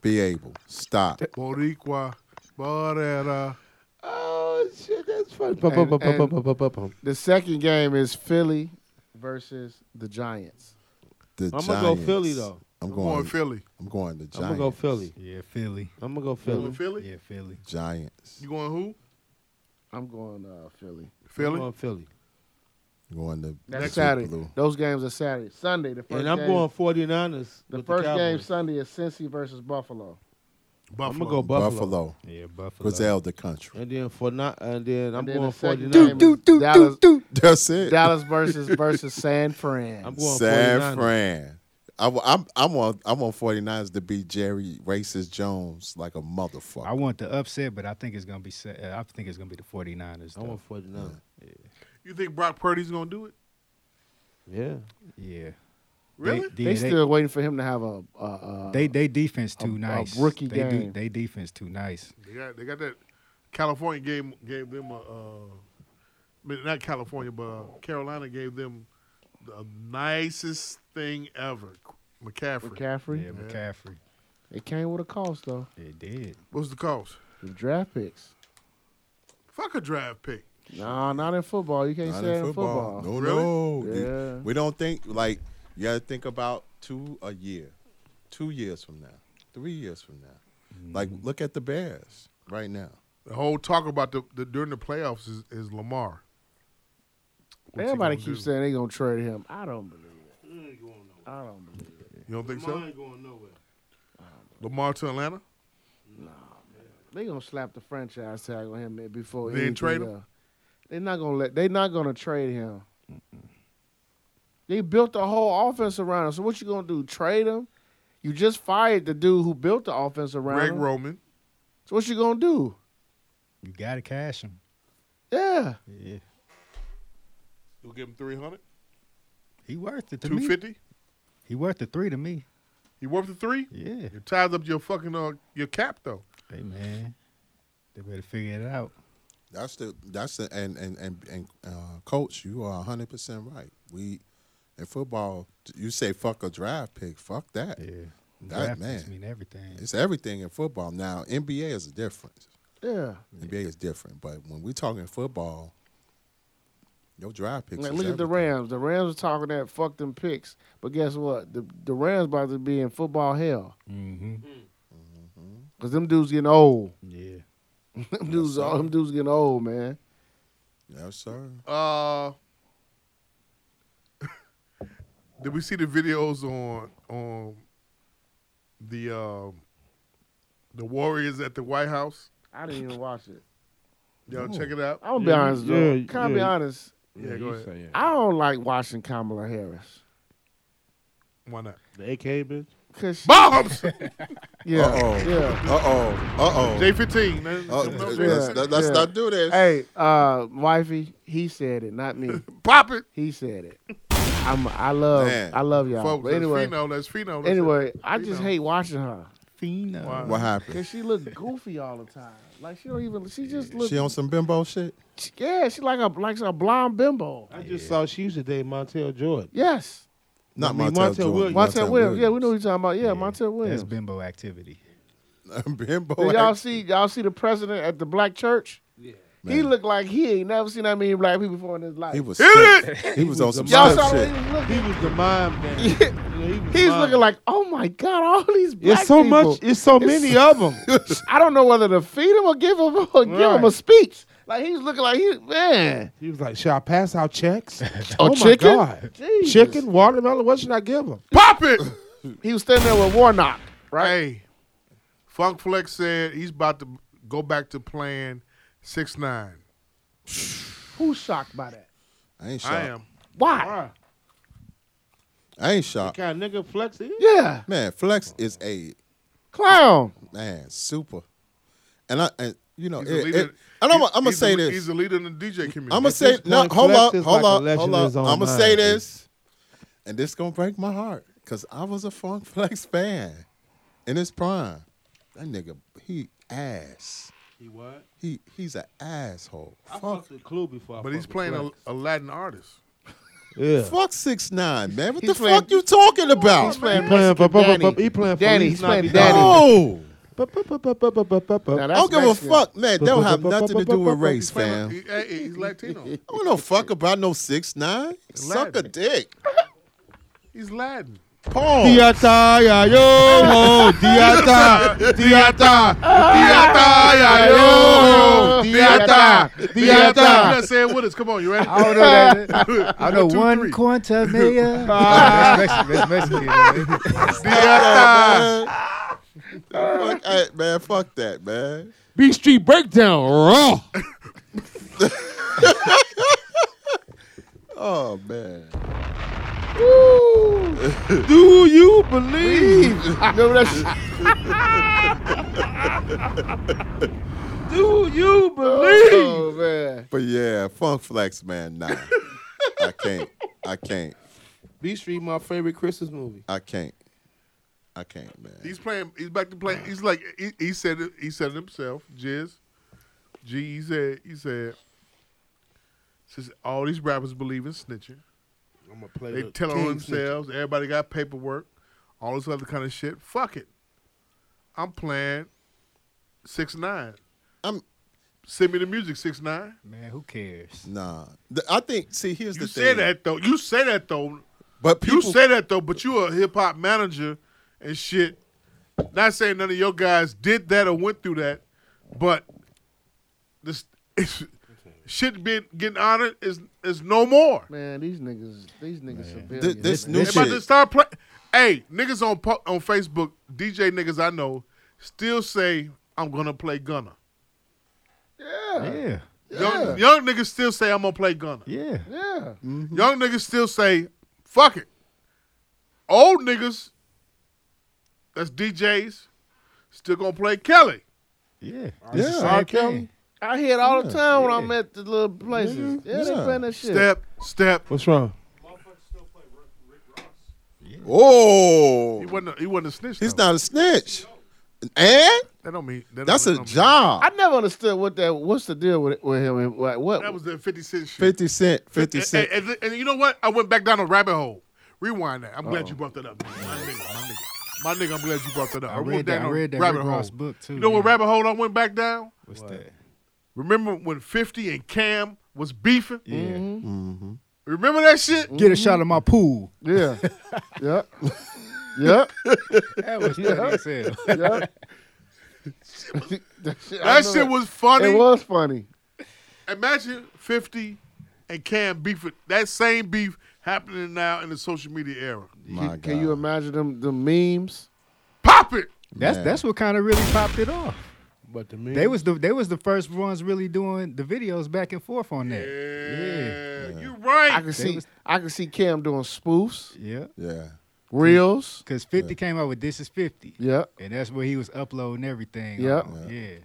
Be able. Stop. Boricua, Barrera. "Oh shit, that's funny." And- and- The second game is Philly versus the Giants. The I'm gonna go Philly Giants. though. I'm Going, going. Philly. I'm going to I'm Giants. gonna go Philly. Yeah, Philly. I'm gonna go You Philly. going Philly? Yeah, Philly. Giants. You going who? I'm going uh, Philly. I'm Philly. going Philly. Going to That's next week, Saturday. Blue. Those games are Saturday. Sunday, the first And I'm game, going 49ers. the with first game Cowboys. Sunday is Cincy versus Buffalo. I'm gonna go Buffalo. Buffalo. Yeah, Buffalo. Griselda country. And then for not, and then I'm And then the going second 49ers. game is Dallas, That's it. Dallas versus versus San Fran. I'm going San 49ers. Fran. I, wa- I'm I'm on I'm on 49ers to beat Jerry Racist Jones like a motherfucker. I want the upset, but I think it's gonna be. sa- uh, I think it's gonna be the 49ers. I though. want 49. You think Brock Purdy's gonna do it? Yeah. yeah. Really? They, they yeah, they- still waiting for him to have a. a, a They they defense too a nice. rookie they do- game. they defense too nice. They got they got that California game gave them a uh, I mean, not California but uh, Carolina gave them the nicest thing ever. McCaffrey. McCaffrey. Yeah, McCaffrey. It came with a cost though. They did. What's the cost? The draft picks. Fuck a draft pick. Nah, not in football. You can't Not say in it in football. No, Really? no. You- Yeah. We don't think like you got to think about two a year, two years from now, three years from now. Like Mm-hmm. look at the Bears right now. The whole talk about the, the during the playoffs is, is Lamar. What's he Everybody gonna keeps do? saying they gonna trade him. I don't believe it. I don't believe it. You don't think so? ain't going nowhere. Lamar to Atlanta? They gonna slap the franchise tag on him before They didn't anything trade him? else. They not gonna let. They not gonna trade him. They built the whole offense around him. So what you gonna do? Trade him? You just fired the dude who built the offense around Greg him. Roman. So what you gonna do? You gotta cash him. Yeah. Yeah. You'll give him 300? He worth it to me. 250? He worth the three to me. He worth the three? Yeah. It ties up your fucking uh, your cap though. Hey man, they better figure it out. That's the that's the and and and, and uh, coach, you are hundred percent right. We in football, you say fuck a draft pick, fuck that. Yeah, that Draft man, picks mean everything. it's everything in football now. NBA is a difference. Yeah. NBA is different, but when we're talking football, your draft picks. Like, is look at the everything. Rams. The Rams are talking that fuck them picks, but guess what? The the Rams about to be in football hell. Mm-hmm. Mm-hmm. Cause them dudes getting old. Yeah. them dudes, all them dudes getting old, man. Yes, sir. Uh, did we see the videos on on the um the Warriors at the White House? I didn't even watch it. Y'all check it out. I'm gonna be honest, though. Can I be honest? Yeah, go ahead. I don't like watching Kamala Harris. Why not? The AK bitch. Cause she- Bombs. yeah, Uh-oh. yeah. Uh oh. Uh oh. J fifteen. Oh, Yeah, let's let- let's yeah. not do this. Hey, uh, wifey, he said it, not me. Pop it. He said it. I'm, I love, Man. I love y'all. Folks, but anyway, that's Fino. That's Fino. That's anyway, it. I just Fino. hate watching her Fino. Wow. What happened? because she look goofy all the time. Like she don't even, she just look. She on some bimbo shit? yeah, she like a like a blonde bimbo. I just saw she used to date Montel Jordan. Yes, Not I mean, Montel Montel Jordan. Williams. Montel Williams. Yeah, we know what you're talking about. Yeah, Montel Williams. That's bimbo activity. bimbo. Did y'all act- see y'all see the president at the black church? He Man. looked like he ain't never seen that many black people before in his life. He was. Hit sick. He was on some y'all sick saw what shit. he was He looking. was the mime man. He- Yeah, he was He's mime. looking like, oh my god, all these black it's so people. much. It's so many of them. I don't know whether to feed him or give him or give him a Right. speech. Like he's looking like he man. He was like, "Should I pass out checks? Or oh chicken? my god, Jesus. chicken, watermelon. What should I give him? Pop it. He was standing there with Warnock, right? Hey, Funk Flex said he's about to go back to playing six nine. Who's shocked by that? I ain't shocked. I I, am. Why? ain't shocked. Kind of nigga flex is. Yeah, Man, Flex is a clown. man super, and I and you know He's it, a leader- it- and I'm, he's- I'm gonna he's say a, this. He's a leader in the DJ community. I'm gonna say this no. point, Hold Flex up, is hold like a up, legend hold in up. his I'm own gonna mind, say dude. this, and this gonna break my heart because I was a Funk Flex fan in his prime. That nigga, he ass. He what? He he's an asshole. I Fuck, fucked with Clue before. I but he's fucked with playing a, Flex. a Latin artist. Yeah. fuck six nine, man. What He's the playing- fuck you talking about? He's playing, Oh, Playing for- Mexican bu- bu- Danny. he playing for Danny. Lee's He's playing Navidad. Danny. no, Now, I that's don't give a Mexican. fuck, man. That don't have nothing to do with He's race, playing- fam. he- hey, he's Latino. I don't know fuck about no six nine. Suck a Latin. dick. He's Latin. Oh, Paul. Ah! Diata, Diata. Diata, not saying with us. Come on, you ready? I don't know that. I know One, two, one three. quanta mia. that's Mexican. That's Mexican. man. Diata. fuck, hey, man, fuck that, man. B Street Breakdown Raw. Oh man. Do you believe? Remember that shit? Do you believe? Oh man. But yeah, Funk Flex, man. Nah, I can't. I can't. B Street, my favorite Christmas movie. I can't. I can't, man. He's playing. He's back to playing. He's like he, he said. it- He said it himself. Jizz. G. He said. He said. Since all these rappers believe in snitching, I'm gonna play. they the tell on King themselves. Everybody got paperwork. All this other kind of shit. Fuck it. I'm playing six nine. I'm Send me the music six nine. Man, who cares? nah. Th- I think. See, here's You the say thing. that though. You say that though. but people. You say that though. But you a hip hop manager and shit. Not saying none of your guys did that or went through that, but this it's, shit being getting honored is is no more. Man, these niggas, these niggas civilians. Th- this man. new They about shit. to start play. Hey, niggas on po- on Facebook, DJ niggas I know, still say I'm gonna play Gunna. Yeah. Young, young niggas still say I'm gonna play Gunna. Yeah. Yeah. Mm-hmm. Young niggas still say, fuck it. Old niggas, that's DJs, still gonna play Kelly. Yeah. Yeah. R. Kelly. I hear it all the Yeah. time when I'm Yeah. Mm-hmm. at the little places. Yeah, they Yeah. playing that shit. Step, step. What's wrong? Oh, He wasn't. A, he wasn't a snitch. He's not a snitch. And That don't mean. That that's don't, a job. I never understood what that. What's the deal with with him? and Like what? That was the fifty cent shit. Fifty cent. Fifty And- cent. And, and- and you know what? I went back down a rabbit hole. Rewind that. I'm glad Uh-oh. you brought that up. nigga. My nigga, my nigga. My nigga, I'm glad you brought that up. I I, read went that- down I a read that rabbit Rick hole. Ross book, too, You know what yeah. rabbit hole I went back down? What's that? Remember when 50 and Cam was beefing? Yeah. Mm-hmm. Mm-hmm. Remember that shit? Get a shot of my pool. Yeah. yep. Yep. That was funny as hell. Yep. I That know shit was funny. It was funny. Imagine 50 and Cam beefing. That same beef happening now in the social media era. You- can you imagine them the memes? Pop it. That's Man. that's what kind of really popped it off. But the They was the they was the first ones really doing the videos back and forth on that. Yeah, yeah. you right. I can see I can see Cam doing spoofs, Yeah. Yeah. reels. Cause Fifty came out with "This Is 50. Yep. and that's where he was uploading everything. Yep. on. yeah.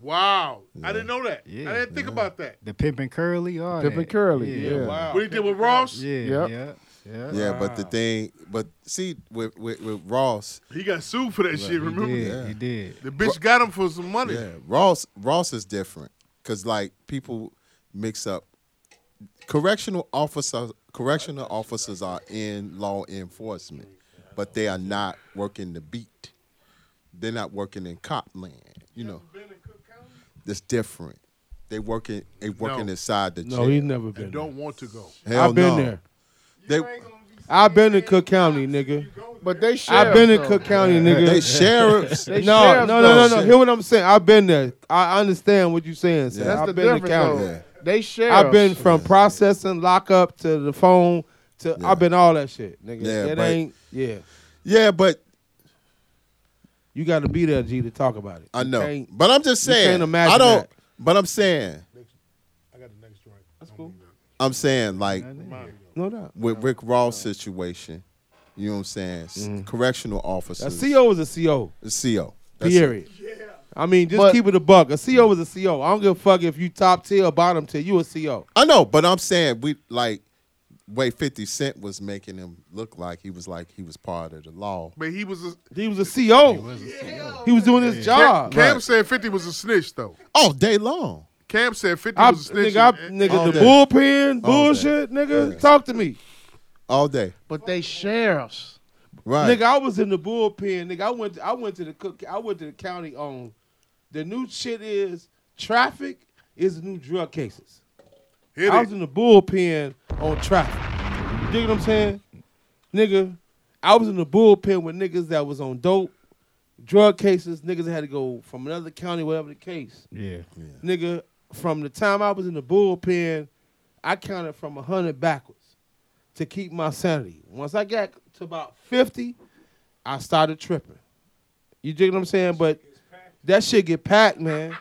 Wow. I didn't know that. Yeah. I didn't think about that. The pimping curly, all Pimpin' that. Curly, yeah. Wow. What he did with Ross, Yeah, Yep. yeah, yeah. Yeah, but the thing, but see, with with, with Ross, he got sued for that shit, remember? He did. Yeah. He did. The bitch got him for some money. yeah, Ross Ross is different because like people mix up correctional officers. Correctional officers are in law enforcement, but they are not working the beat. They're not working in cop land. You know, it's different. They working. They working No. inside the No, jail. he's never been. And don't want to go. there. Hell I've been no. there. They I've been in Cook County, nigga. But they share. I've been in Cook County, nigga. they sheriffs. They no, no, sheriffs, no, no, though. no. Hear what I'm saying? I've been there. I understand what you're saying. Sir. That's That's I've the been difference. in county. though. Yeah. They share. I've been from processing, lockup to the phone to I've been all that shit, nigga. Yeah, it but- ain't. Yeah, yeah, but you got to be there, G, to talk about it. I You know. can't- But I'm just you saying. can't imagine I don't. that. But I'm saying. I got the next joint. That's cool. I'm saying like No doubt. with Rick Ross situation. You know what I'm saying? S- Mm-hmm. Correctional A officers. CO is a CO. A CO. That's it. Period. I mean, just But- keep it a buck. A CO is a CO. I don't give a fuck if you top tier or bottom tier. You a CO. I know, but I'm saying we like way 50 Cent was making him look like he was like he was part of the law. But he was a, He was a CO. He was, doing his Cam, job. Cam said 50 was a snitch, though. All day long. Cam said 50 I, was a snitch. nigga, I, and- all nigga the day. bullpen All day. bullshit, nigga. Talk to me. All day. But they sheriffs. Right. Nigga, I was in the bullpen. Nigga, I went. To, I went to the cook. I went to the county on. The new shit is traffic is the new drug cases. Hit I it. was in the bullpen on traffic. You dig what I'm saying? Nigga, I was in the bullpen with niggas that was on dope, drug cases, niggas that had to go from another county, whatever the case. Yeah. Nigga, from the time I was in the bullpen, I counted from 100 backwards to keep my sanity. Once I got to about 50, I started tripping. You dig what I'm saying? But that shit get packed, man.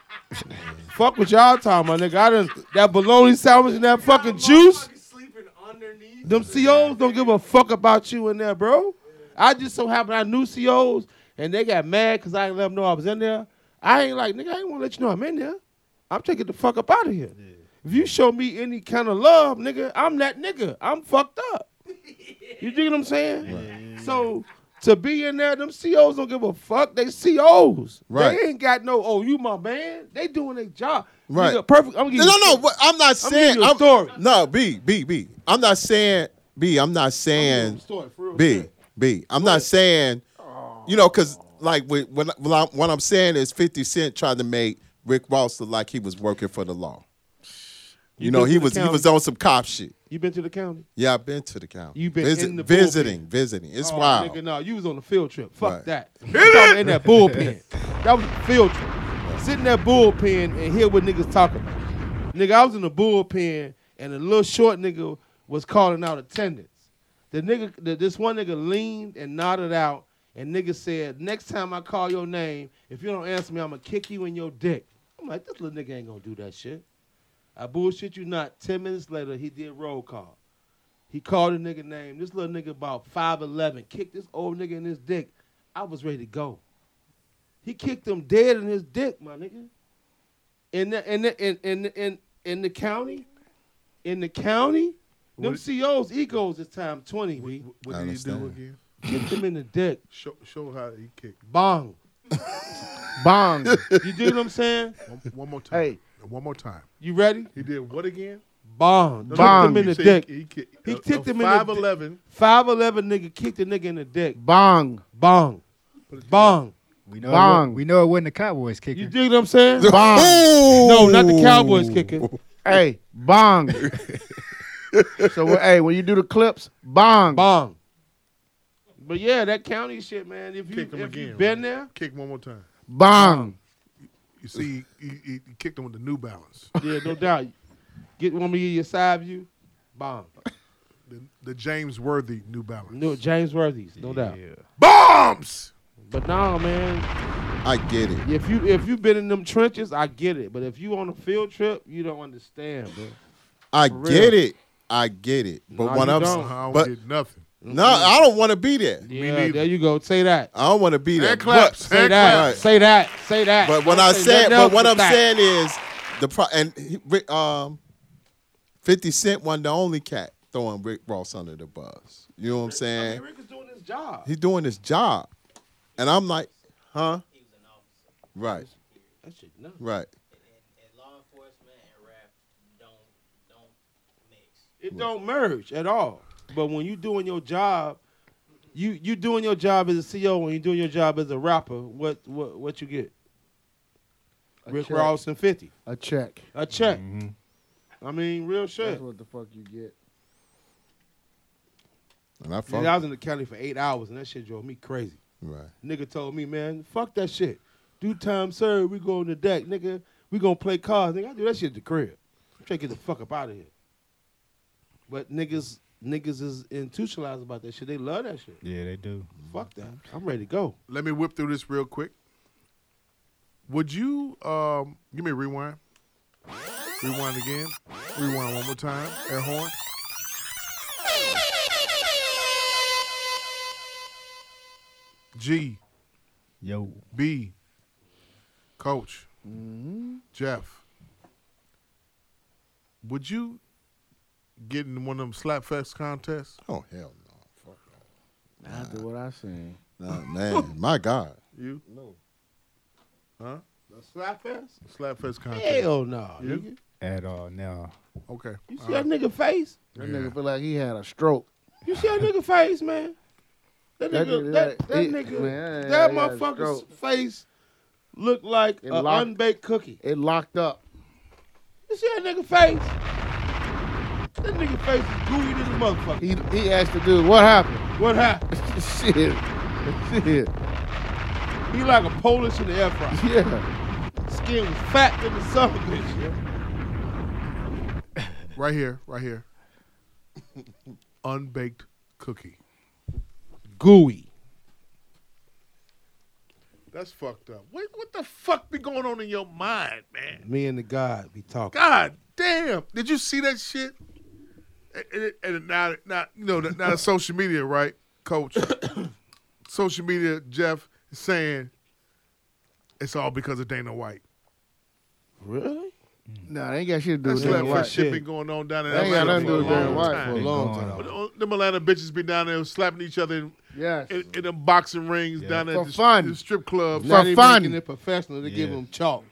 Fuck what y'all talking about, nigga. I done, that bologna sandwich and that fucking juice. Them COs don't give a fuck about you in there, bro. I just so happened I knew COs and they got mad because I didn't let them know I was in there. I ain't like, nigga, I ain't want to let you know I'm in there. I'm taking the fuck up out of here. If you show me any kind of love, nigga, I'm that nigga. I'm fucked up. You dig what I'm saying? So to be in there, them COs don't give a fuck. They COs. Right. They ain't got no, oh, you my man. They doing their job. Right. Nigga, perfect. I'm gonna No, give you no, a no. story. What, I'm not I'm saying. giving you a story. No, B, B, B. I'm not saying. B, I'm not I'm gonna give you saying. a story, for real B, shit. B. I'm not saying. You know, because oh. like with, when, when I'm, what I'm saying is, 50 Cent tried to make Rick Ross look like he was working for the law. You, You know, been he to the was he county? was on some cop shit. You been to the county? Yeah, I've been to the county. You been in the visiting, visiting. It's Oh, wild. Nigga, no, you was on a field trip. Fuck Right. that. You talking in that bullpen. That was a field trip. Sit in that bullpen and hear what niggas talking about. Nigga, I was in the bullpen and a little short nigga was calling out attendance. The nigga, the, this one nigga leaned and nodded out, and nigga said, "Next time I call your name, if you don't answer me, I'ma kick you in your dick." I'm like, this little nigga ain't gonna do that shit. I bullshit you not. Ten minutes later, he did roll call. He called a nigga name. This little nigga about 5'11, kicked this old nigga in his dick. I was ready to go. He kicked him dead in his dick, my nigga. In the in the in in in, in the county, in the county, them What- COs egos is time twenty. We What did he do again? Kicked him in the dick. Show, show how he kicked. Bong. Bong. You dig what I'm saying? One, one more time. Hey. One more time. You ready? He did what again? Bong. No, no, Bong. Kicked him in you say the dick. he uh, kick- He a- kicked a him in the 5'11. Five eleven nigga kicked the nigga in the dick. Bong. Bong. Bong. We know, It, Bong. wa- we know it wasn't the Cowboys You kicker. dig what I'm saying? Bong. No, not the Cowboys kicker. Hey, bong. so when- hey, when you do the clips, bong. Bong. But yeah, that county shit, man. If you Kick him if again. you been right? there, Kick one more time. Bong. You see, he, he, he kicked him with the New Balance, yeah, no doubt. Get one of your side view, bomb. the, the James Worthy New Balance. No, James Worthy's, no doubt. Bombs. But nah, man. I get it. If you if you been in them trenches, I get it. But if you on a field trip, you don't understand, bro. I For get real. it. I get it. But Nah, when you I'm, don't. I don't but get nothing. no, I don't want to be there. Yeah, neither. there you go. Say that. I don't want to be there. Hand claps. But, Say Hand that. Right. Say that. Say that. but when Don't I say said, nothing else but what but I'm that. saying is the pro and he- Rick, um, Fifty Cent wasn't the only cat throwing Rick Ross under the bus. You know what I'm I saying? mean, Rick is doing his job. He's doing his job, and I'm like, huh? Right, That shit, no. right. And law enforcement and rap don't don't mix. It don't merge at all. But when you doing your job, you you doing your job as a CO when you doing your job as a rapper, what what what you get? Rick check. Ross and Fifty, A check. a check. I mean, real shit. Mm-hmm. That's what the fuck you get. And I Yeah, fuck. I was in the county for eight hours and that shit drove me crazy. right. Nigga told me, man, fuck that shit. Do time sir, we go on the deck, nigga. We gonna play cards. Nigga, I do that shit at the crib. I'm trying to get the fuck up out of here. But niggas niggas is institutionalized about that shit. They love that shit. Yeah, they do. Mm-hmm. Fuck that. I'm ready to go. Let me whip through this real quick. Would you um give me a rewind? Rewind again. Rewind one more time. Air horn. G Yo, B Coach Jeff. Would you get in one of them slapfest contests? Oh hell no. Fuck After what I seen. no, man. My God. You No. Huh? Slap fest? slapfest contest. Hell no, You? nigga. at all now. Okay. You see all that right. nigga face? That Yeah. nigga feel like he had a stroke. You see that nigga face, man? That That nigga, nigga that, like- that it- nigga, man, that I got a motherfucker's stroke. face looked like It an locked- unbaked cookie. It locked up. You see that nigga face? That nigga face is gooey than a motherfucker. He he asked the dude, what happened? What happened? Shit. Shit. He like a Polish in the air fryer. Yeah. Skin was fat than the son of a bitch. yeah. Right here, right here. Unbaked cookie. Gooey. That's fucked up. What what the fuck be going on in your mind, man? Me and the God be talking. God damn! Did you see that shit? And- And, and now, now you know, now the social media, right, Coach? social media, Jeff is saying it's all because of Dana White. Really? Nah, they ain't got shit to do That with slap that. Dana White. fest shit Yeah. been going on down in That ain't got Atlanta nothing to do for with a Dana long White for a time. long going time. on. But them Atlanta bitches be down there slapping each other in, Yes. in, in them boxing rings down at For the, fun. the strip club. For they fun. making it professional. They give Yeah. him chalk.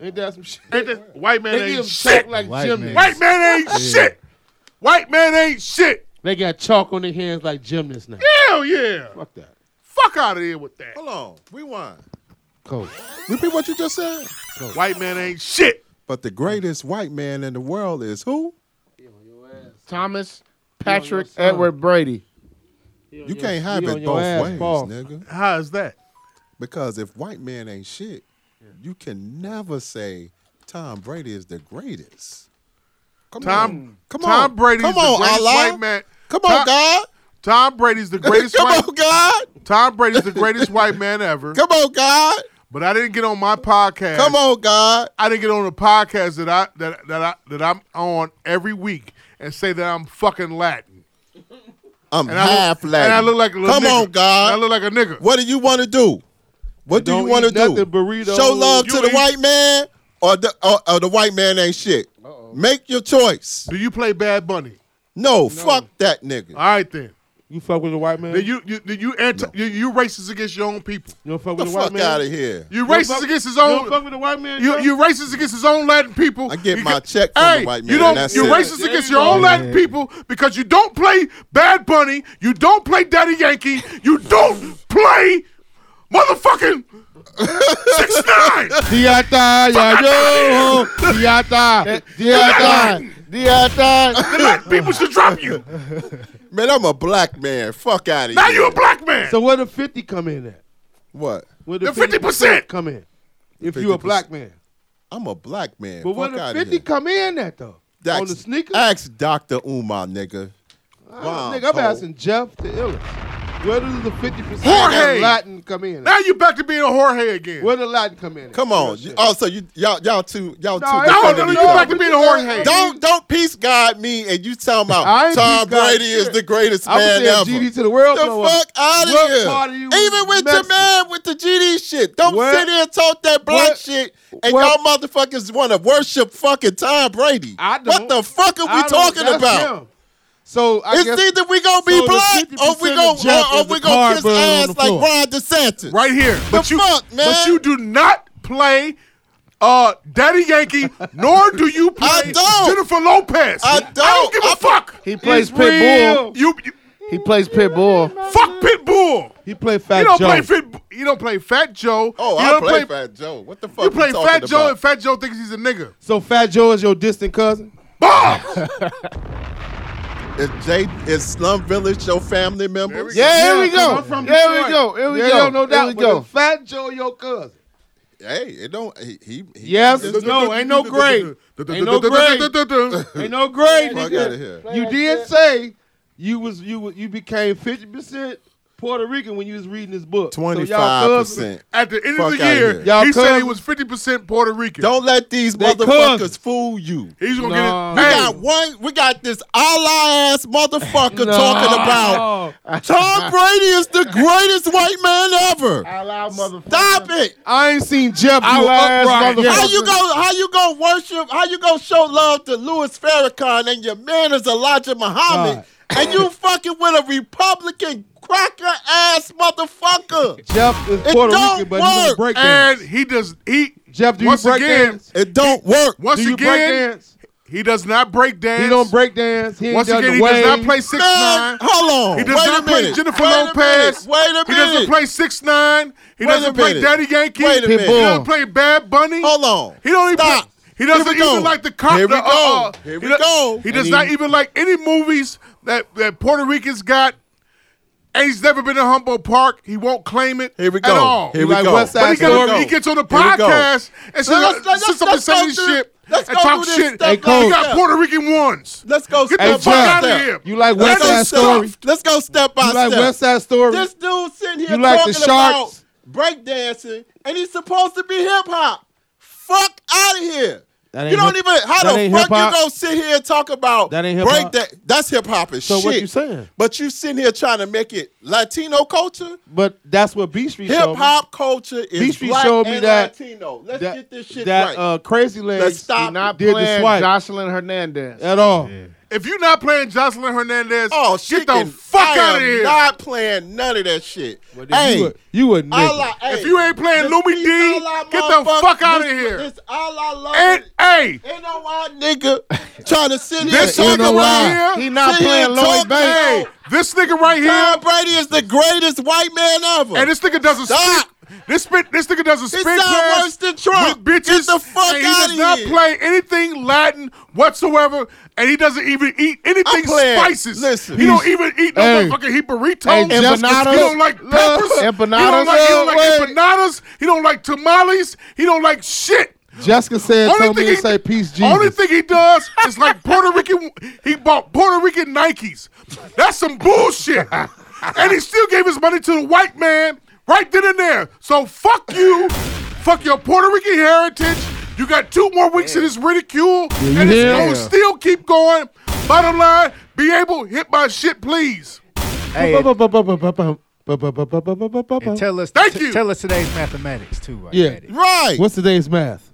Ain't that some shit? Ain't that- white man They give ain't him chalk shit. like White gymnasts. man. White man ain't shit. White man ain't shit. They got chalk on their hands like gymnasts now. Hell yeah. Fuck that. Fuck out of here with that. Hold on. Rewind. Coach. Repeat what you just said. White man ain't shit. But the greatest white man in the world is who? Thomas Patrick Edward Brady. You can't have he on it your both ass, ways, Paul. nigga. How is that? Because if white man ain't shit, you can never say Tom Brady is the greatest. Come Tom, on, come Tom on, Brady's come the on, greatest Allah. white man. Come on, Tom, God. Tom Brady's the greatest Come white. on, God. Tom Brady's the greatest white man ever. Come on, God. But I didn't get on my podcast. Come on, God. I didn't get on the podcast that I that that I that I'm on every week and say that I'm fucking Latin. I'm And I look- half Latin. And I look like a little Come nigga. on, God. And I look like a nigga. what do you want to do? What do Don't you want to eat nothing do? but read Show all- love You to the eat- white man, or the or, or the white man ain't shit. Make your choice. Do you play Bad Bunny? No, fuck that nigga. All right then. You fuck with a white man? Then you you then you anti you, you racist against your own people. You don't fuck with The the white fuck man? outta here. You You don't racist fuck- against his you own. don't fuck with the white man, You Joe? you racist against his own Latin people. I get my check from the white man, You don't. and that's you're it. racist There against you your own go. Latin people because you don't play Bad Bunny. You don't play Daddy Yankee. You don't play motherfucking six nine. Diata, ya yo, Eh, diata, diata, The black people should drop you. Man, I'm a black man. Fuck out of here. Now you a black man. So where the fifty come in at? What? Where the fifty percent come in? If you a 50%. black man, I'm a black man. but where fuck the out of fifty here. Ah, come in at though? That's, on the sneaker? Ask Dr. Uma, nigga. I Bomb don't think I'm toe. asking Jeff the illest. Where does the fifty Jorge! percent Latin come in? At? Now you back to being a Jorge again. Where the Latin come in? At? Come on. You, oh, so you y'all y'all two y'all No, two. it's defending not- each no, other. back to being a hornhead. Don't don't peace God me and you talking I about ain't Tom peace God Brady is shit. the greatest I was man saying ever. GD to the world, The no one. fuck out of What here. part of you Even with your Mexican? man with the GD shit. Don't Where- sit here and talk that black Where- shit and where- y'all motherfuckers want to worship fucking Tom Brady. I don't. What the fuck are I we don't- talking that's about? him. So I it's guess, either we gonna be so the black or we 50% gonna of Jeff or, or is we the gonna kiss cardboard on ass the like floor. Ron DeSantis. right here. But you, fuck, But man? you do not play uh, Daddy Yankee, nor do you play don't. Jennifer Lopez. I don't. give a fuck. He plays It's real. Pitbull. You, you He plays Pitbull. fuck Pitbull. He played Fat you don't Joe. play Fit. You don't play Fat Joe. Oh, you I don't play Fat Joe. What the fuck? You play talking Fat Joe, about? and Fat Joe thinks he's a nigga. so Fat Joe is your distant cousin. Is Jay is Slum Village your family member? Yeah, here we go. I'm from Here we Detroit. go. Here we Yeah, go. yo, No Here doubt. we but go. is Fat Joe, your cousin. Hey, it don't. He, he, he Yes, he just- no, ain't no grade. Ain't no grade. Ain't no grade. Fuck nigga. outta here. You did say you was you was- you became fifty percent Puerto Rican when you was reading this book. So y'all 25%. cousins- At the end Fuck of the outta year, here. Y'all he said he cousins. was fifty percent Puerto Rican. Don't let these They motherfuckers cousins. fool you. He's gonna We No. get it. got one. We got this Allah ass motherfucker talking about Oh, Tom Brady is the greatest white man ever. Stop it. I ain't seen Jeff. you Allah ass ass motherfucker. How you go? How you go worship? How you go show love to Louis Farrakhan and your man is Elijah Muhammad, and you fucking with a Republican cracker ass motherfucker? Jeff is It Puerto don't Rican, but he work. don't break And dance. he does. He Jeff, do you once break again, dance? It don't work. once Do you break again, dance? he does not break dance. He don't break dance. He ain't Once done again, the he does not wave. play six Man, nine. hold on. He does Wait not a play minute. Jennifer Wait a Lopez. minute. Wait a He doesn't minute. play six nine. He Wait a doesn't play minute. Daddy Yankee. Wait a minute. He doesn't play Bad Bunny. Hold on. He don't even. Stop. He doesn't Here we even go. like the cop. Here we the, uh, go. uh, Here he we do- go. He does And not he- even like any movies that that Puerto Ricans got. And he's never been to Humboldt Park. He won't claim it Here we at go. all. Here we Like go. West Side But he, Here we got, go. he gets on the Here we go. podcast and says, Let's- let's- sits up and let's go says this through- shit let's and go talk through this shit. step He by got step. Puerto Rican ones. Let's go Get step the by fuck out step. of here. You like Let's West go Side step- Story? Let's go step by You like step. West Side Story? This dude sitting here You like the talking about Sharks? breakdancing, and he's supposed to be hip hop. Fuck out of here. That You ain't don't hip- even. How that the ain't fuck you hip-hop? gonna sit here and talk about That ain't break hip-hop? that? That's hip hop and So shit. what you saying? But you sitting here trying to make it Latino culture. But that's what B Street showed Hip me. hop culture is Beastie black showed me and that- Latino. Let's that, get this shit that, right. uh, Crazy Legs Let's stop. not Did did playing the swipe Jocelyn Hernandez. at all. If you're not playing Jocelyn Hernandez, oh, get shit! the fuck I out am of here. Not playing none of that shit. Hey, you a, you a nigga. Allah, hey, if you ain't playing this Lumi peace D, Allah get the motherfucker- fuck out of this- here. This Allah love And it. hey, NOI nigga trying to sit here This talking nigga right about here- He not sit here playing Lloyd talking hey, about this nigga right here, Tom Brady is the greatest white man ever. and this nigga doesn't Stop. spit. This spit. This nigga doesn't He spit. sound class worse than Trump. With bitches. Get the fuck and outta He does not here. play anything Latin whatsoever, and he doesn't even eat anything playing. spices. Listen. he don't even eat no Hey. motherfucking he burritos. Hey, he empanadas. don't like peppers. He don't Empanadas. like, he don't like Wait. empanadas. He don't like tamales. He don't like shit. Jessica said, Only told me thing to he- say peace, Jesus. Only thing he does is like Puerto Rican. He bought Puerto Rican Nikes. That's some bullshit. and he still gave his money to the white man right then and there. So fuck you. fuck your Puerto Rican heritage. You got two more weeks of this ridicule, and it's hear? gonna still keep going. Bottom line, be able hit my shit, please. Hey, Bum, bum, bum, bum, bum, bum, bum. And tell us, Thank t- you. Tell us today's mathematics too. I Yeah. bet. Right. What's today's math?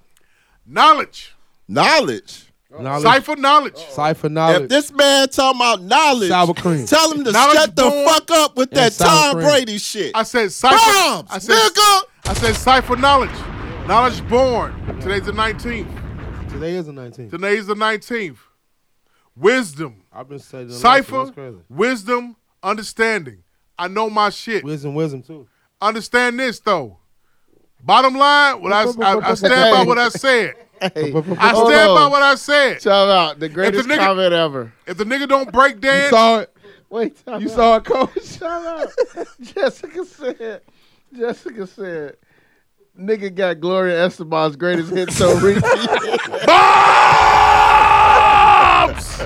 Knowledge. Knowledge. Knowledge. Cipher knowledge. Cipher If knowledge. this man talking about knowledge, Sour cream. tell him to Knowledge shut the born fuck up with and that sour Tom cream. Brady shit. I said cipher. Bombs, I said, nigga. I said cipher knowledge. Knowledge born. Today's the 19th. Today is the 19th. Today's the 19th. Wisdom. I've been studying. a lot, so That's Cipher. crazy. Wisdom. Understanding. I know my shit. Wisdom, wisdom too. Understand this though. Bottom line, what I, I, I stand by what I said. Hey, I hold stand by on. what I said. Shout out the greatest nigga- comment ever. If the nigga don't break You dance, saw it. Wait, time You out. saw it, coach. Shout out. Jessica said, Jessica said, nigga got Gloria Esteban's greatest hit so repeat. bombs.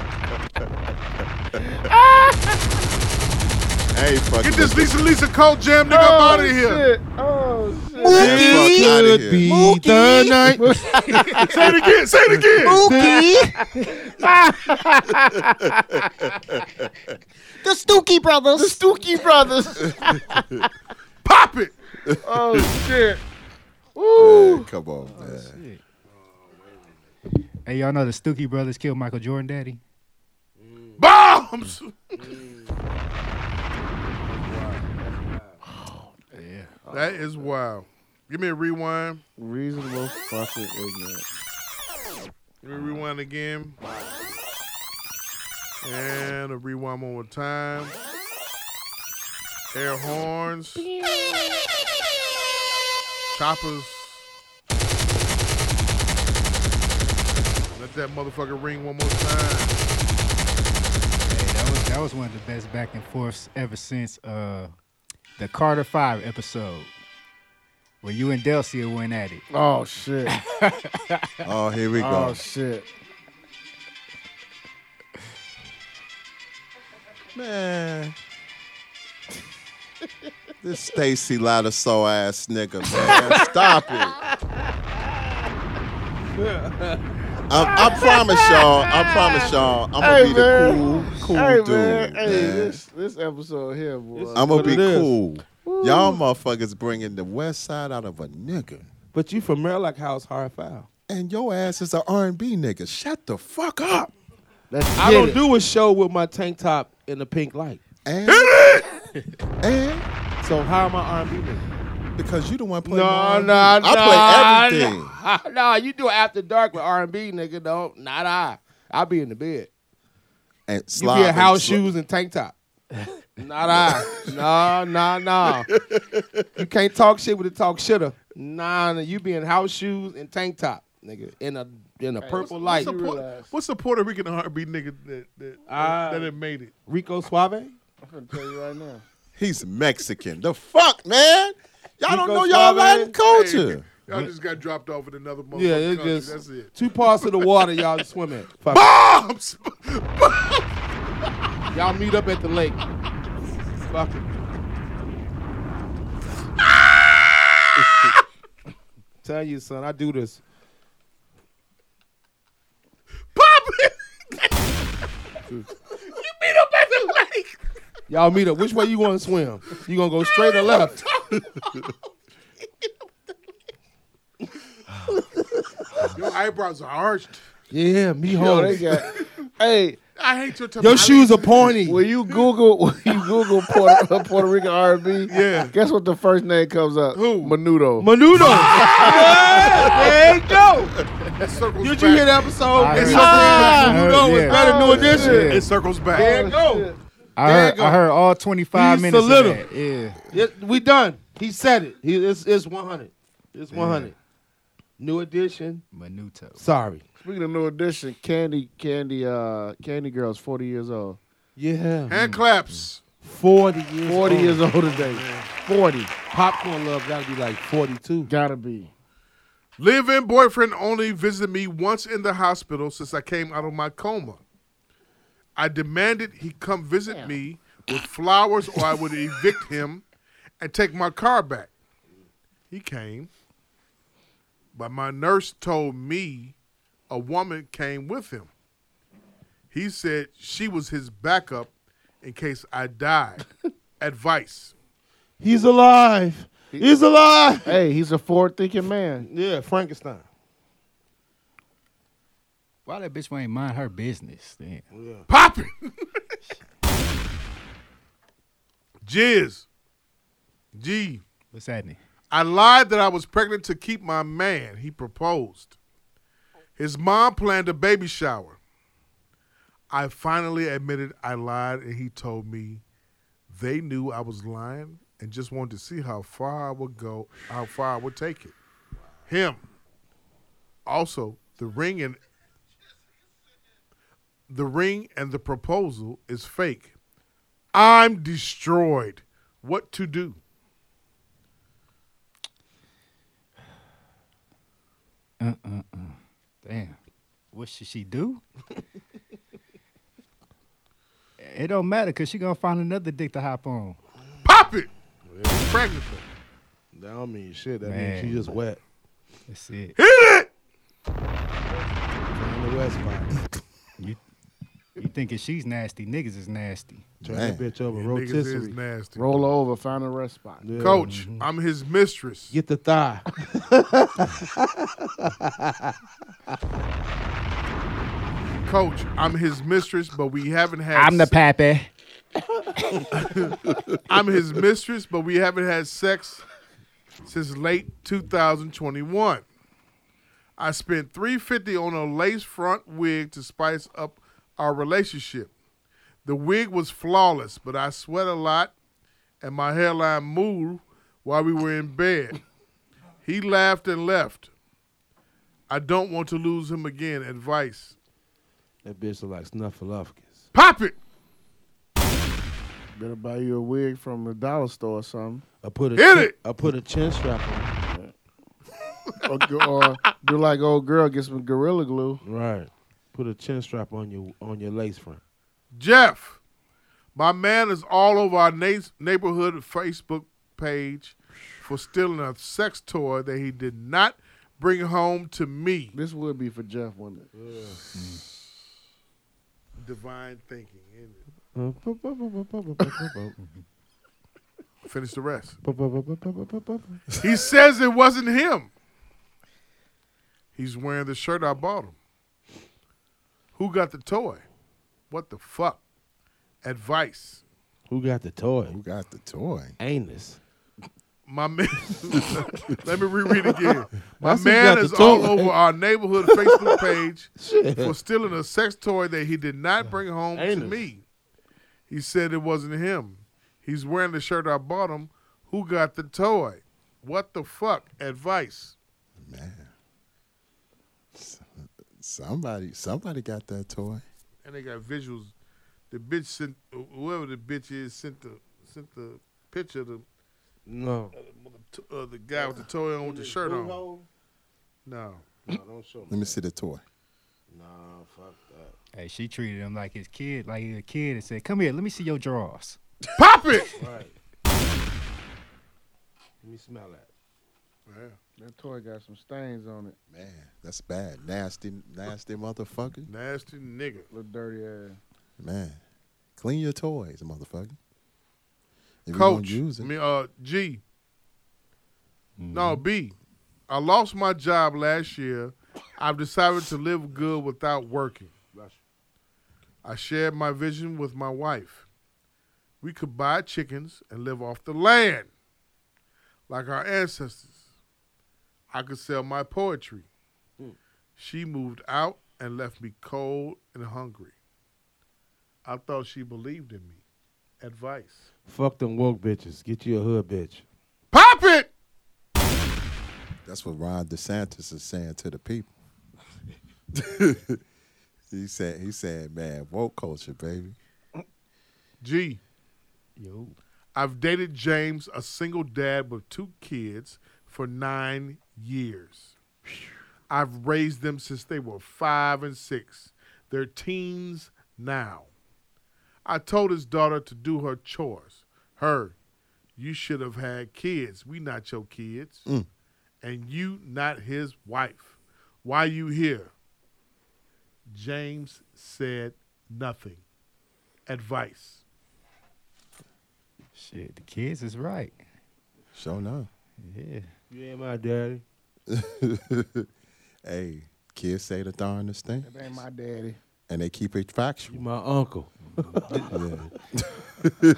Hey, fuck Get this Lisa Lisa Cole jam nigga Oh, up out of here. Shit. Oh, shit. outta here. the night. Say it again. Say it again. The Stookie Brothers. The Stookie Brothers. Pop it. oh, shit. Man, come on, Oh, man. Hey, y'all know the Stookie brothers killed Michael Jordan, daddy. Bombs. Mm. That is wild. Give me a rewind. Reasonable fucking ignorant. Give me a rewind again. And a rewind one more time. Air horns. Choppers. Let that motherfucker ring one more time. Hey, that was that was one of the best back and forths ever since uh, the Carter Five episode, where you and Delcia went at it. Oh, shit. Oh, here we go. Oh, shit. Oh, man. This Stacy Lotta so ass nigga, man. Stop it. I, I promise y'all. I promise y'all. I'm gonna Hey, be man. the cool, cool hey, dude. man. Hey, man. this, this episode here, boy. I'm gonna what be it is. cool. Y'all motherfuckers bringing the West Side out of a nigga, But you from Merlock House, hard foul. and your ass is an R&B nigga. Shut the fuck up. Let's I get don't it. do a show with my tank top and a pink light. And, and So how am I R&B? nigga? because you the one playing. No, no, R&B. no. I play everything. No, you do after dark with R&B, nigga. No, not I. I be in the bed. And You slide be in house and sli- shoes and tank top. Not I. No, no, no. You can't talk shit with a talk shitter. Nah, nah, you be in house shoes and tank top, nigga. In a in a purple light. What's the Puerto- realize- What's the Puerto Rican R&B nigga that that, Ah. that had made it? Rico Suave? I'm gonna tell you right now. He's Mexican. The fuck, man? Y'all You don't go know y'all far, Latin man. culture. Y'all just got dropped off in another motherfucking Yeah, it's country. just That's it. two parts of the water y'all swim in. Fuck Bombs. it. Y'all meet up at the lake. Fuck it. Tell you, son, I do this. Y'all meet up. Which way you gonna swim? You gonna go straight or left? Your eyebrows are arched. Yeah, me Yo, they got. hey, I hate your. Your shoes are pointy. when you Google when you Google Puerto, Puerto Rican R&B, Yeah. guess what the first name comes up? Who? Menudo. Menudo. yeah, there you go. Circles Did you back. hear the episode? I It's heard ah, that. Menudo was Yeah. better Oh, new edition. It circles back. There you go. shit. I There heard, you go. I heard all 25 He's minutes. the Of little. that. Yeah. It- we done. He said it. He, it's, it's 100. It's 100. New edition. Menudo. Sorry. Speaking of new edition, Candy Candy uh Candy Girl's 40 years old. Yeah. Hand claps. 40 years 40 old. years old today. 40. Popcorn Love got to be like 42. Gotta be. Live-in boyfriend only visited me once in the hospital since I came out of my coma. I demanded he come visit me with flowers or I would evict him and take my car back. He came, but my nurse told me a woman came with him. He said she was his backup in case I died. Advice. He's alive. He's alive. Hey, he's a forward thinking man. Yeah, Frankenstein. Why that bitch ain't mind her business? Damn. Popping. Jizz. G. What's happening? I lied that I was pregnant to keep my man. He proposed. His mom planned a baby shower. I finally admitted I lied, and he told me they knew I was lying and just wanted to see how far I would go, how far I would take it. Him. Also, the ring and the ring and the proposal is fake. I'm destroyed. What to do? Uh uh uh. Damn. What should she do? it don't matter because she gonna find another dick to hop on. Pop it. Pregnant. That don't mean shit. That Man. means she just wet. That's it. Hit it. Turn the west spot. You thinking she's nasty? Niggas is nasty. Turn that bitch over. Yeah, niggas is rotisserie. nasty. Roll over, find a rest spot. Yeah. Coach, Mm-hmm. I'm his mistress. Get the thigh. Coach, I'm his mistress, but we haven't had. I'm the pappy. I'm his mistress, but we haven't had sex since late 2021. I spent 350 on a lace front wig to spice up our relationship. The wig was flawless, but I sweat a lot and my hairline moved while we were in bed. He laughed and left. I don't want to lose him again. Advice. that bitch look like Snuffleupagus. Pop it. Better buy you a wig from the dollar store or something. I put a Hit chin, it! I put a chin strap on. or, go- or do like old girl, get some gorilla glue. Right. Put a chin strap on your on your lace front. Jeff, my man is all over our na- neighborhood Facebook page for stealing a sex toy that he did not bring home to me. This would be for Jeff, wouldn't it? Divine thinking. isn't it? That's Finish the rest. He says it wasn't him. He's wearing the shirt I bought him. Who got the toy? What the fuck? Advice. Who got the toy? Who got the toy? Anus. My man, let me reread again. My I see you man got the is all toy. over our neighborhood Facebook page for stealing a sex toy that he did not bring home to Anus. me. He said it wasn't him. He's wearing the shirt I bought him. Who got the toy? What the fuck? Advice. Man. S- Somebody somebody got that toy. And they got visuals. The bitch sent whoever the bitch is sent the sent the picture of the No. of the guy with the toy on with the shirt on. No. No, don't show Let me see the toy. No, fuck that. Hey, she treated him like his kid, like he a kid, and said, "Come here, let me see your drawers." Pop it. Right. Let me smell that. That toy got some stains on it. Man, that's bad. Nasty, nasty motherfucker. Nasty nigga. Little dirty ass. Man. Clean your toys, motherfucker. If Coach, you don't use it. Mm-hmm. I mean, uh, G. No, B. I lost my job last year. I've decided to live good without working. I shared my vision with my wife. We could buy chickens and live off the land like our ancestors. I could sell my poetry. She moved out and left me cold and hungry. I thought she believed in me. Advice. Fuck them woke bitches. Get you a hood bitch. Pop it! That's what Ron DeSantis is saying to the people. he said, he said, man, woke culture, baby. G. Yo. I've dated James, a single dad with two kids, for nine years. I've raised them since they were five and six. They're teens now. I told his daughter to do her chores. Her, you should have had kids. We not your kids. And you not his wife. Why you here? James said nothing. Advice. Shit, the kids is right. Sure enough. Yeah. You ain't my daddy. hey, kids say the darndest thing, That ain't my daddy. and they keep it factual. my uncle. Yeah.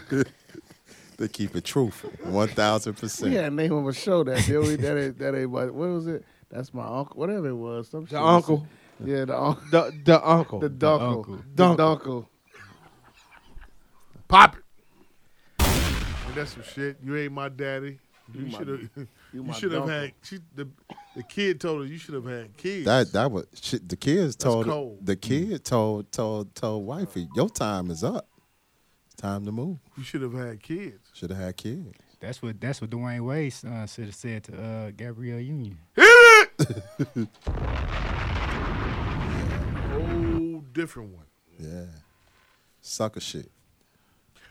they keep it truthful, one thousand We had percent. a name of a show that Billy that ain't that ain't what what was it? That's my uncle. Whatever it was, some shit. uncle. Yeah, the uncle. The the uncle. The dunkle. uncle. The dunkle. Pop it. And that's some shit. You ain't my daddy. You my- should have. You my should have dunkle. had. She, the, the kid told her you should have had kids. That that was shit. The kids told cold. the kid told told told wifey, your time is up. It's time to move. you should have had kids. Should have had kids. That's what that's what Dwayne Wade uh, should have said to uh, Gabrielle Union. Whole different one. Yeah, sucker shit.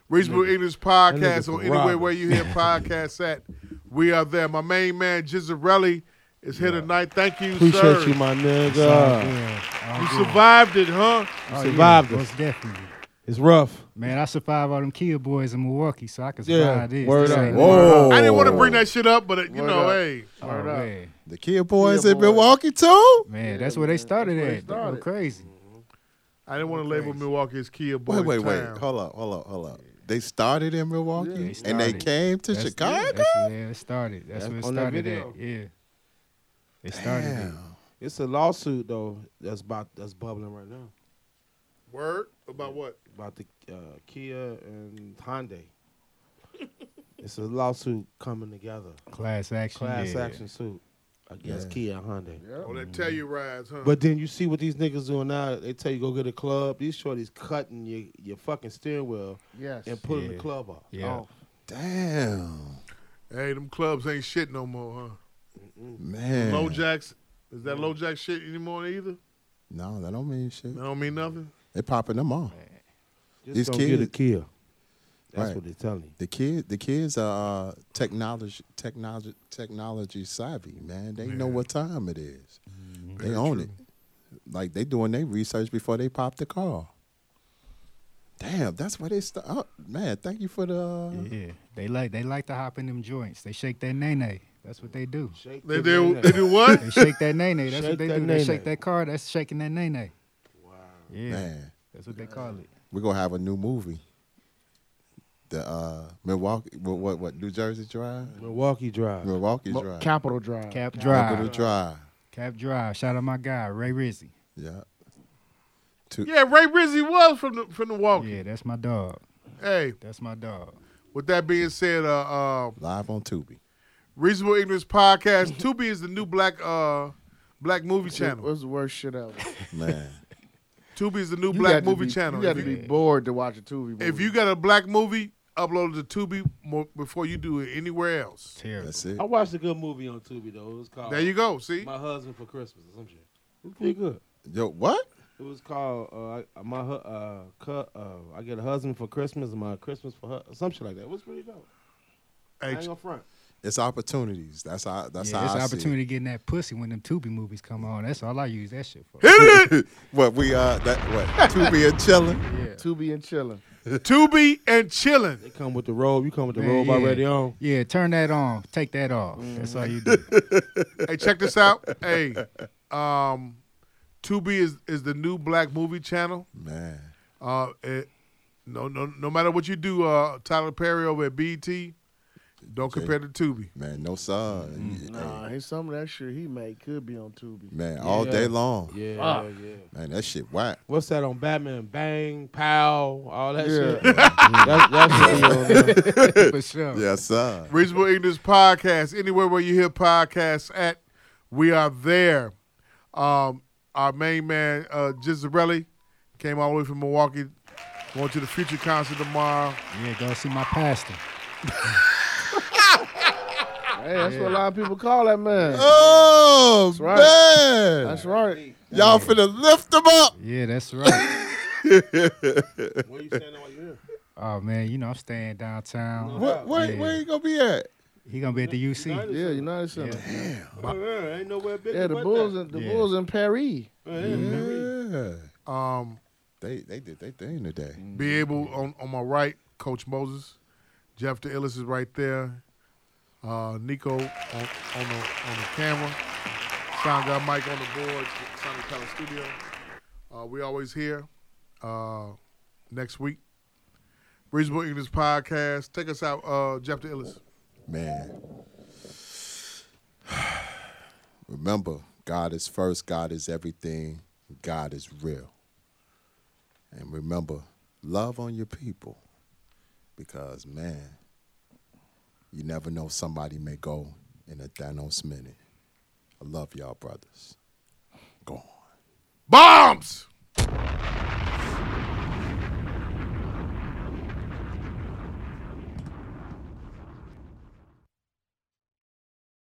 Reasonable English Podcast nigga's on a anywhere robber. where you hear podcasts at. We are there. My main man Gisarelli is here tonight. Thank you, Appreciate sir. you, my nigga. yeah, You survived it, huh? survived it. Most definitely. It's rough. Man, I survived all them kill boys in Milwaukee, so I can survive Yeah, this. word This up. ain't- Whoa! I didn't want to bring that shit up, but uh, you Word know, up. hey, Oh, Word up. man. The kid boys Kid in boys. Milwaukee too. Man, that's where they started where they at. They go started. crazy. I didn't want to label Milwaukee as Kia Boys Wait, wait, wait. Town. Hold up, hold up, hold up. They started in Milwaukee Yeah, they and they started. came to That's- Chicago. That's where it started. That's, where it on that started at. Yeah. video. It started at. Damn. It's a lawsuit though that's about that's bubbling right now Word about what? about the uh, Kia and Hyundai. it's a lawsuit coming together, Class action. class yeah. action suit against Kia and Hyundai. Oh, that Tellurides, huh? But then you see what these niggas doing now. They tell you go get a club. These shorties cutting your, your fucking steering wheel Yes. and pulling Yeah. the club off. Yeah. Oh, Damn. hey, them clubs ain't shit no more, huh? Man. Low jacks, is that low jack shit anymore either? No, that don't mean shit. That don't mean nothing. They popping them off. just These don't get a kids- Kia. That's Right. what they're telling you. The kid, the kids are uh, technology, technology, technology savvy. Man, they know what time it is. They own it. Like they doing their research before they pop the car. Damn, that's where they start. Oh, man, thank you for the. uh, Yeah. They like they like to hop in them joints. They shake that nene. That's what they do. Shake They the do, name. they do what? They shake that nene. That's Shake what they that do. They shake nene. that car. That's shaking that nene. Wow. Yeah. Man, That's what they call it. we're gonna have a new movie. The uh, Milwaukee, what, what, what, New Jersey Drive, Milwaukee Drive. Milwaukee Mo- Drive, Capital Drive. Cap Capital drive. Drive. Cap drive. Shout out my guy Ray Rizzy. Yeah, Yeah, Ray Rizzy was from the from the walk. Yeah, that's my dog. Hey, That's my dog. with that being said, uh, uh, live on Tubi. Reasonable Ignorance Podcast, Tubi is the new black uh black movie channel. What's the worst shit ever? Man, Tubi is the new You black got to movie be- channel. You got to If be you- bored to watch a TV movie. If you got a black movie, upload it to Tubi mo- before you do it anywhere else. Terrible. that's it. I watched a good movie on Tubi though. It was called There you go. See, My Husband for Christmas or some shit. It was pretty good. Yo, what? It was called uh, I- My Hu- uh, Cu- uh, I Get a Husband for Christmas and My Christmas for Her, some shit like that. It was pretty dope. I hey, ain't gonna front. It's opportunities. That's how. That's yeah, how. it's an I opportunity getting that pussy when them Tubi movies come on. That's all I use that shit for. See it. what we uh, that what Tubi and chilling. Tubi and chilling. Tubi and chilling. They come with the robe. You come with the Man, robe yeah. already on. Yeah, turn that on. Take that off. That's all you do. Mm-hmm. hey, check this out. Hey, um, Tubi is is the new black movie channel. Man, Uh, it, no, no, no matter what you do, uh, Tyler Perry over at BT, don't compare to Tubi. man, no sub. Nah, hey, some of that shit he made could be on Tubi. Man, all Yeah. day long. Yeah, Fuck. yeah. Man, that shit whack. What's that on Batman? Bang, pow, all that shit. Yeah. That's, that's what we on there. For sure. Yes, sir. Reasonable Ignorance Podcast. Anywhere where you hear podcasts at, we are there. Um, our main man, uh, Gisarelli, came all the way from Milwaukee, going to the Future concert tomorrow. Yeah, go see my pastor. Hey, that's what a lot of people call that man. Oh right. man, That's right. y'all finna lift them up. Yeah, that's right. Where you standing while you here? oh man, you know I'm staying downtown. What? Where, Yeah. where you gonna be at? He gonna be at the UC. Yeah, United Center. Yeah. Oh, yeah, ain't nowhere big. Yeah, the Bulls. In, the Yeah. Bulls in Paris. Yeah, Um, they they did they thing today. be able on, on my right, Coach Moses. Jeff the Illis is right there. Uh, Nico on, on, the, on the camera. Sound guy Mike on the boards. Sonny Keller Studio. Uh, we always here. Uh, next week, Reasonable English Podcast. Take us out, uh, Jeff the Illis. Man. Remember, God is first, God is everything, God is real. And remember, love on your people because, man, you never know somebody may go in a Thanos minute. I love y'all, brothers. Go on. Bombs!